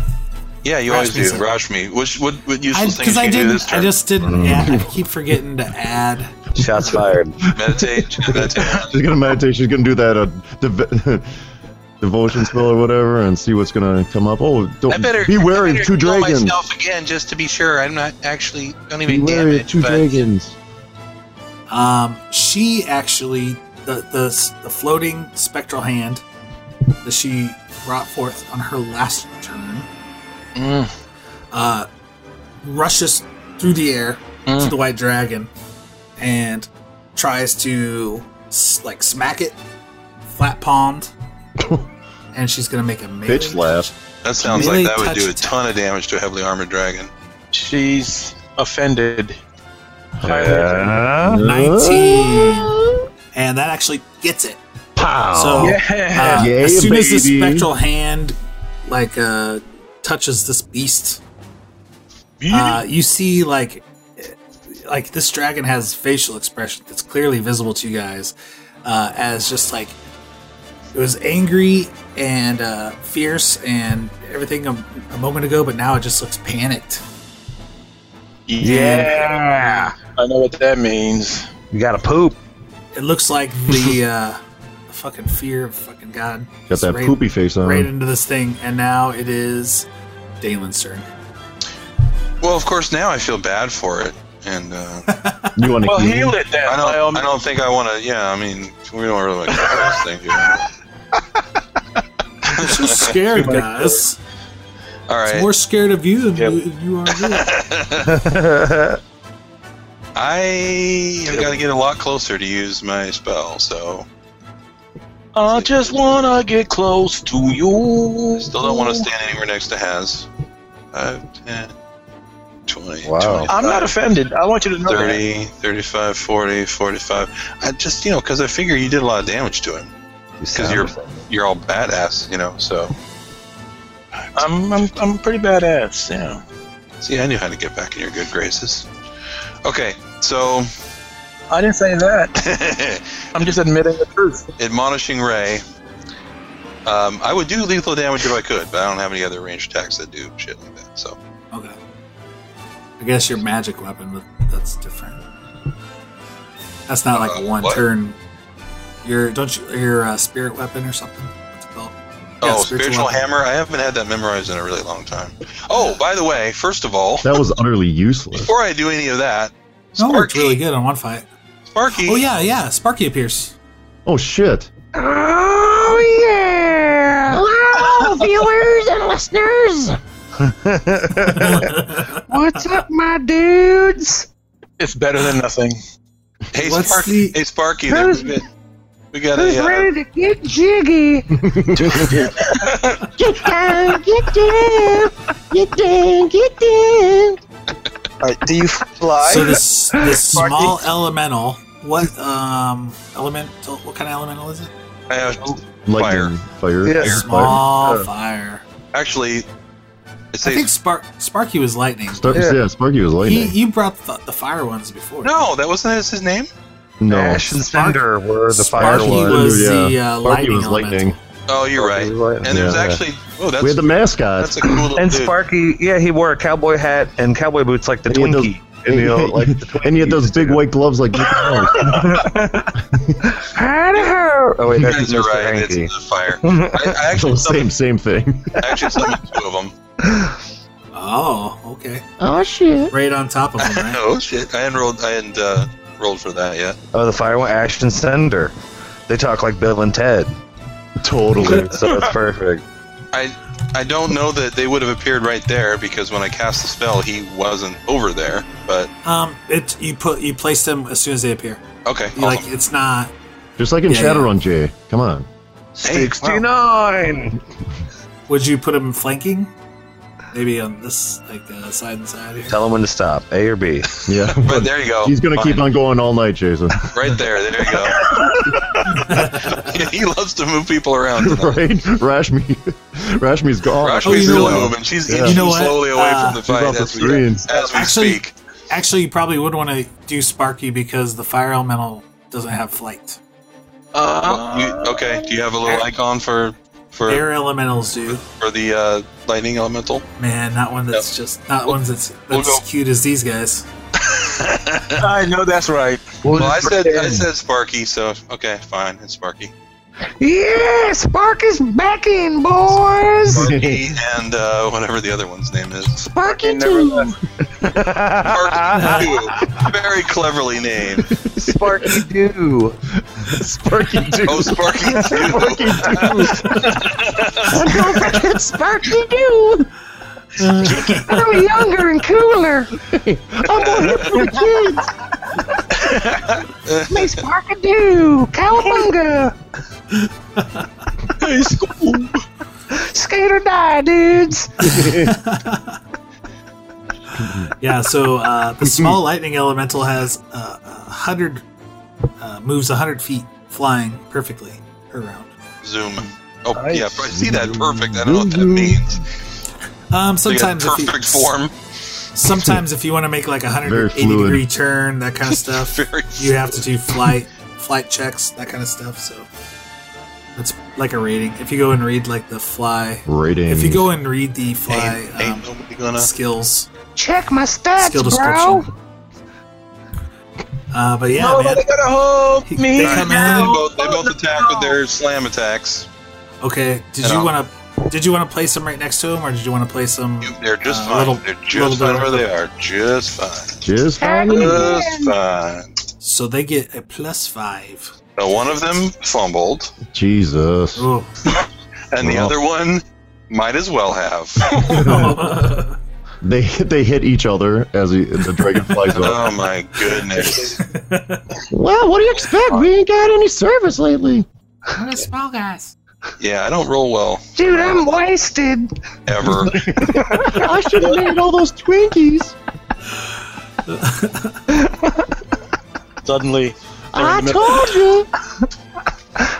[SPEAKER 4] Yeah, you
[SPEAKER 1] Rashmi
[SPEAKER 4] always do.
[SPEAKER 1] said-
[SPEAKER 4] Rashmi. Which what what
[SPEAKER 1] I
[SPEAKER 4] useless things
[SPEAKER 1] because
[SPEAKER 4] can
[SPEAKER 1] I
[SPEAKER 4] you do this
[SPEAKER 1] didn't. I
[SPEAKER 4] turn?
[SPEAKER 1] just didn't.
[SPEAKER 2] Mm.
[SPEAKER 1] Yeah, I keep forgetting to add.
[SPEAKER 3] Shots fired.
[SPEAKER 4] [LAUGHS] meditate. just meditate.
[SPEAKER 2] [LAUGHS] She's gonna meditate. She's gonna do that uh, dev- [LAUGHS] devotion spell or whatever, and see what's gonna come up. Oh,
[SPEAKER 4] I
[SPEAKER 2] don't
[SPEAKER 4] better
[SPEAKER 2] be
[SPEAKER 4] I
[SPEAKER 2] wary
[SPEAKER 4] better
[SPEAKER 2] of two
[SPEAKER 4] heal
[SPEAKER 2] dragons.
[SPEAKER 4] Myself again, just to be sure. I'm not actually don't
[SPEAKER 2] Be
[SPEAKER 4] even
[SPEAKER 2] wary of
[SPEAKER 4] damage.
[SPEAKER 2] two
[SPEAKER 4] But
[SPEAKER 2] dragons.
[SPEAKER 1] Um, she actually the, the the floating spectral hand that she brought forth on her last turn
[SPEAKER 4] Mm.
[SPEAKER 1] uh, rushes through the air to
[SPEAKER 4] Mm.
[SPEAKER 1] the white dragon and tries to s- like smack it flat
[SPEAKER 2] [LAUGHS]
[SPEAKER 1] palmed, and she's gonna make a melee
[SPEAKER 2] Bitch laugh.
[SPEAKER 4] that sounds
[SPEAKER 1] Melee
[SPEAKER 4] like that would do a
[SPEAKER 1] touch attack.
[SPEAKER 4] ton of damage to a heavily armored dragon.
[SPEAKER 5] She's offended.
[SPEAKER 3] Uh,
[SPEAKER 1] 19 and that actually gets it
[SPEAKER 2] Oh.
[SPEAKER 3] pow.
[SPEAKER 1] so
[SPEAKER 5] Yeah.
[SPEAKER 1] Uh,
[SPEAKER 2] Yeah,
[SPEAKER 1] as soon as the
[SPEAKER 2] baby.
[SPEAKER 1] spectral hand like uh touches this beast uh you see like eh, like this dragon has facial expression that's clearly visible to you guys uh as just like it was angry and uh fierce and everything a, a moment ago but now it just looks panicked
[SPEAKER 5] Yeah. I know what that means.
[SPEAKER 3] you gotta poop.
[SPEAKER 1] it looks like
[SPEAKER 2] [LAUGHS]
[SPEAKER 1] the uh fucking fear of fucking god
[SPEAKER 2] Got that
[SPEAKER 1] Raiden-
[SPEAKER 2] poopy face on.
[SPEAKER 1] right into this thing, and now it is Dalen's turn.
[SPEAKER 4] Well, of course, now I feel bad for it, and
[SPEAKER 5] [LAUGHS]
[SPEAKER 4] uh,
[SPEAKER 2] You want
[SPEAKER 5] Well,
[SPEAKER 2] to heal?
[SPEAKER 5] heal it then.
[SPEAKER 4] I
[SPEAKER 5] by all
[SPEAKER 4] don't. I
[SPEAKER 5] means.
[SPEAKER 4] don't think I want to. Yeah, I mean, we don't really want to this thing. do we?
[SPEAKER 1] She's [LAUGHS] scared, guys.
[SPEAKER 4] All right.
[SPEAKER 1] She's more scared of you than
[SPEAKER 5] Yep.
[SPEAKER 1] you, you are. of it.
[SPEAKER 4] I have got to get a lot closer to use my spell, so
[SPEAKER 5] I just wanna get close to you.
[SPEAKER 4] I still don't want to stand anywhere next to Has. 5, 10, 20,
[SPEAKER 2] Wow.
[SPEAKER 4] 25,
[SPEAKER 5] I'm not offended. I want you to know
[SPEAKER 4] 30, 35, 40, 45. I just, you know, because I figure you did a lot of damage to him. Because you're, you're all badass, you know, so.
[SPEAKER 5] that. I'm, I'm, I'm pretty badass. Yeah.
[SPEAKER 4] See, I knew how to get back in your good graces. Okay,
[SPEAKER 1] [LAUGHS]
[SPEAKER 4] so.
[SPEAKER 5] I didn't say that. I'm just admitting the truth.
[SPEAKER 4] admonishing ray. Um, I would do lethal damage if I could, but I don't have any other ranged attacks that do shit like that. So
[SPEAKER 1] [LAUGHS] okay. I guess your magic weapon, but that's different. That's not like
[SPEAKER 4] Uh,
[SPEAKER 1] a one
[SPEAKER 4] what?
[SPEAKER 1] turn. Your don't you your uh, spirit weapon or something? What's it called? Yeah,
[SPEAKER 4] oh, spiritual
[SPEAKER 1] weapon.
[SPEAKER 4] hammer. I haven't had that memorized in a really long time. Oh, by the way, first of all,
[SPEAKER 2] That was utterly useless.
[SPEAKER 4] before I do any of that,
[SPEAKER 1] No, it worked
[SPEAKER 4] Sparky,
[SPEAKER 1] really good on one fight.
[SPEAKER 4] Sparky,
[SPEAKER 1] Oh yeah, yeah. Sparky appears.
[SPEAKER 2] Oh shit!
[SPEAKER 6] Oh yeah! Hello, viewers and listeners. [LAUGHS] What's up, my dudes?
[SPEAKER 5] It's better than nothing.
[SPEAKER 4] hey
[SPEAKER 1] What's
[SPEAKER 4] Sparky,
[SPEAKER 1] the-
[SPEAKER 4] hey Sparky, there, we, got- we got
[SPEAKER 6] Who's
[SPEAKER 4] a uh,
[SPEAKER 6] ready to get jiggy? [LAUGHS] get down, get down, get down, get down.
[SPEAKER 3] do you fly?
[SPEAKER 1] So
[SPEAKER 4] [LAUGHS]
[SPEAKER 1] this this small elemental. What um elemental? What kind of elemental is it?
[SPEAKER 4] I
[SPEAKER 1] Oh,
[SPEAKER 4] have-
[SPEAKER 2] Lightning, fire.
[SPEAKER 3] Yeah.
[SPEAKER 2] fire.
[SPEAKER 1] Small
[SPEAKER 3] Uh,
[SPEAKER 1] fire.
[SPEAKER 4] actually. It
[SPEAKER 1] I think
[SPEAKER 4] says,
[SPEAKER 1] Spark Sparky was lightning.
[SPEAKER 2] Star-
[SPEAKER 3] Yeah.
[SPEAKER 2] yeah. Sparky was
[SPEAKER 1] He,
[SPEAKER 2] lightning.
[SPEAKER 1] you brought the, the fire ones before.
[SPEAKER 4] no, that wasn't his, his name.
[SPEAKER 2] no,
[SPEAKER 3] Ash and
[SPEAKER 1] Spark-
[SPEAKER 3] Cinder were the fire
[SPEAKER 1] Sparky
[SPEAKER 2] fireworks.
[SPEAKER 3] ones.
[SPEAKER 1] was the
[SPEAKER 2] Yeah.
[SPEAKER 1] uh,
[SPEAKER 2] Sparky
[SPEAKER 1] lightning.
[SPEAKER 2] was lightning.
[SPEAKER 1] elemental.
[SPEAKER 4] Oh, you're right. And there's
[SPEAKER 2] Yeah.
[SPEAKER 4] actually oh, that's
[SPEAKER 2] We had the mascot.
[SPEAKER 4] that's a cool little
[SPEAKER 3] And
[SPEAKER 4] dude.
[SPEAKER 3] Sparky, yeah, he wore a cowboy hat and cowboy boots like the
[SPEAKER 2] And he had those-
[SPEAKER 3] Twinkie. And, you
[SPEAKER 2] [LAUGHS]
[SPEAKER 3] know, [LAUGHS] like the
[SPEAKER 2] and he had those
[SPEAKER 3] Twinkies,
[SPEAKER 2] big
[SPEAKER 3] too.
[SPEAKER 2] white gloves like. Mickey Mouse.
[SPEAKER 3] [LAUGHS]
[SPEAKER 6] Hi-ho.
[SPEAKER 3] Oh wait,
[SPEAKER 4] You
[SPEAKER 3] that's
[SPEAKER 4] guys are
[SPEAKER 3] Mr.
[SPEAKER 4] right. It's
[SPEAKER 3] Hanky.
[SPEAKER 4] the fire.
[SPEAKER 1] [LAUGHS]
[SPEAKER 4] I, I actually
[SPEAKER 2] [LAUGHS] same
[SPEAKER 4] summoned,
[SPEAKER 2] same thing.
[SPEAKER 4] I actually summoned two of them.
[SPEAKER 1] Oh, okay.
[SPEAKER 6] Oh shit!
[SPEAKER 1] Right on top of him,
[SPEAKER 4] [LAUGHS]
[SPEAKER 1] right?
[SPEAKER 4] oh shit! I hadn't rolled. I hadn't uh, rolled for that yet.
[SPEAKER 3] Oh, the fire one, Ash and Cinder. They talk like Bill and Ted,
[SPEAKER 2] Totally.
[SPEAKER 3] [LAUGHS] so it's perfect.
[SPEAKER 4] I I don't know that they would have appeared right there because when I cast the spell, he wasn't over there. But
[SPEAKER 1] Um, it you put you place them as soon as they appear.
[SPEAKER 4] okay,
[SPEAKER 1] You,
[SPEAKER 4] awesome.
[SPEAKER 1] Like it's not.
[SPEAKER 2] Just like in
[SPEAKER 1] Yeah, yeah.
[SPEAKER 2] Shadowrun, Jay. Come on.
[SPEAKER 3] Sixty-nine.
[SPEAKER 1] Would you put him flanking? Maybe on this, like uh, side and side here.
[SPEAKER 3] Tell him when to stop. A or B.
[SPEAKER 4] [LAUGHS]
[SPEAKER 2] Yeah.
[SPEAKER 4] But there you go.
[SPEAKER 2] He's gonna keep
[SPEAKER 4] Oh, Fine.
[SPEAKER 2] on going all night, Jason. [LAUGHS]
[SPEAKER 4] Right there, there you go. [LAUGHS] Yeah, he loves to move people around. Tonight.
[SPEAKER 2] right? Rashmi, [LAUGHS] Rashmi's gone.
[SPEAKER 4] Rashmi's
[SPEAKER 1] Oh, you know
[SPEAKER 4] really
[SPEAKER 1] what?
[SPEAKER 4] moving. She's
[SPEAKER 2] Yeah.
[SPEAKER 4] inching
[SPEAKER 1] You know what?
[SPEAKER 4] slowly away
[SPEAKER 1] Uh,
[SPEAKER 4] from the
[SPEAKER 2] She's
[SPEAKER 4] fight
[SPEAKER 2] off the
[SPEAKER 4] as we,
[SPEAKER 2] screen.
[SPEAKER 4] as we
[SPEAKER 1] Actually-
[SPEAKER 4] speak.
[SPEAKER 1] Actually, you probably would want to do Sparky because the fire elemental doesn't have flight. Uh,
[SPEAKER 4] Well, you- okay, do you have a little
[SPEAKER 1] Air-
[SPEAKER 4] icon for for
[SPEAKER 1] Air elementals do.
[SPEAKER 4] for the uh, lightning elemental?
[SPEAKER 1] Man, not one that's just not ones that's
[SPEAKER 4] We'll
[SPEAKER 1] that's
[SPEAKER 4] go-
[SPEAKER 1] cute as these guys.
[SPEAKER 5] I know that's right.
[SPEAKER 4] Well, I said I said Sparky, so okay, fine, it's
[SPEAKER 2] [LAUGHS]
[SPEAKER 4] Sparky.
[SPEAKER 6] Yeah, Spark is back in, boys.
[SPEAKER 4] Sparky and uh, whatever the other one's name is.
[SPEAKER 6] Sparky too.
[SPEAKER 1] [LAUGHS]
[SPEAKER 4] Sparky Two. Very cleverly named.
[SPEAKER 3] Sparky do.
[SPEAKER 2] Sparky [LAUGHS] dude.
[SPEAKER 4] Oh, Sparky
[SPEAKER 2] [LAUGHS]
[SPEAKER 4] Two.
[SPEAKER 2] Sparky dude.
[SPEAKER 6] Don't forget Sparky too. I'm younger and cooler. I'm gonna hit for the kids. May Sparky do. Cowabunga. Skater die, dudes.
[SPEAKER 1] Yeah, so uh,
[SPEAKER 2] [LAUGHS]
[SPEAKER 1] the small lightning elemental has uh, a hundred uh, moves, hundred feet flying perfectly per round.
[SPEAKER 4] Zoom. Oh, yeah, I see that perfect. I don't know what that means.
[SPEAKER 1] Um,
[SPEAKER 4] Like a
[SPEAKER 1] sometimes if you-
[SPEAKER 4] perfect form.
[SPEAKER 1] [LAUGHS]
[SPEAKER 4] [LAUGHS]
[SPEAKER 1] Sometimes if you want to make like a
[SPEAKER 2] Very
[SPEAKER 1] 180
[SPEAKER 2] fluid.
[SPEAKER 1] degree turn, that kind of stuff,
[SPEAKER 4] Very
[SPEAKER 1] you have to do flight flight checks, that kind of stuff. So that's like a rating. If you go and read like the fly,
[SPEAKER 2] Rating.
[SPEAKER 1] if you go and read the fly
[SPEAKER 4] Ain't, ain't
[SPEAKER 1] um,
[SPEAKER 4] nobody gonna.
[SPEAKER 1] skills
[SPEAKER 6] Check my
[SPEAKER 1] skill
[SPEAKER 6] stats, bro.
[SPEAKER 1] description. Uh, but yeah, man.
[SPEAKER 5] Nobody gotta hold
[SPEAKER 1] He-
[SPEAKER 5] me.
[SPEAKER 1] they come
[SPEAKER 4] They
[SPEAKER 1] in.
[SPEAKER 4] both, they both attack with their slam attacks.
[SPEAKER 1] Okay, did
[SPEAKER 4] And
[SPEAKER 1] you
[SPEAKER 4] I'll-
[SPEAKER 1] want to did you want to place them right next to him, or did you want to place them?
[SPEAKER 4] You- They're just
[SPEAKER 1] Uh,
[SPEAKER 4] fine.
[SPEAKER 1] little-
[SPEAKER 4] They're
[SPEAKER 1] little
[SPEAKER 4] just
[SPEAKER 1] bit
[SPEAKER 4] fine
[SPEAKER 1] of-
[SPEAKER 4] where they are. Just fine.
[SPEAKER 2] Just
[SPEAKER 6] Tag
[SPEAKER 2] fine.
[SPEAKER 4] Just fine.
[SPEAKER 1] So they get a plus five.
[SPEAKER 4] So one of them fumbled,
[SPEAKER 2] Jesus.
[SPEAKER 1] Oh.
[SPEAKER 4] and the
[SPEAKER 2] Wow.
[SPEAKER 4] other one might as well have.
[SPEAKER 1] [LAUGHS]
[SPEAKER 2] They they hit each other as he, the
[SPEAKER 3] [LAUGHS]
[SPEAKER 2] dragon flies up.
[SPEAKER 4] oh my goodness.
[SPEAKER 6] Well, what do you expect? We ain't got any service lately.
[SPEAKER 4] Yeah, I don't roll well
[SPEAKER 6] Dude, I'm wasted.
[SPEAKER 4] ever.
[SPEAKER 6] I should have made all those Twinkies.
[SPEAKER 5] Suddenly,
[SPEAKER 6] I told you. [LAUGHS]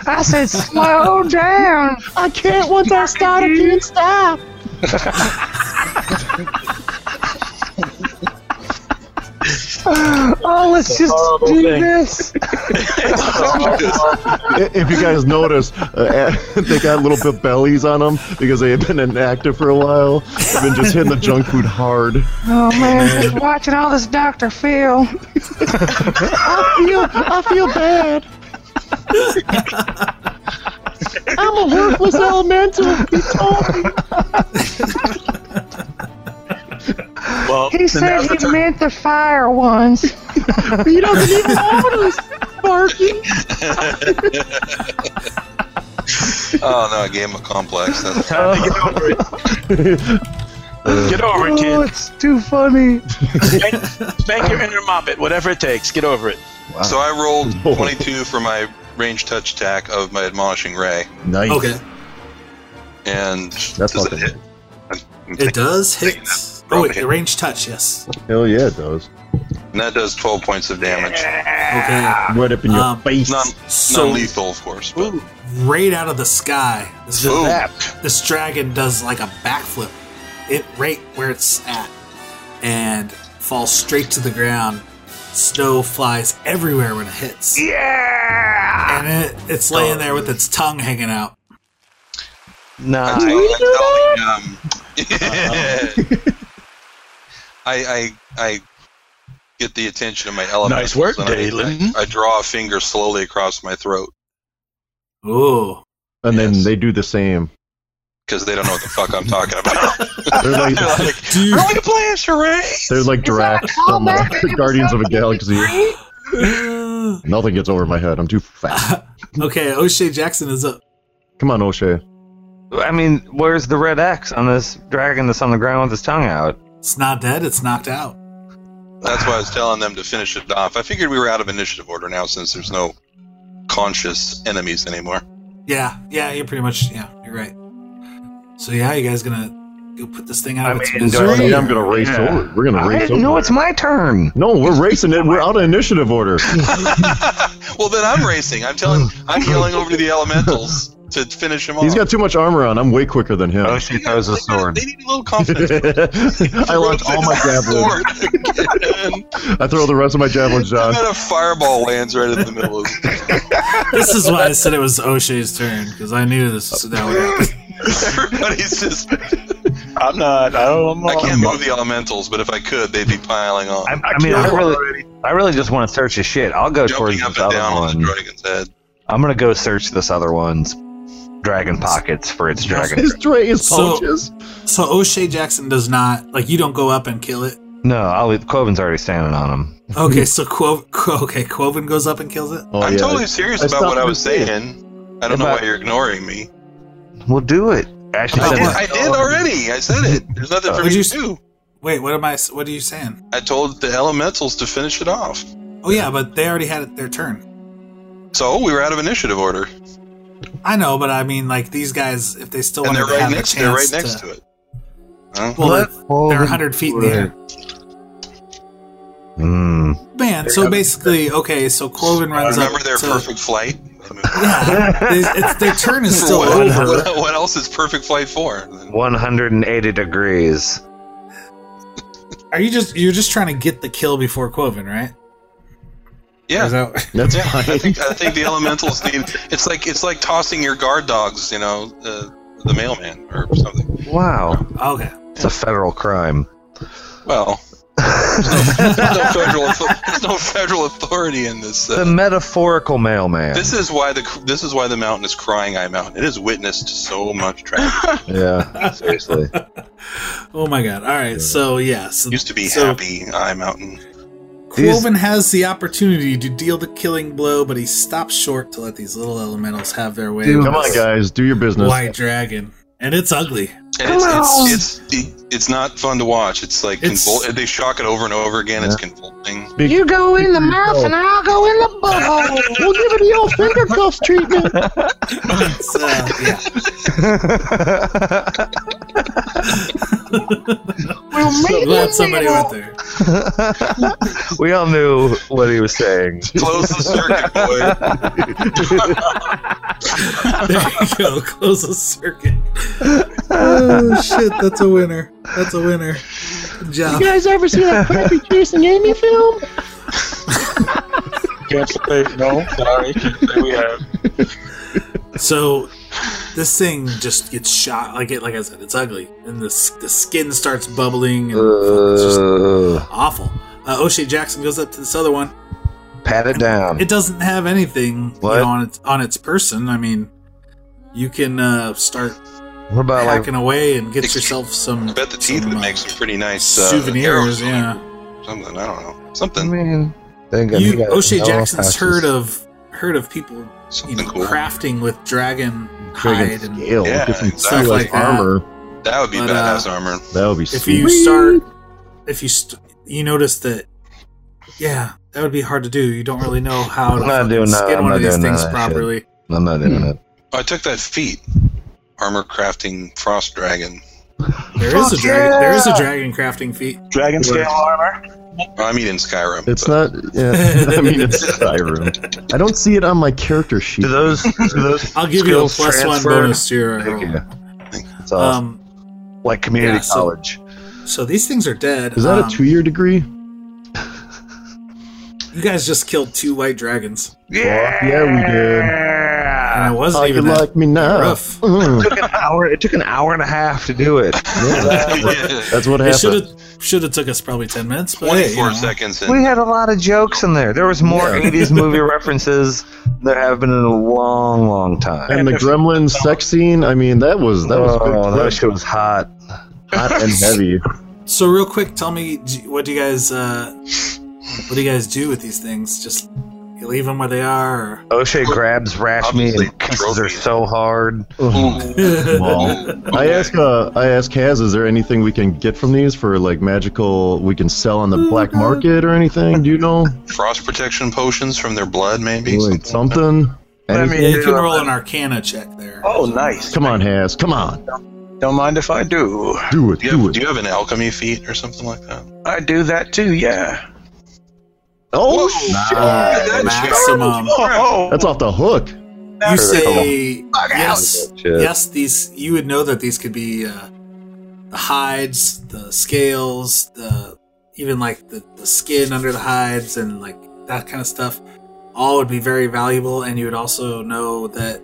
[SPEAKER 6] I said, slow down. I can't once I start, I can't stop. [LAUGHS] oh, let's just do this.
[SPEAKER 2] I- if you guys notice, uh, [LAUGHS] they got little bit bellies on them because they have been inactive for a while. They've been just hitting the junk food hard.
[SPEAKER 6] Oh man, [LAUGHS] just watching all this Dr. Phil. [LAUGHS] I feel I feel [LAUGHS] bad. I'm a worthless elemental. He told me.
[SPEAKER 5] well,
[SPEAKER 6] He said he meant the fire ones. [LAUGHS] he doesn't even notice, Sparky.
[SPEAKER 4] Oh no, I gave him a
[SPEAKER 1] [LAUGHS]
[SPEAKER 4] complex. That's
[SPEAKER 3] Time to get over it.
[SPEAKER 5] get over it,
[SPEAKER 6] Oh,
[SPEAKER 5] kid.
[SPEAKER 6] it's too funny.
[SPEAKER 5] Spank, spank your inner moppet, whatever it takes. Get over it.
[SPEAKER 4] So I rolled
[SPEAKER 1] [LAUGHS]
[SPEAKER 4] 22 for my range touch attack of my admonishing ray,
[SPEAKER 2] Nice.
[SPEAKER 1] okay,
[SPEAKER 4] and
[SPEAKER 2] That's
[SPEAKER 4] does
[SPEAKER 2] fucking-
[SPEAKER 4] it hit? I'm- I'm
[SPEAKER 1] it
[SPEAKER 4] thinking-
[SPEAKER 1] does hit. Oh wait, the range touch, yes.
[SPEAKER 2] Hell yeah, it does.
[SPEAKER 4] And that does 12 points of damage.
[SPEAKER 1] Okay,
[SPEAKER 5] Ah.
[SPEAKER 2] Right up in your
[SPEAKER 1] Um,
[SPEAKER 2] face.
[SPEAKER 4] Non,
[SPEAKER 1] so
[SPEAKER 4] non-lethal, of course. But
[SPEAKER 5] Ooh,
[SPEAKER 1] right out of the sky, this,
[SPEAKER 4] Boom.
[SPEAKER 1] this dragon does like a backflip, it right where it's at, and falls straight to the ground. Snow flies everywhere when it hits. Yeah, and it, it's laying there with its tongue hanging out.
[SPEAKER 4] I
[SPEAKER 3] Nah.
[SPEAKER 4] tell,
[SPEAKER 6] we do
[SPEAKER 4] I, tell him, um, [LAUGHS] I, I, I get the attention of my element.
[SPEAKER 5] Nice work,
[SPEAKER 4] I-
[SPEAKER 5] Dalen.
[SPEAKER 4] I, I draw a finger slowly across my throat
[SPEAKER 1] Ooh,
[SPEAKER 2] and then
[SPEAKER 4] yes.
[SPEAKER 2] they do the same.
[SPEAKER 4] because they don't know what the fuck I'm talking about. [LAUGHS]
[SPEAKER 2] They're like, [LAUGHS]
[SPEAKER 4] They're like,
[SPEAKER 1] dude,
[SPEAKER 5] are we playing charades?
[SPEAKER 2] they're like Drax from uh, Guardians of a Galaxy.
[SPEAKER 1] [LAUGHS]
[SPEAKER 2] Nothing gets over my head. I'm too fat.
[SPEAKER 1] okay, O'Shea Jackson is up.
[SPEAKER 2] Come on, O'Shea.
[SPEAKER 3] I mean, where's the red X on this dragon that's on the ground with his tongue out?
[SPEAKER 1] It's not dead. It's knocked out.
[SPEAKER 4] That's why I was telling them to finish it off. I figured we were out of initiative order now since there's no conscious enemies anymore. [LAUGHS]
[SPEAKER 1] Yeah, yeah, you're pretty much yeah, you're right. So yeah, you guys gonna go put this thing out of
[SPEAKER 3] I
[SPEAKER 1] its
[SPEAKER 3] mean,
[SPEAKER 1] misery?
[SPEAKER 3] don't-
[SPEAKER 2] Yeah, I'm gonna race
[SPEAKER 3] Yeah.
[SPEAKER 2] over. it. We're gonna
[SPEAKER 3] I
[SPEAKER 2] race
[SPEAKER 3] didn't
[SPEAKER 2] over.
[SPEAKER 3] know
[SPEAKER 2] it.
[SPEAKER 3] it's my turn.
[SPEAKER 2] no, we're racing it. We're out of initiative order.
[SPEAKER 4] well, then I'm racing. I'm telling. I'm yelling over to the elementals to finish him off.
[SPEAKER 2] He's got too much armor on. I'm way quicker than him.
[SPEAKER 7] Oh, she
[SPEAKER 2] [LAUGHS]
[SPEAKER 7] throws a
[SPEAKER 4] They gotta-
[SPEAKER 7] sword.
[SPEAKER 4] They need a little confidence.
[SPEAKER 2] I launch all my javelins. [LAUGHS]
[SPEAKER 4] javelins.
[SPEAKER 2] I throw the rest of my javelins,
[SPEAKER 4] I
[SPEAKER 2] John.
[SPEAKER 4] bet a fireball lands right in the middle of
[SPEAKER 2] [LAUGHS]
[SPEAKER 1] this is why I said it was O'Shea's turn because I knew this that would happen.
[SPEAKER 4] everybody's just.
[SPEAKER 5] I'm not. I don't.
[SPEAKER 4] I can't [LAUGHS] move the elementals, but if I could, they'd be piling on,
[SPEAKER 3] I, I mean, I really, I really just want to search his shit. I'll go
[SPEAKER 4] jumping
[SPEAKER 3] towards
[SPEAKER 4] up
[SPEAKER 3] this
[SPEAKER 4] and
[SPEAKER 3] other
[SPEAKER 4] down on the
[SPEAKER 3] one.
[SPEAKER 4] dragon's head.
[SPEAKER 3] I'm gonna go search this other one's dragon pockets for its dragon.
[SPEAKER 2] His tray is
[SPEAKER 1] So-
[SPEAKER 2] pouches.
[SPEAKER 1] So O'Shea Jackson does not like you don't go up and kill it.
[SPEAKER 3] no, I'll, Covin's already standing on him.
[SPEAKER 1] Okay, so Quo- Quo- okay Quoven goes up and kills it.
[SPEAKER 2] Oh,
[SPEAKER 4] I'm
[SPEAKER 2] yeah.
[SPEAKER 4] totally serious
[SPEAKER 2] I
[SPEAKER 4] about what I was
[SPEAKER 2] stopped and
[SPEAKER 4] saying. I don't know
[SPEAKER 3] If I-
[SPEAKER 4] why you're
[SPEAKER 2] [LAUGHS]
[SPEAKER 4] ignoring me.
[SPEAKER 3] We'll do it. Ashley
[SPEAKER 4] I
[SPEAKER 3] said,
[SPEAKER 4] did,
[SPEAKER 1] what?
[SPEAKER 4] I did already. I said it. There's nothing for
[SPEAKER 1] Would
[SPEAKER 4] me
[SPEAKER 1] you
[SPEAKER 4] to
[SPEAKER 1] s-
[SPEAKER 4] do.
[SPEAKER 1] Wait, what am I? What are you saying?
[SPEAKER 4] I told the elementals to finish it off.
[SPEAKER 1] Oh yeah, but they already had it their turn.
[SPEAKER 4] So we were out of initiative order,
[SPEAKER 1] I know, but I mean, like these guys, if they still
[SPEAKER 4] and
[SPEAKER 1] want
[SPEAKER 4] they're
[SPEAKER 1] to
[SPEAKER 4] right
[SPEAKER 1] have a
[SPEAKER 4] next.
[SPEAKER 1] chance,
[SPEAKER 4] They're right next to it. Huh?
[SPEAKER 1] Well,
[SPEAKER 3] Let
[SPEAKER 1] they're-
[SPEAKER 3] Coven
[SPEAKER 1] they're 100 feet in the air.
[SPEAKER 3] Mm.
[SPEAKER 1] Man, so basically, okay, so Cloven runs
[SPEAKER 4] Remember
[SPEAKER 1] up.
[SPEAKER 4] their
[SPEAKER 1] to-
[SPEAKER 4] perfect flight.
[SPEAKER 1] [LAUGHS] Yeah, it's, it's- their turn
[SPEAKER 4] [LAUGHS]
[SPEAKER 1] is still
[SPEAKER 4] what,
[SPEAKER 1] over.
[SPEAKER 4] what- what else is perfect flight for?
[SPEAKER 3] 180 degrees.
[SPEAKER 1] Are you just you're just trying to get the kill before Cloven, right?
[SPEAKER 4] Yeah,
[SPEAKER 1] Is that- [LAUGHS]
[SPEAKER 2] That's
[SPEAKER 4] Yeah, I
[SPEAKER 2] fine.
[SPEAKER 4] think I think the elementals need. It's like it's like tossing your guard dogs, you know, uh, the mailman or something.
[SPEAKER 3] Wow,
[SPEAKER 1] okay.
[SPEAKER 3] it's a federal crime. [LAUGHS]
[SPEAKER 4] Well, there's no
[SPEAKER 1] [LAUGHS]
[SPEAKER 4] federal author- there's no federal authority in this.
[SPEAKER 3] The
[SPEAKER 4] Uh,
[SPEAKER 3] metaphorical mailman.
[SPEAKER 4] this is why the this is why the mountain is crying. I mountain. It has witnessed so much tragedy.
[SPEAKER 2] yeah.
[SPEAKER 3] Seriously.
[SPEAKER 1] Oh my god. All right. So yeah. So,
[SPEAKER 4] It used to be
[SPEAKER 1] so
[SPEAKER 4] happy. I mountain.
[SPEAKER 3] These-
[SPEAKER 1] Cloven has the opportunity to deal the killing blow, but he stops short to let these little elementals have their way.
[SPEAKER 2] Come on, guys, do your business.
[SPEAKER 1] White dragon, and it's ugly. [LAUGHS]
[SPEAKER 4] And it's it's, it's it's it's not fun to watch. It's like
[SPEAKER 1] It's-
[SPEAKER 4] convul- they shock it over and over again. It's convulsing.
[SPEAKER 6] You go in the mouth and I'll go in the butthole. We'll give it the old finger cuffs treatment.
[SPEAKER 1] It's, uh, yeah.
[SPEAKER 6] We'll meet
[SPEAKER 1] So
[SPEAKER 6] in
[SPEAKER 1] glad
[SPEAKER 6] the
[SPEAKER 1] somebody went
[SPEAKER 6] middle.
[SPEAKER 1] there.
[SPEAKER 3] [LAUGHS] we all knew what he was saying.
[SPEAKER 4] Close the circuit, boy.
[SPEAKER 1] There you go. Close the circuit. Oh shit! That's a winner. That's a winner. Good job.
[SPEAKER 6] You guys ever see that crappy Jason Amy film?
[SPEAKER 5] Can't say no. Sorry. Can't say we have.
[SPEAKER 1] So this thing just gets shot. Like it, like I said, it's ugly, and the s- the skin starts bubbling, and it's just
[SPEAKER 3] Uh,
[SPEAKER 1] awful. Uh, O'Shea Jackson goes up to this other one.
[SPEAKER 3] pat it down.
[SPEAKER 1] It doesn't have anything you
[SPEAKER 3] What?
[SPEAKER 1] know, on its on its person. I mean, you can uh, start
[SPEAKER 3] What about like
[SPEAKER 1] hacking away and get
[SPEAKER 4] Excuse-
[SPEAKER 1] yourself some
[SPEAKER 4] I bet the teeth
[SPEAKER 1] some,
[SPEAKER 4] would
[SPEAKER 1] uh,
[SPEAKER 4] make some pretty nice uh,
[SPEAKER 1] souvenirs.
[SPEAKER 4] arrows.
[SPEAKER 1] Yeah.
[SPEAKER 4] something. I don't know.
[SPEAKER 3] I
[SPEAKER 4] Something.
[SPEAKER 3] mean, thank God he
[SPEAKER 1] you
[SPEAKER 3] got
[SPEAKER 1] O'Shea
[SPEAKER 3] no
[SPEAKER 1] Jackson's
[SPEAKER 3] passes.
[SPEAKER 1] heard of heard of people you
[SPEAKER 4] Something
[SPEAKER 1] know,
[SPEAKER 4] cool.
[SPEAKER 1] crafting with dragon hide
[SPEAKER 2] Dragon
[SPEAKER 1] and
[SPEAKER 2] scale.
[SPEAKER 4] Yeah,
[SPEAKER 2] Get some
[SPEAKER 4] exactly.
[SPEAKER 2] cool-ass
[SPEAKER 1] Like that.
[SPEAKER 2] armor.
[SPEAKER 4] That would be
[SPEAKER 1] But, uh,
[SPEAKER 4] badass armor.
[SPEAKER 2] That would be
[SPEAKER 1] if
[SPEAKER 2] sweet.
[SPEAKER 1] you start if you st- you notice that yeah that would be hard to do you don't really know how to
[SPEAKER 3] I'm not
[SPEAKER 1] fucking
[SPEAKER 3] doing that.
[SPEAKER 1] skin
[SPEAKER 3] I'm
[SPEAKER 1] one
[SPEAKER 3] not
[SPEAKER 1] of these
[SPEAKER 3] doing
[SPEAKER 1] things
[SPEAKER 3] that shit.
[SPEAKER 1] properly
[SPEAKER 3] I'm not doing it.
[SPEAKER 4] Oh, I took that feat. Armor crafting frost dragon.
[SPEAKER 1] there is a dragon there is a dragon crafting feat
[SPEAKER 5] Dragon scale armor.
[SPEAKER 4] Oh, I mean in Skyrim.
[SPEAKER 2] It's
[SPEAKER 4] but
[SPEAKER 2] not.
[SPEAKER 3] [LAUGHS]
[SPEAKER 2] Yeah, I mean, it's Skyrim. I don't see it on my character sheet.
[SPEAKER 3] Do those? Do
[SPEAKER 2] [LAUGHS]
[SPEAKER 3] those?
[SPEAKER 1] i'll give you a
[SPEAKER 3] Skills
[SPEAKER 1] plus one
[SPEAKER 3] transfer.
[SPEAKER 1] bonus to your
[SPEAKER 3] Thank you.
[SPEAKER 1] roll.
[SPEAKER 3] It's all
[SPEAKER 1] um
[SPEAKER 3] like community
[SPEAKER 1] yeah, so-
[SPEAKER 3] college.
[SPEAKER 1] so these things are dead
[SPEAKER 2] Is that
[SPEAKER 1] Um,
[SPEAKER 2] a two-year degree?
[SPEAKER 1] you guys just killed two white dragons
[SPEAKER 2] Yeah, we did.
[SPEAKER 1] and
[SPEAKER 3] Ah.
[SPEAKER 1] I wasn't
[SPEAKER 2] Oh, you
[SPEAKER 1] even that
[SPEAKER 2] like me now?
[SPEAKER 1] rough
[SPEAKER 2] Mm,
[SPEAKER 3] It took an hour. It took an hour and a half to do
[SPEAKER 2] [LAUGHS]
[SPEAKER 3] it.
[SPEAKER 4] yeah,
[SPEAKER 2] that's what
[SPEAKER 1] it should
[SPEAKER 2] happened.
[SPEAKER 1] have should have took us probably 10 minutes but hey, you
[SPEAKER 4] Twenty-four
[SPEAKER 1] know.
[SPEAKER 4] seconds
[SPEAKER 3] We
[SPEAKER 4] and
[SPEAKER 3] had a lot of jokes in there. There was more 80s movie references than there have been in a long, long time.
[SPEAKER 2] And the gremlin sex scene. I mean, that was that was good
[SPEAKER 3] oh, that
[SPEAKER 2] clip.
[SPEAKER 3] shit was hot.
[SPEAKER 2] hot and [LAUGHS] heavy.
[SPEAKER 1] So real quick, tell me d- what do you guys uh, what do you guys do with these things? Just you leave them where they are.
[SPEAKER 3] O'Shea grabs Rashmi
[SPEAKER 4] Obviously,
[SPEAKER 3] and kisses her
[SPEAKER 4] trophy.
[SPEAKER 3] so hard.
[SPEAKER 2] Ugh.
[SPEAKER 1] Or
[SPEAKER 2] Well, I ask, uh, I ask Kaz, is there anything we can get from these for like magical? We can sell on the black market or anything? Do you know
[SPEAKER 4] frost protection potions from their blood, maybe.
[SPEAKER 2] like something?
[SPEAKER 1] I
[SPEAKER 2] Any-
[SPEAKER 1] mean, you can roll an Arcana check there.
[SPEAKER 5] Oh, nice.
[SPEAKER 2] Come on, Has. Come on.
[SPEAKER 5] Don't mind if I do.
[SPEAKER 2] Do it.
[SPEAKER 4] Do you,
[SPEAKER 2] Do
[SPEAKER 4] have, do
[SPEAKER 2] it.
[SPEAKER 4] you have an alchemy feat or something like that?
[SPEAKER 5] I do that too, yeah.
[SPEAKER 2] Oh,
[SPEAKER 1] Uh,
[SPEAKER 2] shit.
[SPEAKER 1] maximum.
[SPEAKER 5] Oh,
[SPEAKER 2] That's off the hook.
[SPEAKER 5] That's
[SPEAKER 1] You say yes,
[SPEAKER 3] Shit.
[SPEAKER 1] yes. These you would know that these could be uh, the hides, the scales, the even like the, the skin under the hides and like that kind of stuff. All would be very valuable, and you would also know that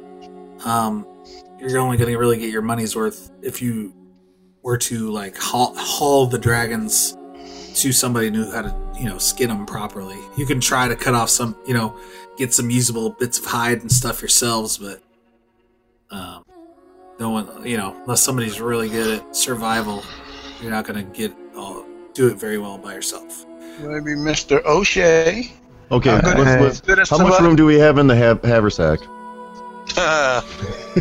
[SPEAKER 1] um, you're only going to really get your money's worth if you were to like haul, haul the dragons to somebody who knew how to you know skin them properly. You can try to cut off some you know get some usable bits of hide and stuff yourselves, but um, no one, you know, unless somebody's really good at survival, you're not going to get all do it very well by yourself.
[SPEAKER 5] maybe Mr. O'Shea.
[SPEAKER 2] Okay.
[SPEAKER 5] I'm
[SPEAKER 2] let's-
[SPEAKER 5] gonna-
[SPEAKER 2] let's-
[SPEAKER 5] Good as
[SPEAKER 2] how much
[SPEAKER 4] [LAUGHS]
[SPEAKER 5] survi-
[SPEAKER 2] room do we have in the ha- haversack?
[SPEAKER 4] do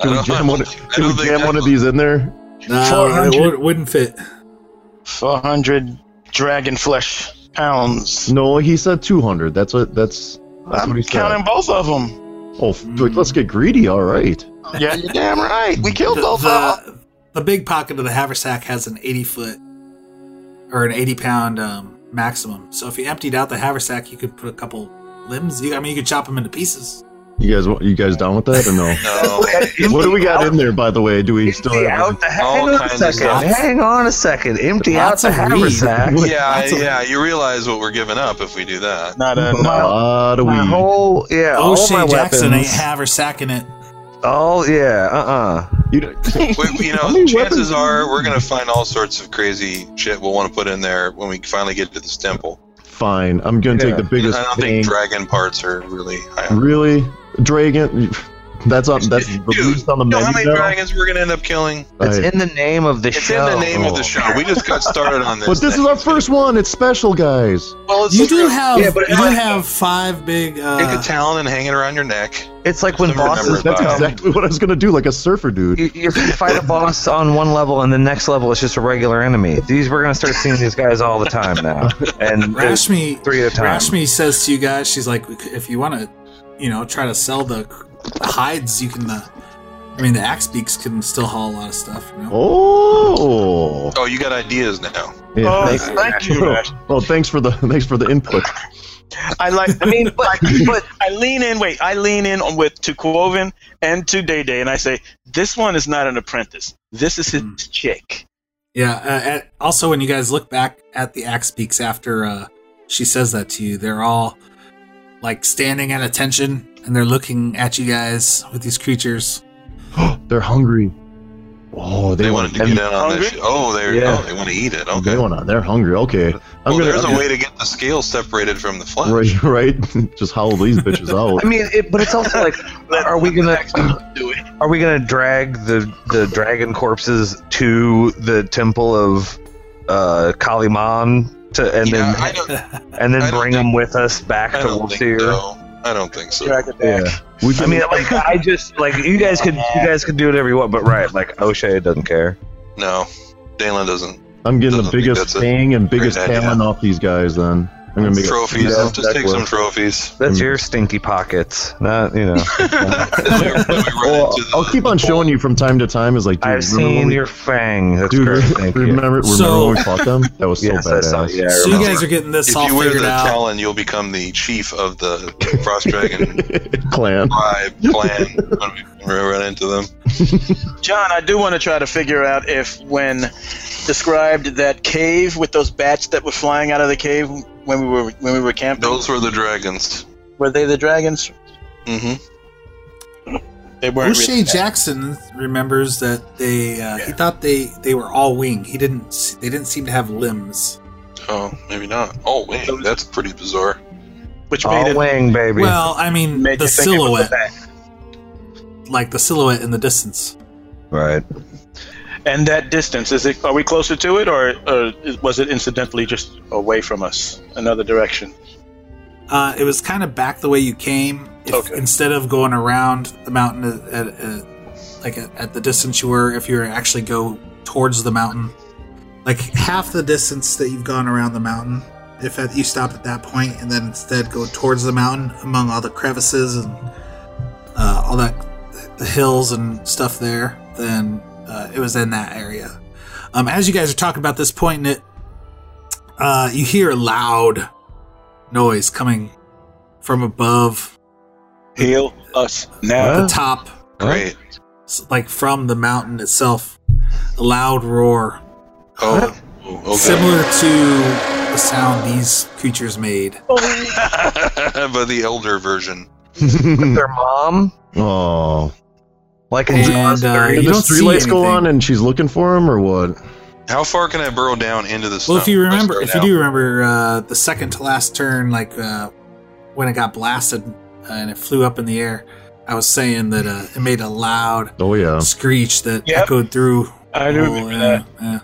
[SPEAKER 2] Can we jam one? Can we jam one of these in there?
[SPEAKER 1] No,
[SPEAKER 5] 400.
[SPEAKER 1] it would, wouldn't fit.
[SPEAKER 5] 400 dragon flesh pounds.
[SPEAKER 2] No, he said 200. That's what. That's. That's
[SPEAKER 5] I'm
[SPEAKER 2] what he said.
[SPEAKER 5] counting both of them.
[SPEAKER 2] Oh, f- let's get greedy. All right.
[SPEAKER 5] Yeah, you're damn right. We killed
[SPEAKER 1] The,
[SPEAKER 5] both of them.
[SPEAKER 1] the, the big pocket of the haversack has an 80 foot or an 80 pound um, maximum. So if you emptied out the haversack, you could put a couple limbs. You, I mean, you could chop them into pieces.
[SPEAKER 2] You guys, wa- you guys down with that or
[SPEAKER 4] [LAUGHS]
[SPEAKER 2] no? [LAUGHS]
[SPEAKER 4] No.
[SPEAKER 2] what do we got in there, by the way? Do we still
[SPEAKER 3] Empty
[SPEAKER 2] have?
[SPEAKER 3] out the,
[SPEAKER 4] All
[SPEAKER 3] hang on a
[SPEAKER 4] kinds of
[SPEAKER 3] second.
[SPEAKER 1] stuff.
[SPEAKER 3] Hang on a second. Empty out
[SPEAKER 1] Lots
[SPEAKER 3] the
[SPEAKER 1] of weed.
[SPEAKER 3] haversack.
[SPEAKER 4] Yeah,
[SPEAKER 1] Lots of-
[SPEAKER 4] yeah. You realize what we're giving up if we do
[SPEAKER 2] [LAUGHS]
[SPEAKER 4] that.
[SPEAKER 5] Not a,
[SPEAKER 2] A lot of
[SPEAKER 3] My
[SPEAKER 2] weed.
[SPEAKER 3] whole yeah, all
[SPEAKER 1] O'Shea
[SPEAKER 3] my
[SPEAKER 1] Jackson
[SPEAKER 3] weapons.
[SPEAKER 1] ain't haversacking it.
[SPEAKER 3] all yeah, uh uh
[SPEAKER 2] You know-
[SPEAKER 4] We, you
[SPEAKER 2] How
[SPEAKER 4] know,
[SPEAKER 2] many
[SPEAKER 4] chances
[SPEAKER 2] weapons-
[SPEAKER 4] are we're gonna find all sorts of crazy shit we'll want to put in there when we finally get to this temple.
[SPEAKER 2] Fine. I'm gonna take
[SPEAKER 3] Yeah.
[SPEAKER 2] the
[SPEAKER 4] I
[SPEAKER 2] biggest
[SPEAKER 4] don't
[SPEAKER 2] thing.
[SPEAKER 4] think dragon parts are really. High up.
[SPEAKER 2] really, dragon. That's on. That's the
[SPEAKER 4] Dude,
[SPEAKER 2] least on the
[SPEAKER 4] you know
[SPEAKER 2] menu
[SPEAKER 4] how many
[SPEAKER 2] now?
[SPEAKER 4] dragons we're gonna end up killing?
[SPEAKER 3] It's
[SPEAKER 2] Hey.
[SPEAKER 3] in the name of the
[SPEAKER 4] It's
[SPEAKER 3] show.
[SPEAKER 4] in the name of the show. We just got started on this.
[SPEAKER 2] But this is
[SPEAKER 4] thing.
[SPEAKER 2] our first one. It's special, guys.
[SPEAKER 4] Well, it's
[SPEAKER 1] You do have
[SPEAKER 3] Yeah, but
[SPEAKER 1] you
[SPEAKER 3] it's
[SPEAKER 1] do
[SPEAKER 3] like-
[SPEAKER 1] have five big.
[SPEAKER 4] Take a
[SPEAKER 1] Uh,
[SPEAKER 4] talon and hang it around your neck.
[SPEAKER 3] It's like when
[SPEAKER 4] Just remember
[SPEAKER 3] bosses
[SPEAKER 4] that.
[SPEAKER 2] That's
[SPEAKER 4] Wow.
[SPEAKER 2] exactly what I was gonna do, like a surfer dude.
[SPEAKER 3] you, you fight a boss on one level, and the next level is just a regular enemy. These we're gonna start seeing these guys all the time now, and there's
[SPEAKER 1] Rashmi
[SPEAKER 3] three at a time.
[SPEAKER 1] Rashmi says to you guys, she's like, if you want to, you know, try to sell the, the hides, you can. Uh, I mean, the axe beaks can still haul a lot of stuff. You know?
[SPEAKER 2] Oh.
[SPEAKER 4] Oh, you got ideas now.
[SPEAKER 2] Yeah,
[SPEAKER 5] Oh,
[SPEAKER 2] thank- [LAUGHS]
[SPEAKER 5] thank you, Ash.
[SPEAKER 2] well, thanks for the thanks for the input. [GASPS]
[SPEAKER 5] I like.
[SPEAKER 1] [LAUGHS]
[SPEAKER 5] I mean, but, but I lean in. Wait, I lean in on with to Quoven and to Day Day, and I say, "This one is not an apprentice. This is his
[SPEAKER 1] Hmm.
[SPEAKER 5] chick."
[SPEAKER 1] Yeah. Uh, and also, when you guys look back at the axe beaks after uh, she says that to you, they're all like standing at attention and they're looking at you guys with these creatures.
[SPEAKER 2] They're hungry. Oh, they,
[SPEAKER 4] They
[SPEAKER 2] want
[SPEAKER 4] wanted to get in on
[SPEAKER 5] hungry?
[SPEAKER 4] this. shit. Oh, they
[SPEAKER 3] Yeah.
[SPEAKER 4] oh, they want to eat it. Okay.
[SPEAKER 2] They want to. They're hungry. Okay, I'm
[SPEAKER 4] well,
[SPEAKER 2] gonna. [LAUGHS]
[SPEAKER 4] there's
[SPEAKER 2] I'm
[SPEAKER 4] a way to get the scales separated from the flesh.
[SPEAKER 2] gonna- right, right. [LAUGHS] Just howl these bitches
[SPEAKER 3] I
[SPEAKER 2] out.
[SPEAKER 3] mean, it, but it's
[SPEAKER 4] [LAUGHS]
[SPEAKER 3] also like, are we gonna are we gonna drag the the dragon corpses to the temple of uh, Kaliman to and
[SPEAKER 4] Yeah,
[SPEAKER 3] then
[SPEAKER 4] I don't,
[SPEAKER 3] and
[SPEAKER 4] I
[SPEAKER 3] then
[SPEAKER 4] don't
[SPEAKER 3] bring
[SPEAKER 4] think-
[SPEAKER 3] them with us back
[SPEAKER 4] I
[SPEAKER 3] to
[SPEAKER 4] don't think
[SPEAKER 3] Wolfseer?
[SPEAKER 4] so. I don't think so.
[SPEAKER 2] Yeah. We can,
[SPEAKER 3] I mean, like I just like you guys could
[SPEAKER 4] [LAUGHS]
[SPEAKER 3] you guys could do whatever you want, but right, like O'Shea doesn't care.
[SPEAKER 4] No, Dalen doesn't.
[SPEAKER 2] I'm getting the
[SPEAKER 4] doesn't think
[SPEAKER 2] biggest
[SPEAKER 4] that's a
[SPEAKER 2] fang and biggest
[SPEAKER 4] great idea.
[SPEAKER 2] talon off these guys. Then I'm gonna make a-
[SPEAKER 4] trophies.
[SPEAKER 2] Yeah,
[SPEAKER 4] Just take
[SPEAKER 2] exactly.
[SPEAKER 4] some trophies.
[SPEAKER 3] That's
[SPEAKER 2] Mm.
[SPEAKER 3] your stinky pockets, not you know.
[SPEAKER 4] [LAUGHS]
[SPEAKER 2] Well, I'll keep on showing you from time to time. Is like, dude, remember
[SPEAKER 3] I've seen
[SPEAKER 2] when we-
[SPEAKER 3] your fang.
[SPEAKER 2] [LAUGHS]
[SPEAKER 3] That's
[SPEAKER 2] dude.
[SPEAKER 3] great.
[SPEAKER 2] [LAUGHS] re-
[SPEAKER 3] Thank you.
[SPEAKER 2] remember, remember
[SPEAKER 1] So-
[SPEAKER 2] when we fought them? That was so
[SPEAKER 3] yes, I saw.
[SPEAKER 2] badass.
[SPEAKER 3] Yeah, I
[SPEAKER 1] So you
[SPEAKER 3] remember.
[SPEAKER 1] guys are getting this
[SPEAKER 4] If
[SPEAKER 1] all
[SPEAKER 4] you wear
[SPEAKER 1] figured
[SPEAKER 4] the
[SPEAKER 1] out.
[SPEAKER 4] talon, you'll become the chief of the frost dragon
[SPEAKER 2] [LAUGHS] Clan.
[SPEAKER 4] tribe clan. When we run into them,
[SPEAKER 5] John, I do want to try to figure out if, when described that cave with those bats that were flying out of the cave when we were when we were camping,
[SPEAKER 4] those were the dragons.
[SPEAKER 5] were they the dragons?
[SPEAKER 4] hmm
[SPEAKER 5] They weren't.
[SPEAKER 1] O'Shea
[SPEAKER 5] really-
[SPEAKER 1] Jackson remembers that they uh, he thought they they were all wing. He didn't s- they didn't seem to have limbs.
[SPEAKER 4] Oh, maybe not. Oh, wait, that's pretty bizarre.
[SPEAKER 5] which made
[SPEAKER 3] All
[SPEAKER 5] it
[SPEAKER 3] wing, baby.
[SPEAKER 1] Well, I mean
[SPEAKER 5] made
[SPEAKER 1] the
[SPEAKER 5] you think it was a
[SPEAKER 1] silhouette,
[SPEAKER 5] bat.
[SPEAKER 1] like the silhouette in the distance.
[SPEAKER 3] right.
[SPEAKER 5] And that distance is it? Are we closer to it, or, or was it incidentally just away from us, another direction?
[SPEAKER 1] Uh, it was kind of back the way you came. If,
[SPEAKER 5] Okay.
[SPEAKER 1] Instead of going around the mountain at, at, at like at, at the distance you were, if you were to actually go towards the mountain, like half the distance that you've gone around the mountain if at, you stop at that point and then instead go towards the mountain among all the crevices and uh, all that the hills and stuff there, then uh, it was in that area. Um, as you guys are talking about this point, in it uh, you hear a loud noise coming from above
[SPEAKER 5] Heal us now.
[SPEAKER 1] the top,
[SPEAKER 4] Great.
[SPEAKER 1] s- like from the mountain itself. A loud roar
[SPEAKER 4] Oh, oh, okay.
[SPEAKER 1] similar to the sound these creatures made.
[SPEAKER 4] [LAUGHS]
[SPEAKER 2] Oh,
[SPEAKER 4] but the elder version.
[SPEAKER 3] Their mom,
[SPEAKER 2] oh.
[SPEAKER 3] like a
[SPEAKER 1] And uh,
[SPEAKER 3] Joss
[SPEAKER 1] you
[SPEAKER 2] Did the
[SPEAKER 1] don't see
[SPEAKER 2] streetlights go
[SPEAKER 1] anything.
[SPEAKER 2] on and she's looking for him or what?
[SPEAKER 4] How far can I burrow down into the snow?
[SPEAKER 1] Well, if you
[SPEAKER 4] Am I
[SPEAKER 1] remember,
[SPEAKER 4] straight
[SPEAKER 1] if you
[SPEAKER 4] out?
[SPEAKER 1] do remember, uh, the second to last turn, like uh, when it got blasted uh, and it flew up in the air, I was saying that uh, it made a loud
[SPEAKER 2] Oh yeah.
[SPEAKER 1] screech that
[SPEAKER 5] Yep.
[SPEAKER 1] echoed through.
[SPEAKER 5] I
[SPEAKER 1] the
[SPEAKER 5] do
[SPEAKER 1] whole,
[SPEAKER 5] remember that.
[SPEAKER 1] uh, uh,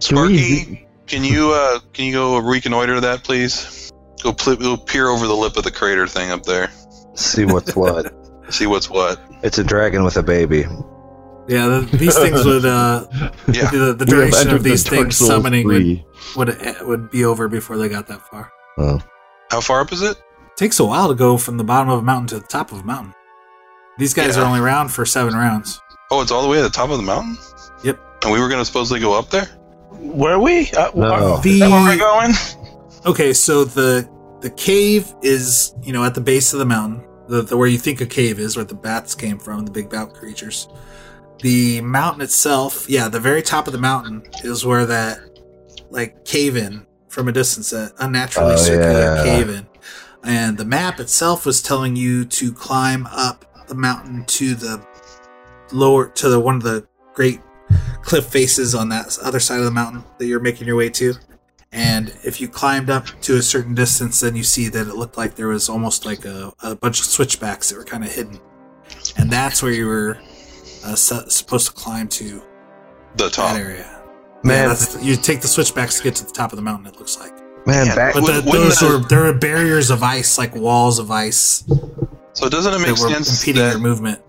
[SPEAKER 2] Can we-
[SPEAKER 4] Sparky, can you uh, can you go reconnoiter that, please? Go, pl- go peer over the lip of the crater thing up there.
[SPEAKER 3] See what's what.
[SPEAKER 4] See what's what.
[SPEAKER 3] It's a dragon with a baby.
[SPEAKER 1] yeah, the, these
[SPEAKER 2] [LAUGHS]
[SPEAKER 1] things would. Uh,
[SPEAKER 4] Yeah.
[SPEAKER 1] the, the
[SPEAKER 2] We have
[SPEAKER 1] duration
[SPEAKER 2] entered
[SPEAKER 1] of
[SPEAKER 2] the
[SPEAKER 1] these
[SPEAKER 2] Dark
[SPEAKER 1] things
[SPEAKER 2] Souls
[SPEAKER 1] summoning would,
[SPEAKER 2] three.
[SPEAKER 1] would eh, would be over before they got that far.
[SPEAKER 4] How far up is it?
[SPEAKER 1] Takes a while to go from the bottom of a mountain to the top of a mountain. These guys
[SPEAKER 4] Yeah.
[SPEAKER 1] are only around for seven rounds.
[SPEAKER 4] Oh, it's all the way at the top of the mountain.
[SPEAKER 1] Yep.
[SPEAKER 4] And we were gonna supposedly go up there.
[SPEAKER 5] Were we? Uh,
[SPEAKER 3] No.
[SPEAKER 5] are- is that where we're going?
[SPEAKER 1] Okay, so the the cave is you know at the base of the mountain, the, the where you think a cave is, where the bats came from, the big bat creatures. The mountain itself, yeah, the very top of the mountain is where that like cave in from a distance, that unnaturally
[SPEAKER 3] Oh,
[SPEAKER 1] circular
[SPEAKER 3] yeah.
[SPEAKER 1] cave in, and the map itself was telling you to climb up the mountain to the lower to the one of the great cliff faces on that other side of the mountain that you're making your way to. And if you climbed up to a certain distance, then you see that it looked like there was almost like a, a bunch of switchbacks that were kind of hidden. And that's where you were uh, su- supposed to climb to
[SPEAKER 4] The
[SPEAKER 1] that
[SPEAKER 4] top.
[SPEAKER 1] area.
[SPEAKER 3] Man,
[SPEAKER 1] yeah, that's, you take the switchbacks to get to the top of the mountain. It looks like,
[SPEAKER 3] man,
[SPEAKER 4] Yeah,
[SPEAKER 3] back
[SPEAKER 1] but
[SPEAKER 4] Wouldn't-
[SPEAKER 1] the,
[SPEAKER 4] wouldn't
[SPEAKER 1] those
[SPEAKER 4] that-
[SPEAKER 1] were there were barriers of ice, like walls of ice
[SPEAKER 4] So doesn't it make
[SPEAKER 1] that were
[SPEAKER 4] sense
[SPEAKER 1] impeding your
[SPEAKER 4] that
[SPEAKER 1] movement.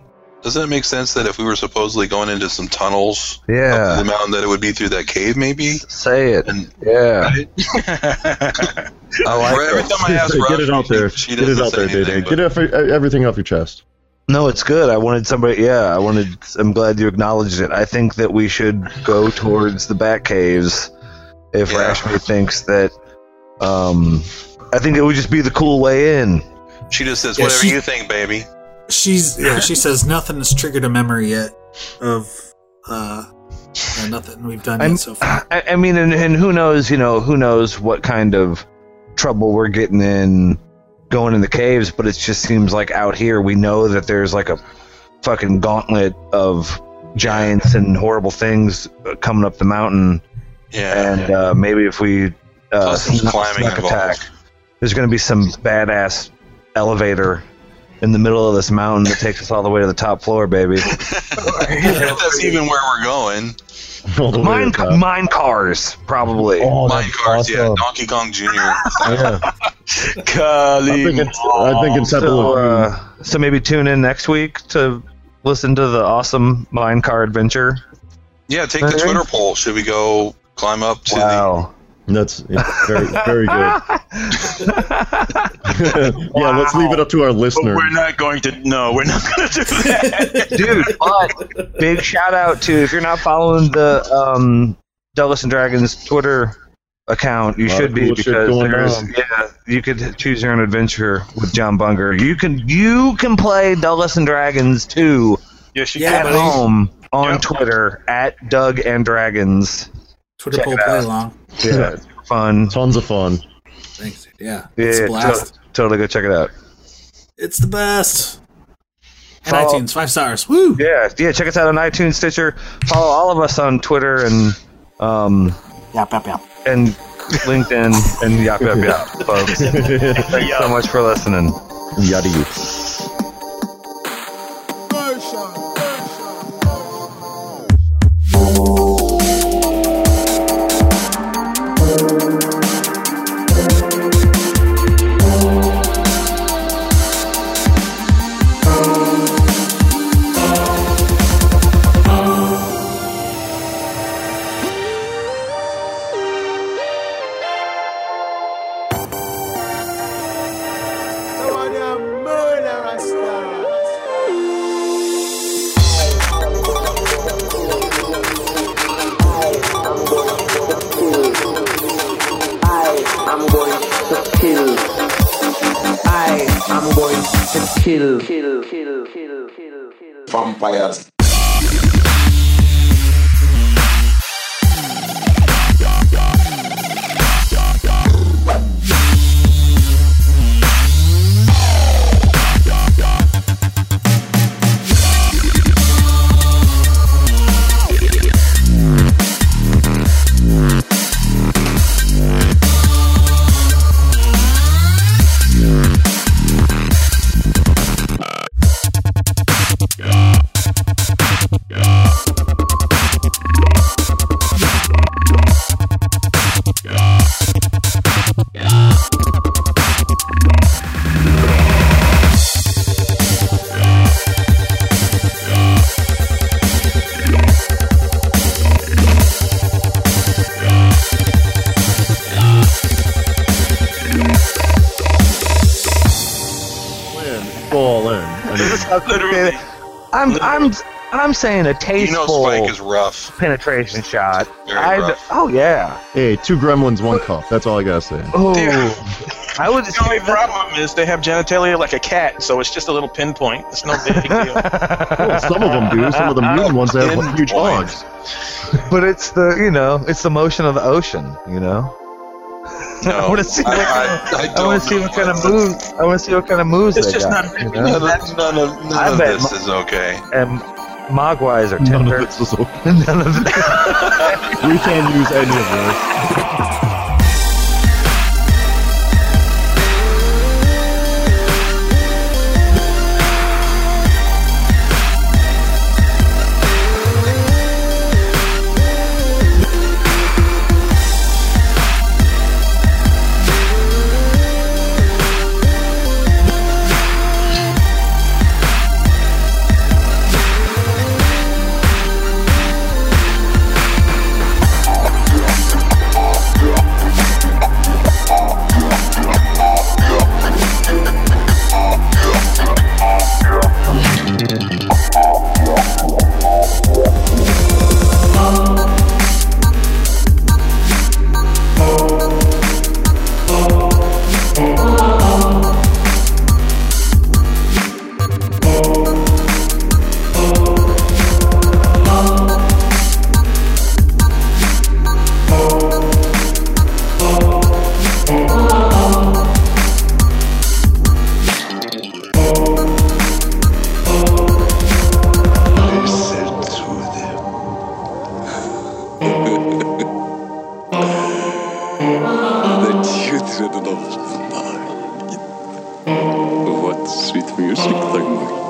[SPEAKER 4] doesn't it make sense that if we were supposedly going into some tunnels up
[SPEAKER 3] yeah,
[SPEAKER 4] the mountain, that it would be through that cave,
[SPEAKER 2] [LAUGHS]
[SPEAKER 4] maybe?
[SPEAKER 3] say it.
[SPEAKER 4] And
[SPEAKER 3] Yeah, I
[SPEAKER 4] every
[SPEAKER 3] like it.
[SPEAKER 4] time I ask
[SPEAKER 2] [LAUGHS] Get it
[SPEAKER 4] Rob,
[SPEAKER 2] out there.
[SPEAKER 4] she
[SPEAKER 2] Get it
[SPEAKER 4] doesn't
[SPEAKER 2] out
[SPEAKER 4] say
[SPEAKER 2] there,
[SPEAKER 4] anything,
[SPEAKER 2] Day
[SPEAKER 4] but-
[SPEAKER 2] Get every- everything off your chest.
[SPEAKER 3] No, it's good. I wanted somebody. Yeah, I wanted. I'm glad you acknowledged it. I think that we should go towards the bat caves. If
[SPEAKER 4] Yeah.
[SPEAKER 3] Rashmi thinks that, um, I think it would just be the cool way in.
[SPEAKER 4] She just says,
[SPEAKER 1] Yeah,
[SPEAKER 4] "Whatever
[SPEAKER 1] she-
[SPEAKER 4] you think, baby."
[SPEAKER 1] She's
[SPEAKER 4] [LAUGHS]
[SPEAKER 1] yeah. She says nothing has triggered a memory yet of uh, yeah, nothing we've done
[SPEAKER 3] I'm-
[SPEAKER 1] yet so far.
[SPEAKER 3] I, I mean, and, and who knows? You know, who knows what kind of trouble we're getting in going in the caves? But it just seems like out here we know that there's like a fucking gauntlet of giants and horrible things uh, coming up the mountain.
[SPEAKER 4] Yeah.
[SPEAKER 3] and uh, maybe if we uh,
[SPEAKER 4] Plus there's
[SPEAKER 3] snuck-
[SPEAKER 4] climbing
[SPEAKER 3] snuck
[SPEAKER 4] involved.
[SPEAKER 3] attack, there's going to be some badass elevator in the middle of this mountain that takes us all the way to the top floor, baby.
[SPEAKER 4] if [LAUGHS] that's
[SPEAKER 2] uh,
[SPEAKER 4] even where we're going.
[SPEAKER 2] [LAUGHS] All the way
[SPEAKER 3] mine,
[SPEAKER 2] to the top.
[SPEAKER 3] mine cars, probably.
[SPEAKER 2] Oh,
[SPEAKER 4] Mine
[SPEAKER 2] that's
[SPEAKER 4] cars, yeah.
[SPEAKER 2] awesome.
[SPEAKER 4] Donkey Kong Jr.
[SPEAKER 2] Yeah. I
[SPEAKER 5] Golly.
[SPEAKER 2] think it's I think it's
[SPEAKER 3] So,
[SPEAKER 2] Apple-
[SPEAKER 3] uh, so maybe tune in next week to listen to the awesome mine car adventure.
[SPEAKER 4] Yeah, take the
[SPEAKER 3] Okay.
[SPEAKER 4] Twitter poll. Should we go climb up to
[SPEAKER 3] Wow.
[SPEAKER 2] That's yeah, very very good. [LAUGHS] yeah, let's leave it up to our
[SPEAKER 5] But
[SPEAKER 2] listener.
[SPEAKER 5] we're not going to. No, we're not going to do that.
[SPEAKER 3] [LAUGHS] dude. But big shout out to if you're not following the um, Douglas and Dragons Twitter account, you
[SPEAKER 2] Lot of
[SPEAKER 3] should be
[SPEAKER 2] cool shit
[SPEAKER 3] because
[SPEAKER 2] going
[SPEAKER 3] there's
[SPEAKER 2] on.
[SPEAKER 3] yeah, you could choose your own adventure with John Bunger. You can you can play Douglas and Dragons too
[SPEAKER 5] yes, you
[SPEAKER 1] Yeah,
[SPEAKER 5] can.
[SPEAKER 3] at
[SPEAKER 5] [LAUGHS]
[SPEAKER 1] buddy.
[SPEAKER 3] home on
[SPEAKER 5] Yep.
[SPEAKER 3] Twitter at Doug and Dragons.
[SPEAKER 1] Twitter
[SPEAKER 3] check
[SPEAKER 1] poll
[SPEAKER 3] it
[SPEAKER 1] play
[SPEAKER 3] out.
[SPEAKER 1] along.
[SPEAKER 3] Yeah, it's fun.
[SPEAKER 2] Tons of fun.
[SPEAKER 1] Thanks. dude. Yeah,
[SPEAKER 3] Yeah,
[SPEAKER 1] it's a
[SPEAKER 3] to-
[SPEAKER 1] blast.
[SPEAKER 3] totally go check it out.
[SPEAKER 1] It's the best. And
[SPEAKER 3] Follow-
[SPEAKER 1] iTunes, five stars. Woo!
[SPEAKER 3] Yeah, yeah, check us out on iTunes, Stitcher. Follow all of us on Twitter and um,
[SPEAKER 1] Yap, yap, yap.
[SPEAKER 3] and LinkedIn and yap yap yap, folks. Thanks so much for listening.
[SPEAKER 2] Yada you.
[SPEAKER 7] kill, kill, kill, kill, kill, kill.
[SPEAKER 8] Vampires.
[SPEAKER 2] Fall in. I mean,
[SPEAKER 4] Literally.
[SPEAKER 3] I'm I'm I'm saying a
[SPEAKER 4] You know,
[SPEAKER 3] tasteful
[SPEAKER 4] Spike is rough.
[SPEAKER 3] penetration shot.
[SPEAKER 4] Very
[SPEAKER 3] I'd-
[SPEAKER 4] rough.
[SPEAKER 3] oh yeah.
[SPEAKER 2] hey, two gremlins, one cup. That's all I gotta say.
[SPEAKER 3] Oh, I would.
[SPEAKER 5] The
[SPEAKER 3] [LAUGHS]
[SPEAKER 5] only problem is they have genitalia like a cat, so it's just a little pinpoint. It's no big
[SPEAKER 3] [LAUGHS]
[SPEAKER 5] deal.
[SPEAKER 2] Well, Oh, some of them do. Some of the mutant ones have like, huge hogs.
[SPEAKER 3] But it's the you know it's the motion of the ocean. You know. [LAUGHS] I
[SPEAKER 4] No,
[SPEAKER 3] want to see.
[SPEAKER 4] I,
[SPEAKER 3] What,
[SPEAKER 4] I, I
[SPEAKER 3] I
[SPEAKER 4] don't
[SPEAKER 3] want to see
[SPEAKER 4] know
[SPEAKER 3] what kind of
[SPEAKER 4] this-
[SPEAKER 3] moves. I want to see what kind of moves
[SPEAKER 5] It's
[SPEAKER 3] they
[SPEAKER 5] just
[SPEAKER 3] got.
[SPEAKER 5] not- [LAUGHS]
[SPEAKER 3] you know?
[SPEAKER 4] None of, none of, none
[SPEAKER 3] I
[SPEAKER 4] of
[SPEAKER 3] bet
[SPEAKER 4] this is okay.
[SPEAKER 3] and mogwais are
[SPEAKER 2] None of
[SPEAKER 3] tender. [LAUGHS]
[SPEAKER 2] this is okay.
[SPEAKER 3] None of it.
[SPEAKER 2] We can't use any of this.
[SPEAKER 8] Listen to them. the children of the night. What sweet music they make.